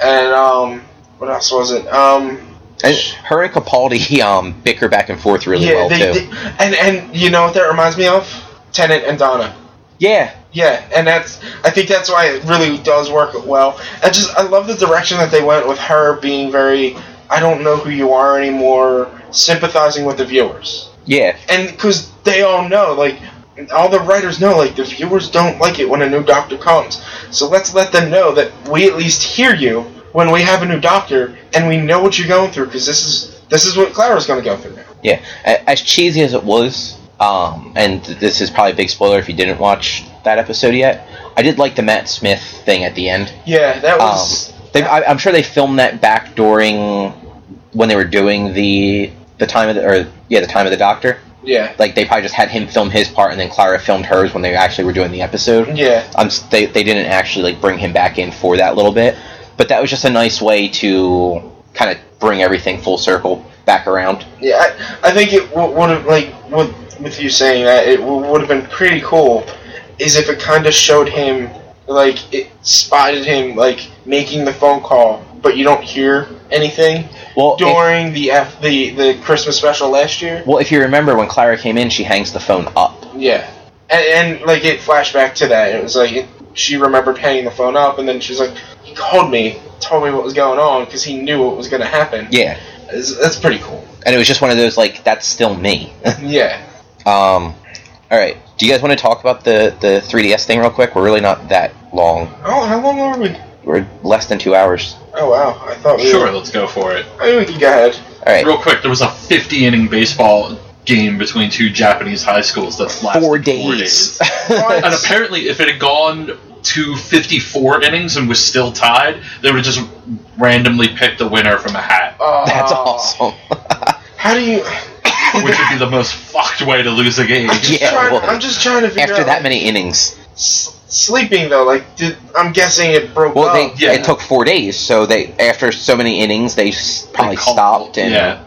S2: and um, what else was it? Um,
S1: And her and Capaldi [laughs] um bicker back and forth really well
S2: they,
S1: too.
S2: they- and and you know what that reminds me of? Tennant and Donna.
S1: yeah,
S2: Yeah, and that's I think that's why it really does work well. I just I love the direction that they went with her being very I don't know who you are anymore, sympathizing with the viewers.
S1: Yeah,
S2: and because they all know, like all the writers know, like the viewers don't like it when a new doctor comes. So let's let them know that we at least hear you when we have a new doctor, and we know what you're going through because this is this is what Clara's going to go through.
S1: yeah. A- As cheesy as it was, um, and this is probably a big spoiler if you didn't watch that episode yet. I did like the Matt Smith thing at the end.
S2: Yeah,
S1: Um,
S2: that was.
S1: they, I, I'm sure they filmed that back during when they were doing the the time of the or yeah the time of the Doctor.
S2: yeah,
S1: Like they probably just had him film his part and then Clara filmed hers when they actually were doing the episode.
S2: yeah,
S1: Um, s- they they didn't actually like bring him back in for that little bit, but that was just a nice way to kind of bring everything full circle back around.
S2: yeah. I, I think it w- would have like with with you saying that it w- would have been pretty cool, is if it kind of showed him like it spotted him like making the phone call, but you don't hear anything
S1: Well, if,
S2: during the F, the the Christmas special last year.
S1: well, if you remember when Clara came in, she hangs the phone up.
S2: Yeah, and, and like it flashed back to that. It was like it, she remembered hanging the phone up, and then she's like, "He called me, told me what was going on because he knew what was going to happen."
S1: Yeah,
S2: It's- that's pretty cool.
S1: and it was just one of those like that's still me. [laughs]
S2: Yeah,
S1: Um, all right. Do you guys want to talk about the the 3DS thing real quick? We're really not that long.
S2: Oh, how long are we?
S1: We're less than two hours.
S2: Oh wow, I thought we
S3: Sure,
S2: Were,
S3: let's go for it.
S2: I mean, we can go ahead.
S1: All right.
S3: Real quick, there was a 50 inning baseball game between two Japanese high schools that lasted
S1: Four
S3: Four
S1: days. [laughs]
S3: days. And apparently, if it had gone to 54 innings and was still tied, they would have just randomly picked a winner from a hat,
S2: Uh,
S1: That's
S3: [laughs]
S1: awesome.
S2: How do you? [laughs]
S3: which would be the most fucked way to lose a game.
S1: [laughs] Yeah,
S2: Trying-
S1: well,
S2: I'm just trying to figure
S1: After
S2: out
S1: that many innings,
S2: s- sleeping though. Like, did, I'm guessing it broke
S1: well,
S2: up.
S1: they
S3: yeah.
S1: it took four days, so they after so many innings, they s- probably
S3: They called-
S1: stopped and
S3: yeah.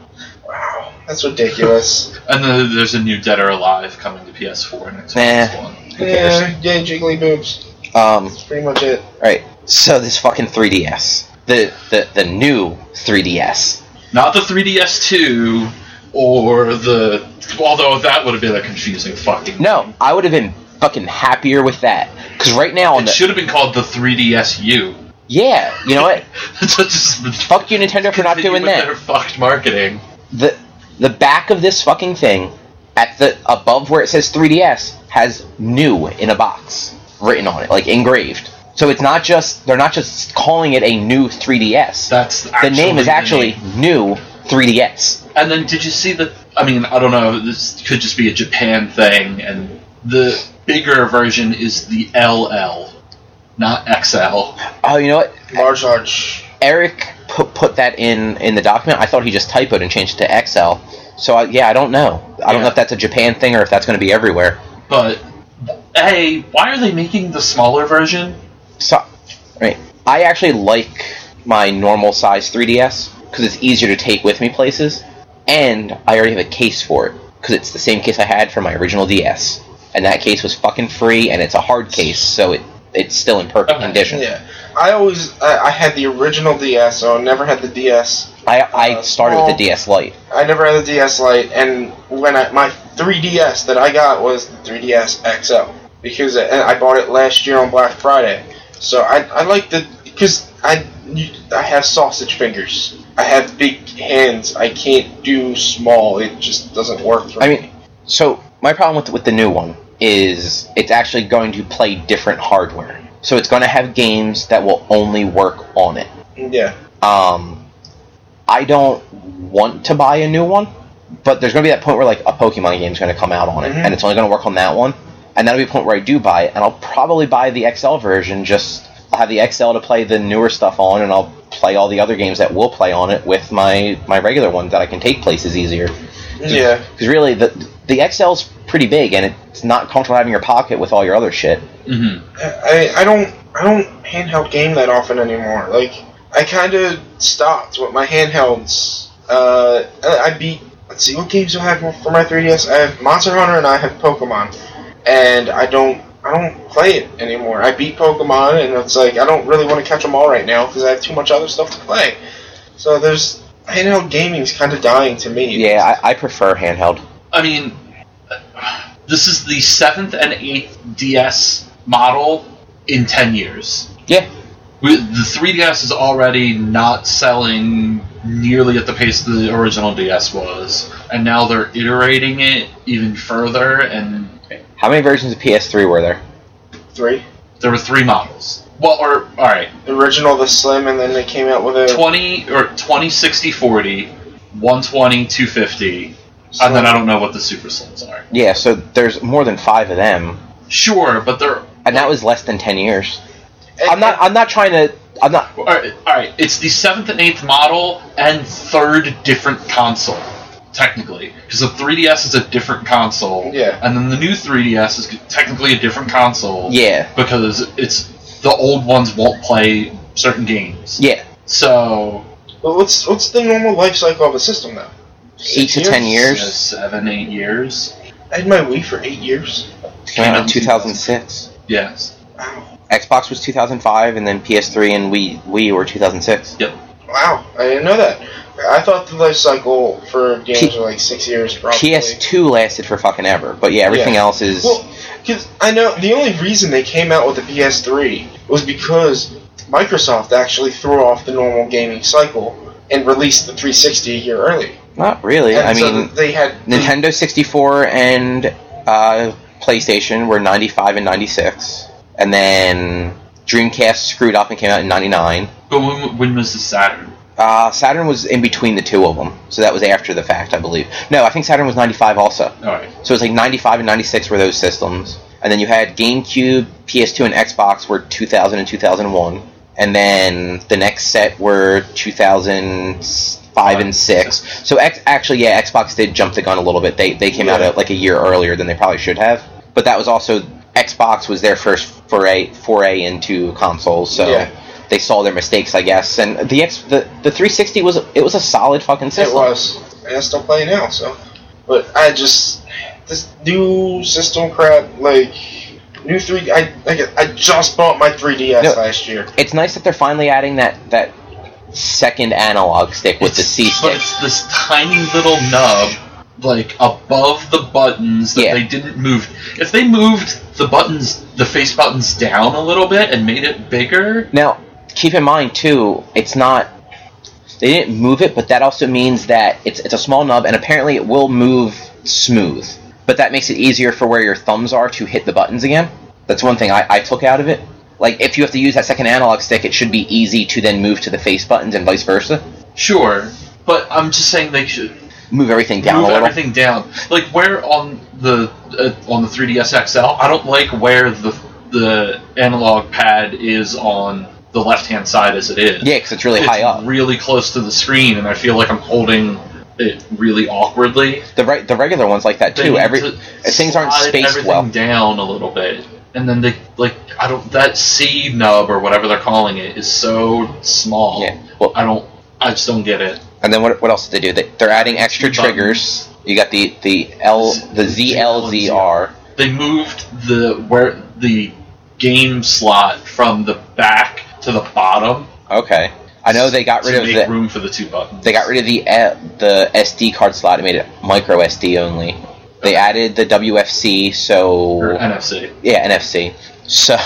S2: wow, that's ridiculous.
S3: And then there's a new Dead or Alive coming to PS4 next
S1: Nah.
S3: one.
S1: who cares?
S2: [laughs] yeah, yeah, jiggly boobs.
S1: Um,
S2: That's pretty much it.
S1: all right. So this fucking 3DS, the the the new 3DS.
S3: Not the 3DS2 or the. Although that would have been a confusing fucking.
S1: No, I would have been fucking happier with that because right now on
S3: It
S1: the
S3: should have been called the 3DSU.
S1: yeah, you know
S3: [laughs]
S1: what?
S3: Just
S1: Fuck you, Nintendo, for not
S3: continue
S1: doing
S3: with
S1: that.
S3: Their fucked marketing.
S1: the the back of this fucking thing at the above where it says 3DS has new in a box written on it like engraved so it's not just they're not just calling it a new 3DS
S3: That's
S1: the name is actually new 3DS
S3: And then did you see the? I mean, I don't know. This could just be a Japan thing, and the bigger version is the LL, not XL.
S1: oh you know what
S2: Large, large.
S1: Eric put, put that in in the document I thought he just typoed and changed it to XL so I, yeah I don't know I don't know
S3: Yeah.
S1: if that's a Japan thing or if that's going to be everywhere
S3: But hey, why are they making the smaller version?
S1: So, right. I actually like my normal size 3DS because it's easier to take with me places, and I already have a case for it because it's the same case I had for my original DS, and that case was fucking free, and it's a hard case, so it it's still in perfect
S3: Okay,
S1: condition.
S2: Yeah, I always I, I had the original DS, so I never had the DS.
S1: I I
S2: Uh,
S1: started with the
S2: small.
S1: DS Lite.
S2: I never had the DS Lite, and when I my 3DS that I got was the 3DS XL because I, and I bought it last year on Black Friday. So I I like the because I you- I have sausage fingers. I have big hands. I can't do small. It just doesn't work. For
S1: I
S2: me.
S1: mean, so my problem with with the new one is it's actually going to play different hardware, so it's going to have games that will only work on it.
S2: yeah,
S1: Um, I don't want to buy a new one, but there's going to be that point where like a Pokemon game's going to come out on it,
S2: Mhm.
S1: and it's only going to work on that one, and that'll be a point where I do buy it, and I'll probably buy the XL version. Just I'll have the XL to play the newer stuff on, and I'll play all the other games that will play on it with my my regular one that I can take places easier.
S2: yeah.
S1: Because really, the the XL's pretty big, and it's not comfortable having in your pocket with all your other shit.
S3: Mm-hmm.
S2: I, I don't I don't handheld game that often anymore. Like I kind of stopped with my handhelds. Uh, I, I beat. Let's see, what games do I have for my 3DS? I have Monster Hunter and I have Pokemon, and I don't I don't play it anymore. I beat Pokemon, and it's like I don't really want to catch them all right now because I have too much other stuff to play. So there's handheld gaming's kind of dying to me.
S1: Yeah, I, I prefer handheld.
S3: I mean, uh, this is the seventh and eighth DS model in ten years.
S1: Yeah,
S3: We, the 3DS is already not selling nearly at the pace the original DS was, and now they're iterating it even further. And
S1: How many versions of PS3 were there?
S2: Three.
S3: there were three models. Well, or all right,
S2: The original, the slim, and then they came out with a
S3: 20 or 20, 60, 40, 120, 250, and then I don't know what the super slims are.
S1: Yeah, so there's more than five of them,
S3: Sure, but they're
S1: and that was less than ten years. I'm not. I'm not trying to. I'm not.
S3: All right, all right, it's the seventh and eighth model and third different console, technically, because the 3DS is a different console.
S2: Yeah.
S3: And then the new 3DS is technically a different console.
S1: Yeah.
S3: Because it's the old ones won't play certain games.
S1: Yeah.
S3: So
S2: But what's what's the normal life cycle of a system though?
S1: Eight
S2: Six
S1: to ten years.
S3: seven, eight years.
S2: I had my Wii for eight years.
S1: Came out
S2: Um,
S1: in 2006.
S3: Yes.
S2: Wow.
S1: Xbox was 2005, and then PS3 and Wii Wii were 2006.
S2: Wow. I didn't know that. I thought the life cycle for games
S1: P-
S2: were like six years probably.
S1: PS2 lasted for fucking ever, but yeah, everything
S2: Yeah.
S1: else is.
S2: Well, because I know the only reason they came out with the PS3 was because Microsoft actually threw off the normal gaming cycle and released the 360 a year early.
S1: not really.
S2: And
S1: I
S2: so
S1: mean,
S2: they had
S1: Nintendo 64 and uh, PlayStation were 95 and 96, and then Dreamcast screwed up and came out in 99.
S3: But when, when was the Saturn?
S1: Uh, Saturn was in between the two of them, so that was after the fact, I believe. No, I think Saturn was 95 also.
S3: All right.
S1: So it was like 95 and 96 were those systems. And then you had GameCube, PS2, and Xbox were 2000 and 2001. And then the next set were 2005 and 6. So X, actually, yeah, Xbox did jump the gun a little bit. They, they came out
S2: Yeah.
S1: out like a year earlier than they probably should have. But that was also Xbox was their first foray foray into consoles, so
S2: Yeah.
S1: they saw their mistakes, I guess. And the X the, the 360 was it was a solid fucking
S2: It
S1: system.
S2: was. And I still play now, so. But I just this new system crap, like new three. I like I just bought my 3ds
S1: No.
S2: last year.
S1: it's nice that they're finally adding that that second analog stick with the
S3: It's-
S1: C
S3: But
S1: stick.
S3: it's this tiny little nub, like above the buttons that
S1: Yeah.
S3: they didn't move. If they moved the buttons, the face buttons down a little bit and made it bigger,
S1: Now, keep in mind too, it's not they didn't move it, but that also means that it's it's a small nub and apparently it will move smooth. But that makes it easier for where your thumbs are to hit the buttons again. That's one thing I, I took out of it. Like if you have to use that second analog stick, it should be easy to then move to the face buttons and vice versa.
S3: sure. But I'm just saying they should
S1: Move everything down
S3: move
S1: a little.
S3: everything down. Like where on the uh, on the 3ds XL, I don't like where the the analog pad is on the left hand side as it is.
S1: Yeah, because it's really
S3: It's
S1: high up.
S3: really close to the screen, and I feel like I'm holding it really awkwardly.
S1: The re- the regular ones like that
S3: They
S1: too.
S3: need
S1: Every
S3: to
S1: things aren't
S3: slide
S1: spaced
S3: everything
S1: well.
S3: down a little bit, and then they like I don't that C nub or whatever they're calling it is so small.
S1: Yeah. Well,
S3: I don't. I just don't get it.
S1: And then what, what else did they do? They, they're adding extra
S3: Buttons.
S1: triggers. You got the the L the ZLZR.
S3: They moved the where the game slot from the back to the bottom.
S1: Okay. I know they got
S3: to
S1: rid of
S3: make
S1: the
S3: room for the two buttons.
S1: they got rid of the uh, the SD card slot and made it micro SD only. They added the WFC,
S3: or uh,
S1: so
S3: NFC
S1: yeah, NFC. So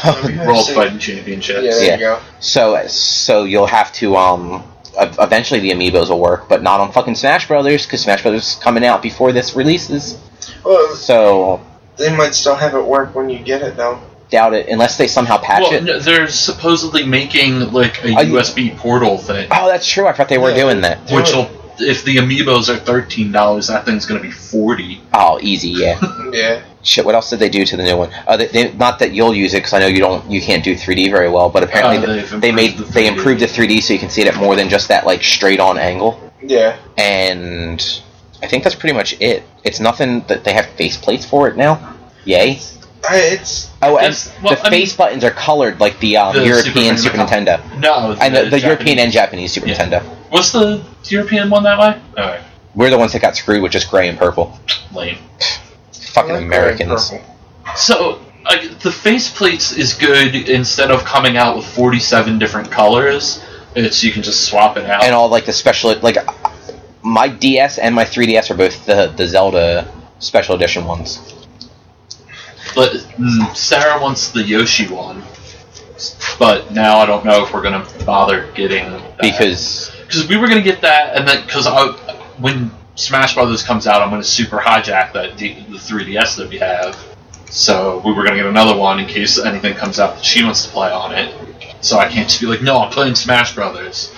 S3: World
S2: See?
S3: Fighting Championships.
S2: Yeah, there
S1: Yeah.
S2: you go.
S1: [laughs] so so you'll have to um ev- eventually the amiibos will work, but not on fucking Smash Brothers because Smash Brothers is coming out before this releases.
S2: Well,
S1: So
S2: they might still have it work when you get it though.
S1: doubt it unless they somehow patch
S3: Well,
S1: it.
S3: no, they're supposedly making like a
S1: I-
S3: USB portal thing.
S1: Oh, that's true. I thought they were
S2: Yeah.
S1: doing that.
S2: Do
S3: Which
S2: it.
S3: will, if the amiibos are thirteen dollars, that thing's gonna be forty.
S1: Oh, easy, yeah.
S3: [laughs]
S2: Yeah.
S1: Shit, what else did they do to the new one? Uh, they, they, not that you'll use it because I know you don't, you can't do 3D very well. But apparently,
S3: Uh,
S1: th-
S3: they've
S1: they made
S3: improved the
S1: they
S3: 3D.
S1: improved the 3D so you can see it at more than just that like straight on angle.
S2: Yeah.
S1: And I think that's pretty much it. It's nothing that they have face plates for it now. Yay!
S2: I, it's
S1: Oh, and
S3: Yes, well,
S1: the
S3: I mean-
S1: face buttons are colored like the, um,
S3: The
S1: European Super,
S3: Super
S1: Nintendo.
S3: No,
S1: I know the European
S3: Japanese-
S1: and Japanese Super
S3: Yeah.
S1: Nintendo.
S3: What's the European one that way? Alright.
S1: We're the ones that got screwed with just gray and purple.
S3: Lame.
S1: Fucking
S2: I like
S1: Americans.
S2: gray and purple.
S3: So I the faceplates is good instead of coming out with forty-seven different colors. It's you can just swap it out.
S1: and all like the special like my DS and my 3DS are both the the Zelda special edition ones.
S3: but mm, Sarah wants the Yoshi one. things. But now I don't know if we're going to bother getting that.
S1: because
S3: because we were going to get that, and then because when Smash Brothers comes out, I'm going to super hijack that D, the 3DS that we have. So we were going to get another one in case anything comes out that she wants to play on it. So I can't just be like, no, I'm playing Smash Brothers,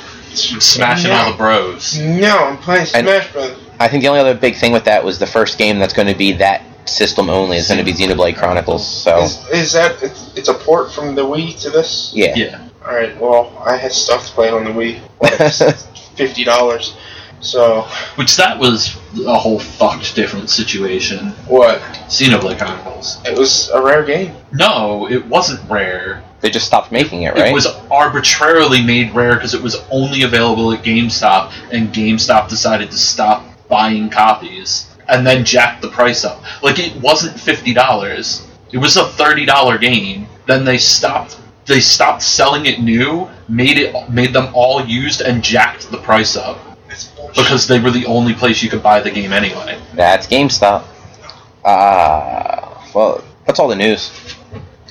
S3: I'm smashing all the bros.
S2: No, I'm playing
S1: And-
S2: Smash Brothers.
S1: I think the only other big thing with that was the first game that's going to be that system only is going to be Xenoblade Chronicles. So
S2: Is, is that it's, it's a port from the Wii to this?
S1: yeah,
S3: Yeah,
S2: All right. Well, I had stuff to play on
S1: [laughs]
S2: the Wii. Like Fifty dollars. So
S3: which that was a whole fucked different situation.
S2: what?
S3: Xenoblade Chronicles.
S2: It was a rare game.
S3: No, it wasn't rare.
S1: they just stopped making it, right?
S3: It was arbitrarily made rare because it was only available at GameStop, and GameStop decided to stop buying copies and then jacked the price up. Like it wasn't fifty dollars; it was a thirty dollar game. Then they stopped. They stopped selling it new, made it made them all used, and jacked the price up
S2: That's bullshit.
S3: because they were the only place you could buy the game anyway.
S1: That's GameStop. Ah, well, that's all the news.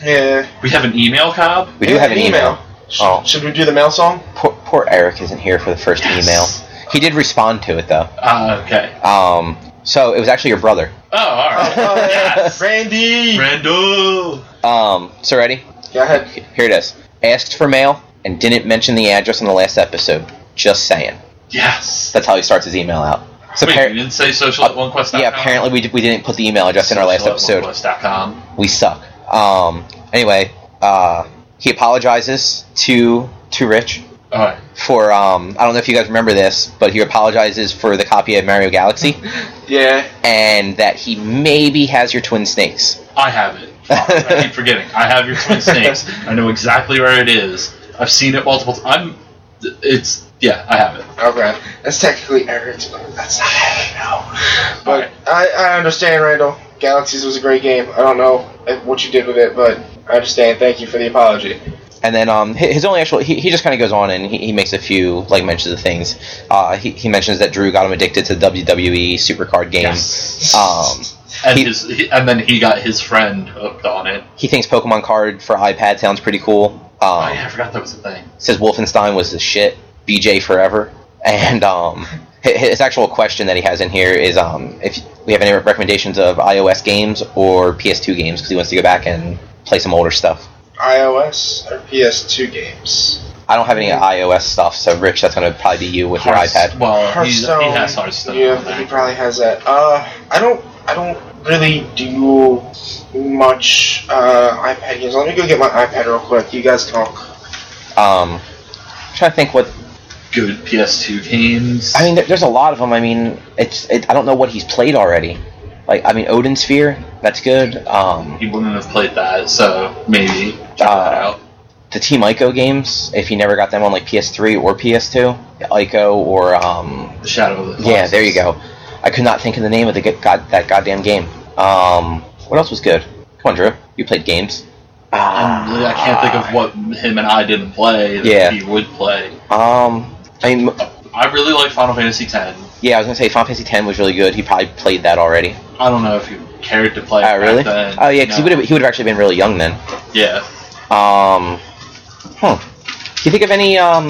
S2: yeah,
S3: We have an email, Cobb.
S1: We do have an email.
S2: Sh-
S1: Oh.
S2: Should we do the mail song?
S1: Poor, poor Eric isn't here for the first
S3: Yes.
S1: email. He did respond to it though.
S3: Uh, okay.
S1: Um, so it was actually your brother.
S3: [laughs] Oh, all right. yes.
S2: oh, Randy.
S3: [laughs] Randall.
S1: Um, so ready?
S2: Go ahead.
S1: Here it is. Asked for mail and didn't mention the address in the last episode. Just saying.
S3: Yes.
S1: That's how he starts his email out. So
S3: Wait,
S1: par-
S3: you didn't say social at onequest.com?
S1: yeah, apparently we, d- we didn't put the email address in our last
S3: Social
S1: episode.
S3: at onequest.com.
S1: We suck. Um, anyway, uh, he apologizes to to Rich
S3: All right.
S1: for um, I don't know if you guys remember this, but he apologizes for the copy of Mario Galaxy
S2: Yeah.
S1: and that he maybe has your twin snakes.
S3: I
S1: [laughs]
S3: have it. I keep forgetting. I have your twin snakes. I know exactly where it is. I've seen it multiple times. I'm. It's yeah. I have it.
S2: Okay. oh, That's technically Eric's, but that's not I don't know. But
S3: Alright.
S2: I, I understand, Randall. Galaxies was a great game. I don't know if- what you did with it, but I understand. Thank you for the apology.
S1: And then um, hi- his only actual he, he just kind of goes on and he, he makes a few like mentions of things. Uh, he, he mentions that Drew got him addicted to the WWE Supercard game.
S3: Yes.
S1: Um,
S3: and
S1: he-
S3: his he, and then he got his friend hooked on it.
S1: he thinks Pokemon card for iPad sounds pretty cool. Um,
S3: Oh yeah, I forgot that was a thing.
S1: Says Wolfenstein was the shit. BJ forever. [laughs] And um, hi- his actual question that he has in here is um, if we have any recommendations of iOS games or PS2 games because he wants to go back and play some older stuff.
S2: [laughs] iOS or PS2 games?
S1: I don't have any iOS stuff, so Rich, that's gonna probably be you with your
S3: Hearthst-
S1: iPad.
S3: Well, he's, Oh, he
S2: Hearthstone.
S3: has Hearthstone.
S2: Yeah,
S3: on there.
S2: he probably has that. Uh, I don't. I don't really do much uh, iPad games. Let me go get my iPad real quick. You guys talk.
S1: Um, I'm trying to think what
S3: Good PS2 games.
S1: I mean, there, there's a lot of them. I mean, it's it, I don't know what he's played already. Like, I mean, Odin Sphere, that's good. Um,
S3: he wouldn't have played that, so maybe check that
S1: Uh,
S3: out.
S1: the Team Ico games, if you never got them on like PS3 or PS2, Ico or um,
S3: The Shadow of the
S1: yeah, there you
S3: Colossus.
S1: go. I could not think of the name of the good god that goddamn game. Um, what else was good? Come on, Drew, you played games.
S3: I'm, Ah, I can't think of what him and I didn't play that
S1: Ah. Yeah.
S3: he would play.
S1: Um, I mean,
S3: I really like Final Fantasy X.
S1: yeah, I was gonna say Final Fantasy X was really good. He probably played that already.
S3: I don't know if he cared to play. it
S1: Oh,
S3: back
S1: really?
S3: then.
S1: Oh, yeah, because he
S3: No.
S1: would have he would have actually been really young then.
S3: Yeah,
S1: Um, huh. Can you think of any? Um,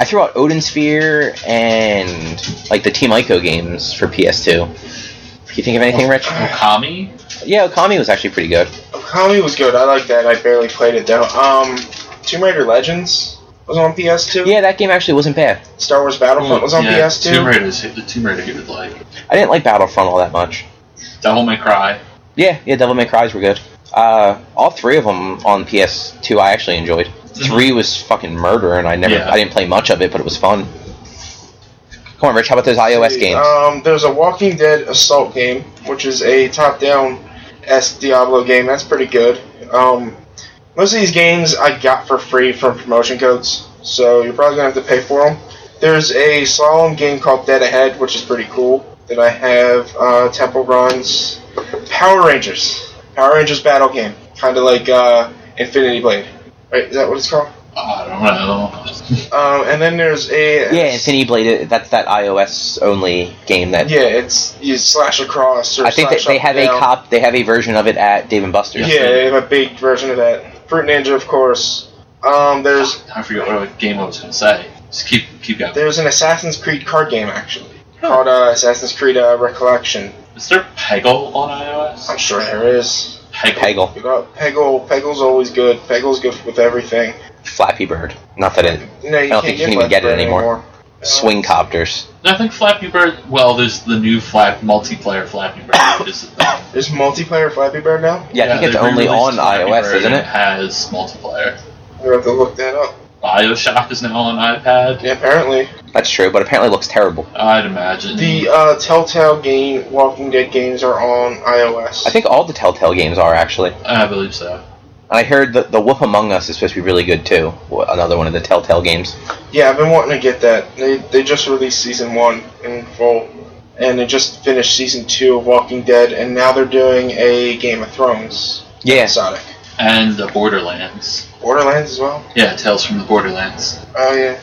S1: I threw out Odin Sphere and like the Team Ico games for PS2. Can you think of anything, Rich?
S3: Okami.
S1: Yeah, Okami was actually pretty good.
S2: Okami was good. I like that. I barely played it though. Um, Tomb Raider Legends was on PS2.
S1: Yeah, that game actually wasn't bad.
S2: Star Wars Battlefront was on
S3: yeah,
S2: PS2.
S3: Tomb Raider's the Tomb Raider he would like.
S1: I didn't like Battlefront all that much.
S3: Devil May Cry.
S1: Yeah, yeah, Devil May Cry's were good. Uh, all three of them on PS2 I actually enjoyed. Three was fucking murder, and I never,
S3: Yeah.
S1: I didn't play much of it, but it was fun. Come on, Rich, how about those iOS
S2: See,
S1: games?
S2: Um, there's a Walking Dead Assault game, which is a top-down esque Diablo game. That's pretty good. Um, most of these games I got for free from promotion codes, so you're probably gonna have to pay for them. There's a solemn game called Dead Ahead, which is pretty cool. That I have uh, Temple Runs, Power Rangers, Power Rangers battle game, kind of like uh, Infinity Blade. Right? Is that what it's called?
S3: I don't know.
S2: Um, and then there's a
S1: yeah, Infinity Blade. That's that iOS only game that
S2: Yeah, it's you slash across or
S1: I think
S2: slash
S1: that they
S2: up
S1: have
S2: and
S1: a
S2: down.
S1: cop. They have a version of it at Dave and Buster's.
S2: Yeah, they have a big version of that. Fruit Ninja, of course. Um, there's
S3: I forget what game I was gonna say. Just keep keep going.
S2: there's an Assassin's Creed card game actually called uh, Assassin's Creed uh, Recollection.
S3: Is there Peggle on iOS?
S2: I'm sure there is.
S3: Peggle.
S1: Peggle,
S2: You got Peggle. Peggle's always good. Peggle's good with everything.
S1: Flappy Bird. Not that it.
S2: No, you
S1: I don't
S2: can't
S1: think you
S2: get
S1: can even
S2: Black
S1: get it
S2: Bird
S1: anymore.
S2: Uh,
S1: Swing copters.
S3: I think Flappy Bird. Well, there's the new Flap multiplayer Flappy Bird. that
S1: [coughs]
S3: is the thing.
S2: Uh, There's multiplayer Flappy Bird now.
S1: Yeah, I think it's
S3: they
S1: only on
S3: re-released Flappy
S1: iOS,
S3: Bird
S1: isn't
S3: and
S1: it?
S3: Has multiplayer.
S2: You have to look that up.
S3: Bioshock is now on iPad.
S2: Yeah, apparently
S1: That's true, but apparently it looks terrible.
S3: I'd imagine.
S2: the uh, Telltale game, Walking Dead games are on iOS.
S1: I think all the Telltale games are actually. And
S3: I believe so.
S1: I heard that the Wolf Among Us is supposed to be really good too. Wh- Another one of the Telltale games.
S2: Yeah, I've been wanting to get that. They they just released season one in full, and they just finished season two of Walking Dead, and now they're doing a Game of Thrones
S1: Yeah,
S2: episodic.
S3: And the Borderlands.
S2: Borderlands as well.
S3: Yeah, Tales from the Borderlands.
S2: Oh yeah.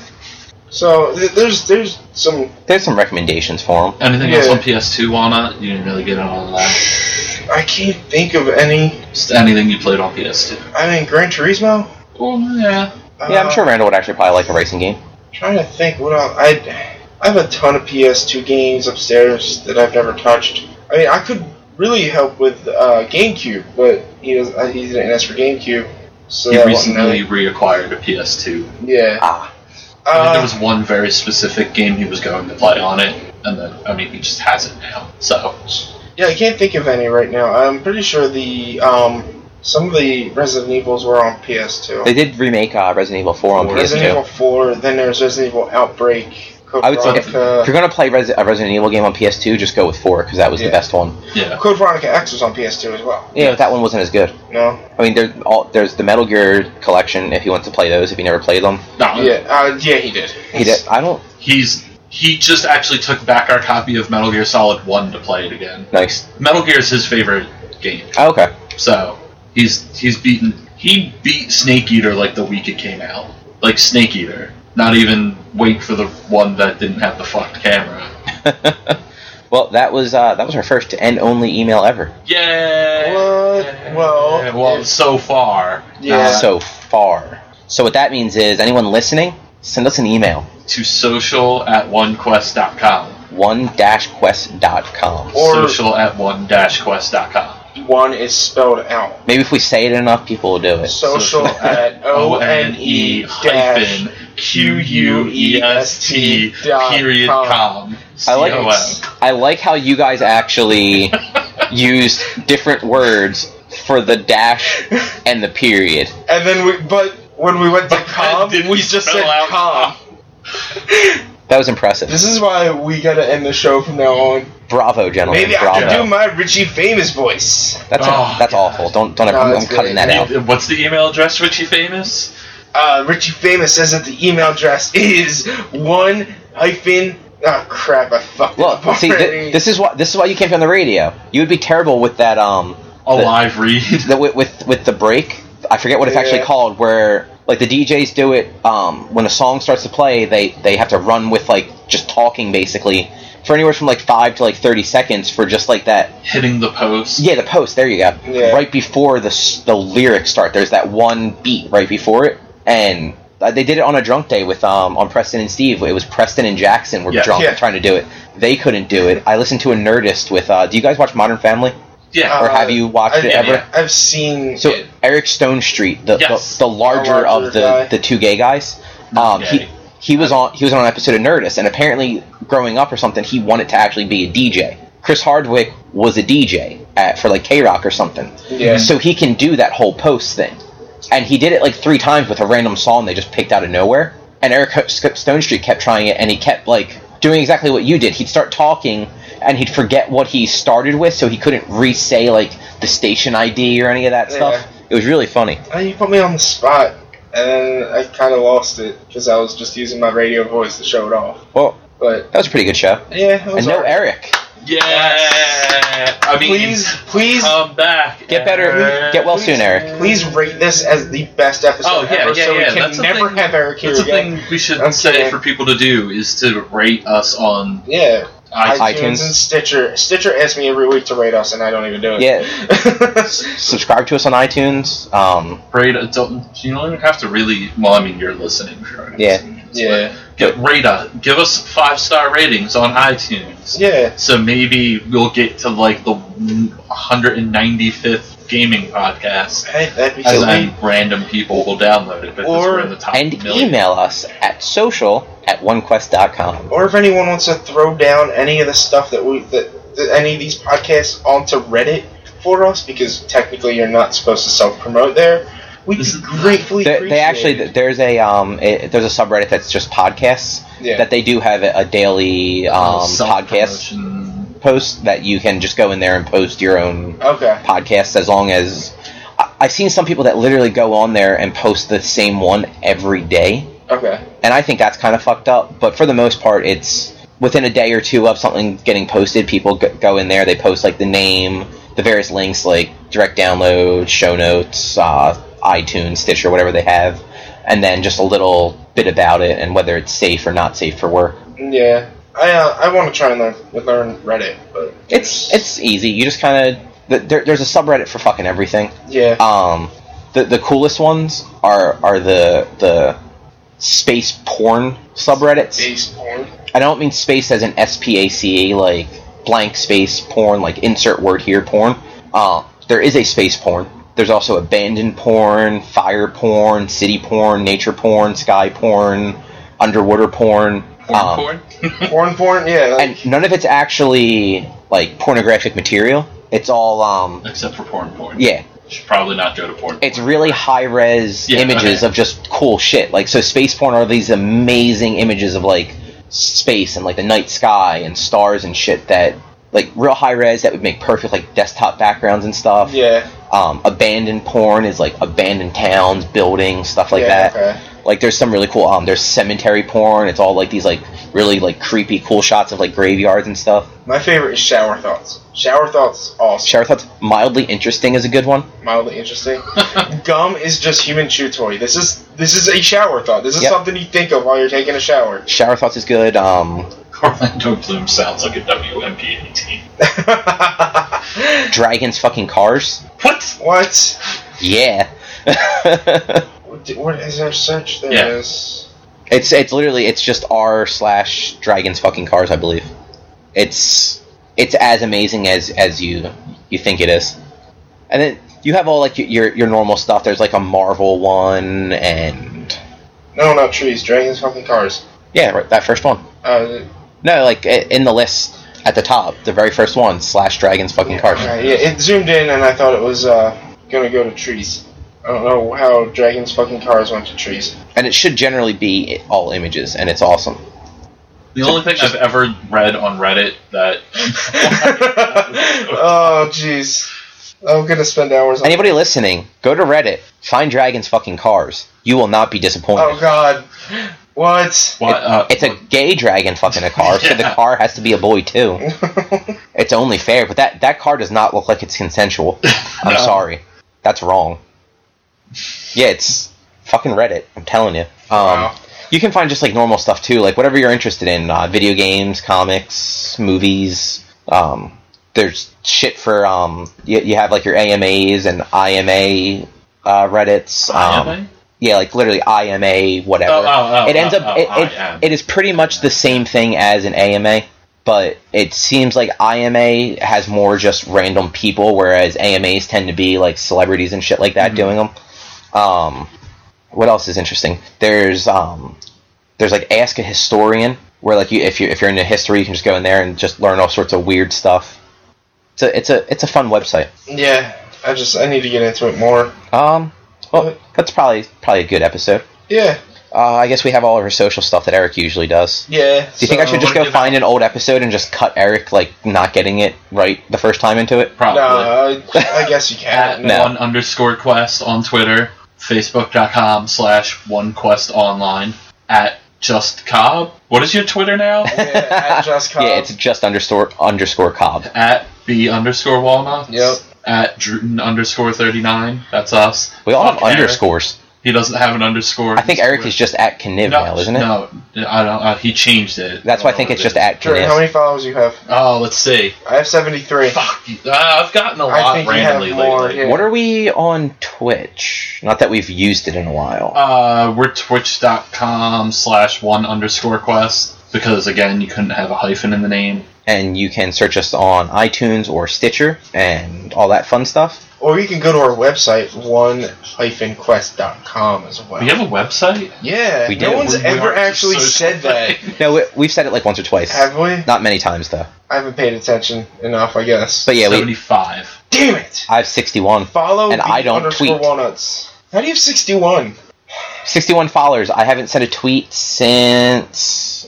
S2: So th- there's there's some.
S1: there's some recommendations for them.
S3: Anything else
S2: Yeah.
S3: on PS2 on it? You didn't really get it on that.
S2: I can't think of any.
S3: Just anything you played on PS2.
S2: I mean, Gran Turismo.
S3: Oh yeah.
S1: Yeah, I'm
S2: Uh,
S1: sure Randall would actually probably like a racing game.
S2: Trying to think what else. I I have a ton of PS2 games upstairs that I've never touched. I mean, I could really help with uh, GameCube, but he does, uh, he didn't ask for GameCube. So
S3: He
S2: that wasn't
S3: recently
S2: really-
S3: reacquired a PS2.
S2: yeah.
S1: Ah,
S3: I think there
S2: Uh,
S3: was one very specific game he was going to play on it, and then I mean he just has it now. So
S2: yeah, I can't think of any right now. I'm pretty sure the um some of the Resident Evils were on PS2.
S1: they did remake uh, Resident Evil 4 on
S2: Resident Evil
S1: PS2.
S2: 4, then there's Resident Evil Outbreak. Code
S1: I would say if,
S2: Veronica.
S1: if you're gonna play Res- a Resident Evil game on PS2, just go with 4 because that was
S2: Yeah.
S1: the best one.
S3: yeah.
S2: Code Veronica X was on PS2 as well.
S1: Yeah, but that one wasn't as good.
S2: No.
S1: I mean, there's all there's the Metal Gear collection if he wants to play those. If he never played them,
S3: No,
S2: Yeah. Uh, yeah, he did.
S1: he did. I don't.
S3: he's he just actually took back our copy of Metal Gear Solid One to play it again.
S1: Nice.
S3: Metal Gear is his favorite game,
S1: Oh, okay. [laughs]
S3: so he's he's beaten he beat Snake Eater like the week it came out, like Snake Eater. Not even wait for the one that didn't have the fucked camera.
S1: well, that was uh, that was our first and only email ever
S3: Yeah.
S2: What? Well,
S3: well,
S2: if-
S3: so far.
S2: Yeah.
S1: so far. So what that means is anyone listening, send us an email
S3: to social at onequest.com.
S1: one quest.com.
S2: Or-
S3: social at one dash quest.com.
S2: one is spelled out.
S1: Maybe if we say it enough, people will do it.
S2: Social at O N E dash Q U E S E T
S3: period com.
S1: I like
S3: COM.
S1: I like how you guys
S2: [laughs]
S1: actually used different words for the dash and the period.
S2: And then we, but when we went to com,
S3: Did
S2: we
S3: we
S2: just
S3: spell
S2: said
S3: out
S2: com.
S1: That was impressive.
S2: [laughs] This is why we gotta end the show from now on.
S1: Bravo, gentlemen.
S2: Maybe I
S1: Bravo.
S2: can do my Richie Famous voice.
S1: That's
S3: Oh,
S1: that's
S3: God.
S1: awful. Don't don't.
S2: No,
S1: ever I'm,
S2: it's
S1: cutting
S2: great.
S1: that
S3: [laughs]
S1: out.
S3: What's the email address, Richie Famous?
S2: Uh, Richie Famous says that the email address [laughs] is one hyphen. Oh crap! I fucked it up
S1: Look, see,
S2: already.
S1: th- this is why this is why you can't be on the radio. You would be terrible with that um
S3: A live read. [laughs]
S1: the, with, with with the break. I forget what it's actually
S2: Yeah.
S1: called. Where like the DJs do it um when a song starts to play, they they have to run with like just talking basically for anywhere from like five to like thirty seconds for just like that
S3: Hitting the post.
S1: Yeah, the post. There you go.
S2: Yeah.
S1: Right before the s- the lyrics start, there's that one beat right before it, and uh, they did it on a drunk day with um on Preston and Steve. It was Preston and Jackson were
S3: Yeah.
S1: drunk
S2: Yeah.
S1: trying to do it. They couldn't do it. I listened to a Nerdist with. Uh, do you guys watch Modern Family,
S3: Yeah.
S1: or
S2: Uh,
S1: have you watched
S2: I-
S1: it
S3: yeah,
S1: ever?
S3: yeah.
S2: I've seen.
S1: So
S3: Yeah.
S1: Eric Stone Street, the,
S3: Yes.
S1: the, the larger,
S2: The larger
S1: of the,
S2: guy.
S1: the two gay guys, um,
S3: gay.
S1: he he was on he was on an episode of Nerdist, and apparently growing up or something, he wanted to actually be a DJ. Chris Hardwick was a DJ at, for like K Rock or something,
S2: Yeah.
S1: so he can do that whole post thing, and he did it like three times with a random song they just picked out of nowhere. And Eric Ho- Sk- Stone Street kept trying it, and he kept like doing exactly what you did. He'd start talking, and he'd forget what he started with, so he couldn't re-say like the station ID or any of that
S2: Yeah.
S1: stuff. It was really funny.
S2: Uh, you put me on the spot, and then I kind of lost it because I was just using my radio voice to show it off.
S1: Well,
S2: But
S1: that was a pretty good show.
S2: yeah, it was
S1: And no
S2: alright.
S1: Eric.
S3: Yeah. I mean, oh,
S2: Please, please,
S3: come back.
S1: Get better.
S3: Eric.
S1: Get well
S2: please-
S1: soon, Eric.
S2: Please rate this as the best episode
S3: Oh, yeah,
S2: ever,
S3: yeah,
S2: so we
S3: yeah,
S2: can
S3: that's a
S2: never
S3: thing-
S2: have Eric here
S3: That's a
S2: again.
S3: thing we should
S2: That's
S3: say
S2: okay.
S3: for people to do is to rate us on
S2: Yeah,
S3: I,
S2: iTunes,
S1: iTunes.
S2: and Stitcher. Stitcher asks me every week to rate us, and I don't even do it. [laughs] Yeah.
S1: Subscribe to us on iTunes. Um,
S3: rate it. Don't, you don't even have to really. Well, I mean, you're listening. Sure.
S1: Yeah.
S2: yeah.
S3: Get rate us. Give us five star ratings on iTunes.
S2: Yeah.
S3: So maybe we'll get to like the 195th gaming podcast,
S2: Hey, that'd be
S3: and
S2: sweet.
S3: then random people will download it. Because
S2: Or-
S3: we're in the top
S1: and
S3: million.
S1: email us at social at onequest.com.
S2: Or if anyone wants to throw down any of the stuff that we that, that any of these podcasts onto Reddit for us, because technically you're not supposed to self promote there. We'd
S3: This
S2: be
S3: is-
S2: gratefully
S1: They, they actually
S2: appreciated.
S1: there's a um a, there's a subreddit that's just podcasts
S2: yeah.
S1: that they do have a, a daily um, podcast
S3: Self-promotion.
S1: post that you can just go in there and post your own
S2: okay.
S1: podcasts as long as I, I've seen some people that literally go on there and post the same one every day,
S2: Okay.
S1: and I think that's kind of fucked up. But for the most part, it's within a day or two of something getting posted, people go, go in there, they post like the name, the various links like direct download, show notes, uh, iTunes, Stitcher, whatever they have, and then just a little bit about it and whether it's safe or not safe for work.
S2: Yeah. I uh, I want to try and learn learn Reddit, but
S1: It's it's easy. You just kind of there, there's a subreddit for fucking everything.
S2: yeah.
S1: Um, the the coolest ones are are the the space porn subreddits.
S2: Space porn.
S1: I don't mean space as an S P A C A like blank space porn, like insert word here porn. Uh, there is a space porn. There's also abandoned porn, fire porn, city porn, nature porn, sky porn, underwater porn.
S3: Porn
S1: um,
S3: porn? [laughs]
S2: Porn porn. Yeah. Like,
S1: And none of it's actually like pornographic material. It's all um
S3: Except for porn porn.
S1: yeah.
S3: Should probably not go to porn.
S1: it's really high res
S3: Yeah,
S1: images
S3: okay.
S1: of just cool shit. Like so, space porn are these amazing images of like space and like the night sky and stars and shit that like real high res that would make perfect like desktop backgrounds and stuff.
S2: yeah.
S1: Um, abandoned porn is like abandoned towns, buildings, stuff like
S2: yeah,
S1: that.
S2: Okay.
S1: Like there's some really cool. Um, there's cemetery porn. It's all like these like really like creepy cool shots of like graveyards and stuff.
S2: My favorite is shower thoughts. Shower thoughts. is Awesome.
S1: Shower thoughts mildly interesting is a good one.
S2: mildly interesting. Gum is just human chew toy. This is this is a shower thought. This is
S1: Yep.
S2: something you think of while you're taking
S1: [laughs]
S2: a shower.
S1: Shower thoughts is good. Um,
S3: [laughs] Orlando Bloom sounds like a WMPAT.
S1: dragons fucking cars.
S3: What?
S2: what?
S1: Yeah. [laughs]
S2: What what is our search? There
S3: Yeah.
S2: is-
S1: it's it's literally it's just r slash dragons fucking cars, I believe. It's it's as amazing as as you you think it is. And then you have all like your your normal stuff. There's like a Marvel one and
S2: No, not trees. Dragons, fucking cars.
S1: yeah, right, that first one.
S2: Uh,
S1: No, like i- in the list at the top, the very first one slash dragons fucking cars.
S2: yeah, yeah, it zoomed in and I thought it was uh, gonna go to trees. I don't know how dragons, fucking cars went to trees. [laughs]
S1: And it should generally be all images, and it's awesome.
S3: The only thing I've ever read on Reddit that
S2: oh jeez, I'm gonna spend hours. on
S1: Anybody listening, go to Reddit, find dragons fucking cars. You will not be disappointed.
S2: Oh god, what? [laughs]
S3: what uh, [laughs]
S1: It's a gay dragon fucking a car, so the
S3: Yeah.
S1: car has to be a boy too. It's only fair, but that that car does not look like it's consensual. I'm
S3: No.
S1: sorry, that's wrong. Yeah, it's fucking Reddit. I'm telling you. Um,
S2: Wow.
S1: You can find just like normal stuff too, like whatever you're interested in, uh, video games, comics, movies. Um, there's shit for um, you, you have like your AMAs and IMA uh, Reddits. Um,
S3: IMA?
S1: yeah, like literally IMA, whatever.
S3: Oh, oh, oh,
S1: it ends
S3: oh,
S1: up
S3: oh,
S1: it, it-
S3: IM.
S1: it is pretty much the same thing as an AMA, but it seems like IMA has more just random people, whereas AMAs tend to be like celebrities and shit like that
S3: Mm-hmm.
S1: doing them. Um, what else is interesting? There's um, there's like ask a historian, where like you if you if you're into history, you can just go in there and just learn all sorts of weird stuff. It's a it's a it's a fun website.
S2: Yeah, I just I need to get into it more.
S1: Um, well, that's probably probably a good episode.
S2: Yeah,
S1: Uh, I guess we have all of our social stuff that Eric usually does.
S2: yeah.
S1: Do you think I should just
S3: wanna
S1: go
S3: give
S1: find an old episode and just cut Eric like not getting it right the first time into it?
S2: No,
S3: probably
S2: I, I guess you
S3: [laughs] at
S2: can.
S1: No.
S3: one underscore quest on Twitter, facebook.com slash one quest online at just cobb. What is your Twitter
S1: [laughs]
S3: now?
S2: Yeah, at just Cobb.
S1: Yeah, it's just underscore underscore Cobb.
S3: at b underscore walnut.
S2: Yep.
S3: At Druten underscore thirty nine. That's us.
S1: We all
S3: Fuck
S1: have
S3: Eric.
S1: underscores.
S3: He doesn't have an underscore.
S1: I think Eric is just at Kniv
S3: no,
S1: now, isn't it?
S3: No, I don't. Uh, he changed it.
S1: That's why I think
S3: don't
S1: it's
S3: know
S1: just
S3: what it
S1: at
S2: Jordan, how
S1: Kniv.
S2: many followers you have?
S3: is. Oh, let's see.
S2: I have seventy three.
S3: Fuck. you. Uh, I've gotten a
S2: I
S3: lot
S2: think you have
S3: randomly
S2: more,
S3: lately.
S2: yeah.
S1: What are we on Twitch? Not that we've used it in a while.
S3: Uh, we're twitch.com slash one underscore quest because again you couldn't have a hyphen in the name.
S1: And you can search us on iTunes or Stitcher and all that fun stuff.
S2: Or you can go to our website, one-quest.com as well.
S3: We have a website.
S2: yeah,
S1: We
S2: no
S1: do.
S2: one's
S3: We- we
S2: ever
S3: aren't just
S2: actually
S3: social
S2: said
S3: [laughs]
S2: that.
S3: thing.
S1: No, we, we've said it like once or twice.
S2: Have we?
S1: Not many times, though.
S2: I haven't paid attention enough, I guess.
S1: But yeah, we,
S3: Seventy-five.
S2: Damn it!
S1: I have 61.
S2: Follow
S1: And
S2: the
S1: I don't
S2: underscore
S1: tweet.
S2: walnuts. How do you have 61?
S1: 61 followers. I haven't sent a tweet since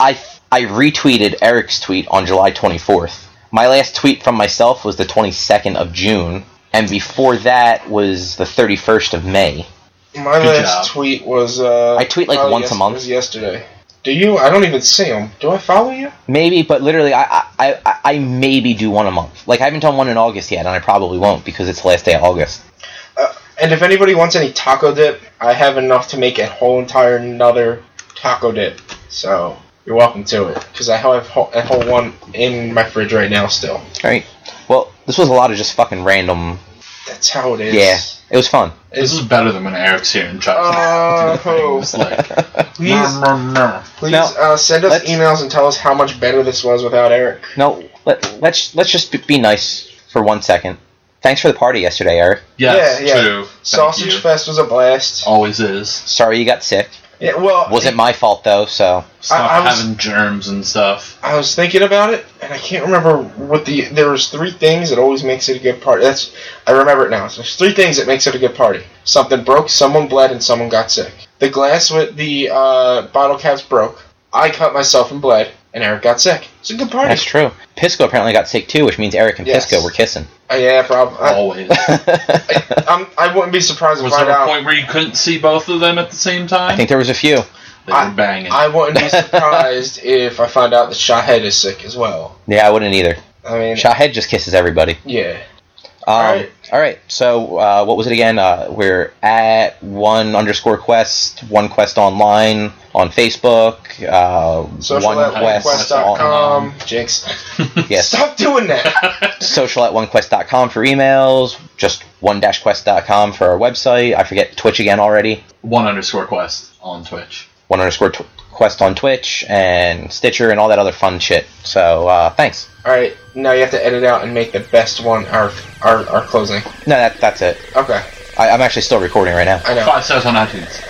S1: I I retweeted Eric's tweet on July 24th. My last tweet from myself was the 22nd of June, and before that was the 31st of May.
S2: My
S3: Good
S2: last
S3: job.
S2: tweet was. Uh,
S1: I tweet, like,
S2: probably
S1: once a
S2: yes-
S1: month.
S2: was yesterday. Do you? I don't even see them. Do I follow you?
S1: Maybe, but literally, I I, I I maybe do one a month. Like I haven't done one in August yet, and I probably won't because it's the last day of August.
S2: Uh, and if anybody wants any taco dip, I have enough to make a whole entire another taco dip. So you're welcome to it because I have ho- a whole one in my fridge right now still.
S1: All right. Well, this was a lot of just fucking random.
S2: That's how it is.
S1: Yeah, it was fun.
S3: This is better than when Eric's here and tries. [laughs]
S2: Uh,
S3: to do things like,
S2: please,
S3: "Murr, murr, murr."
S2: please
S1: Now,
S2: uh, send us
S1: let's-
S2: emails and tell us how much better this was without Eric.
S1: No, let let's let's just be- be nice for one second. Thanks for the party yesterday, Eric.
S3: Yes,
S2: Yeah, yeah.
S3: true. Thank
S2: Sausage
S3: you.
S2: Fest was a blast.
S1: Oh.
S3: always is.
S1: Sorry you got sick.
S2: Yeah, well,
S1: Wasn't my fault though. So
S3: Stop
S2: I was-
S3: having germs and stuff.
S2: I was thinking about it, and I can't remember what the there was three things that always makes it a good party. That's I remember it now. So there's three things that makes it a good party. Something broke, someone bled, and someone got sick. The glass with the uh, bottle caps broke. I cut myself and bled, and Eric got sick. It's a good party.
S1: that's true. Pisco apparently got sick too, which means Eric and
S2: Yes.
S1: Pisco were kissing. [laughs]
S2: Uh, yeah, problem.
S1: Oh.
S2: I,
S3: Always.
S2: [laughs] I'm, I wouldn't be surprised if
S3: Was
S2: I
S3: there a
S2: out.
S3: point where you couldn't see both of them at the same time?
S1: I think there was a few.
S3: they were banging.
S2: I wouldn't
S1: [laughs]
S2: be surprised if I find out that Shahhead is sick as well.
S1: Yeah, I wouldn't either.
S2: I mean,
S1: Shahhead just kisses everybody.
S2: yeah.
S1: Um, all right.
S2: right.
S1: So uh, what was it again? Uh, we're at one underscore quest, one quest online on Facebook. Uh,
S2: Social
S1: one
S2: at
S1: quest. on-
S2: quest.com. Jinx.
S1: yes.
S2: Stop doing that.
S1: [laughs] social at onequest.com for emails, just one-quest.com for our website. I forget Twitch again already.
S3: [laughs] One underscore quest on Twitch.
S1: One underscore tw- quest on Twitch and Stitcher and all that other fun shit. So uh, thanks.
S2: All right, now you have to edit out and make the best one our our, our closing.
S1: No, that, that's it.
S2: Okay,
S1: I, I'm actually still recording right now.
S2: I know.
S3: Five stars on iTunes.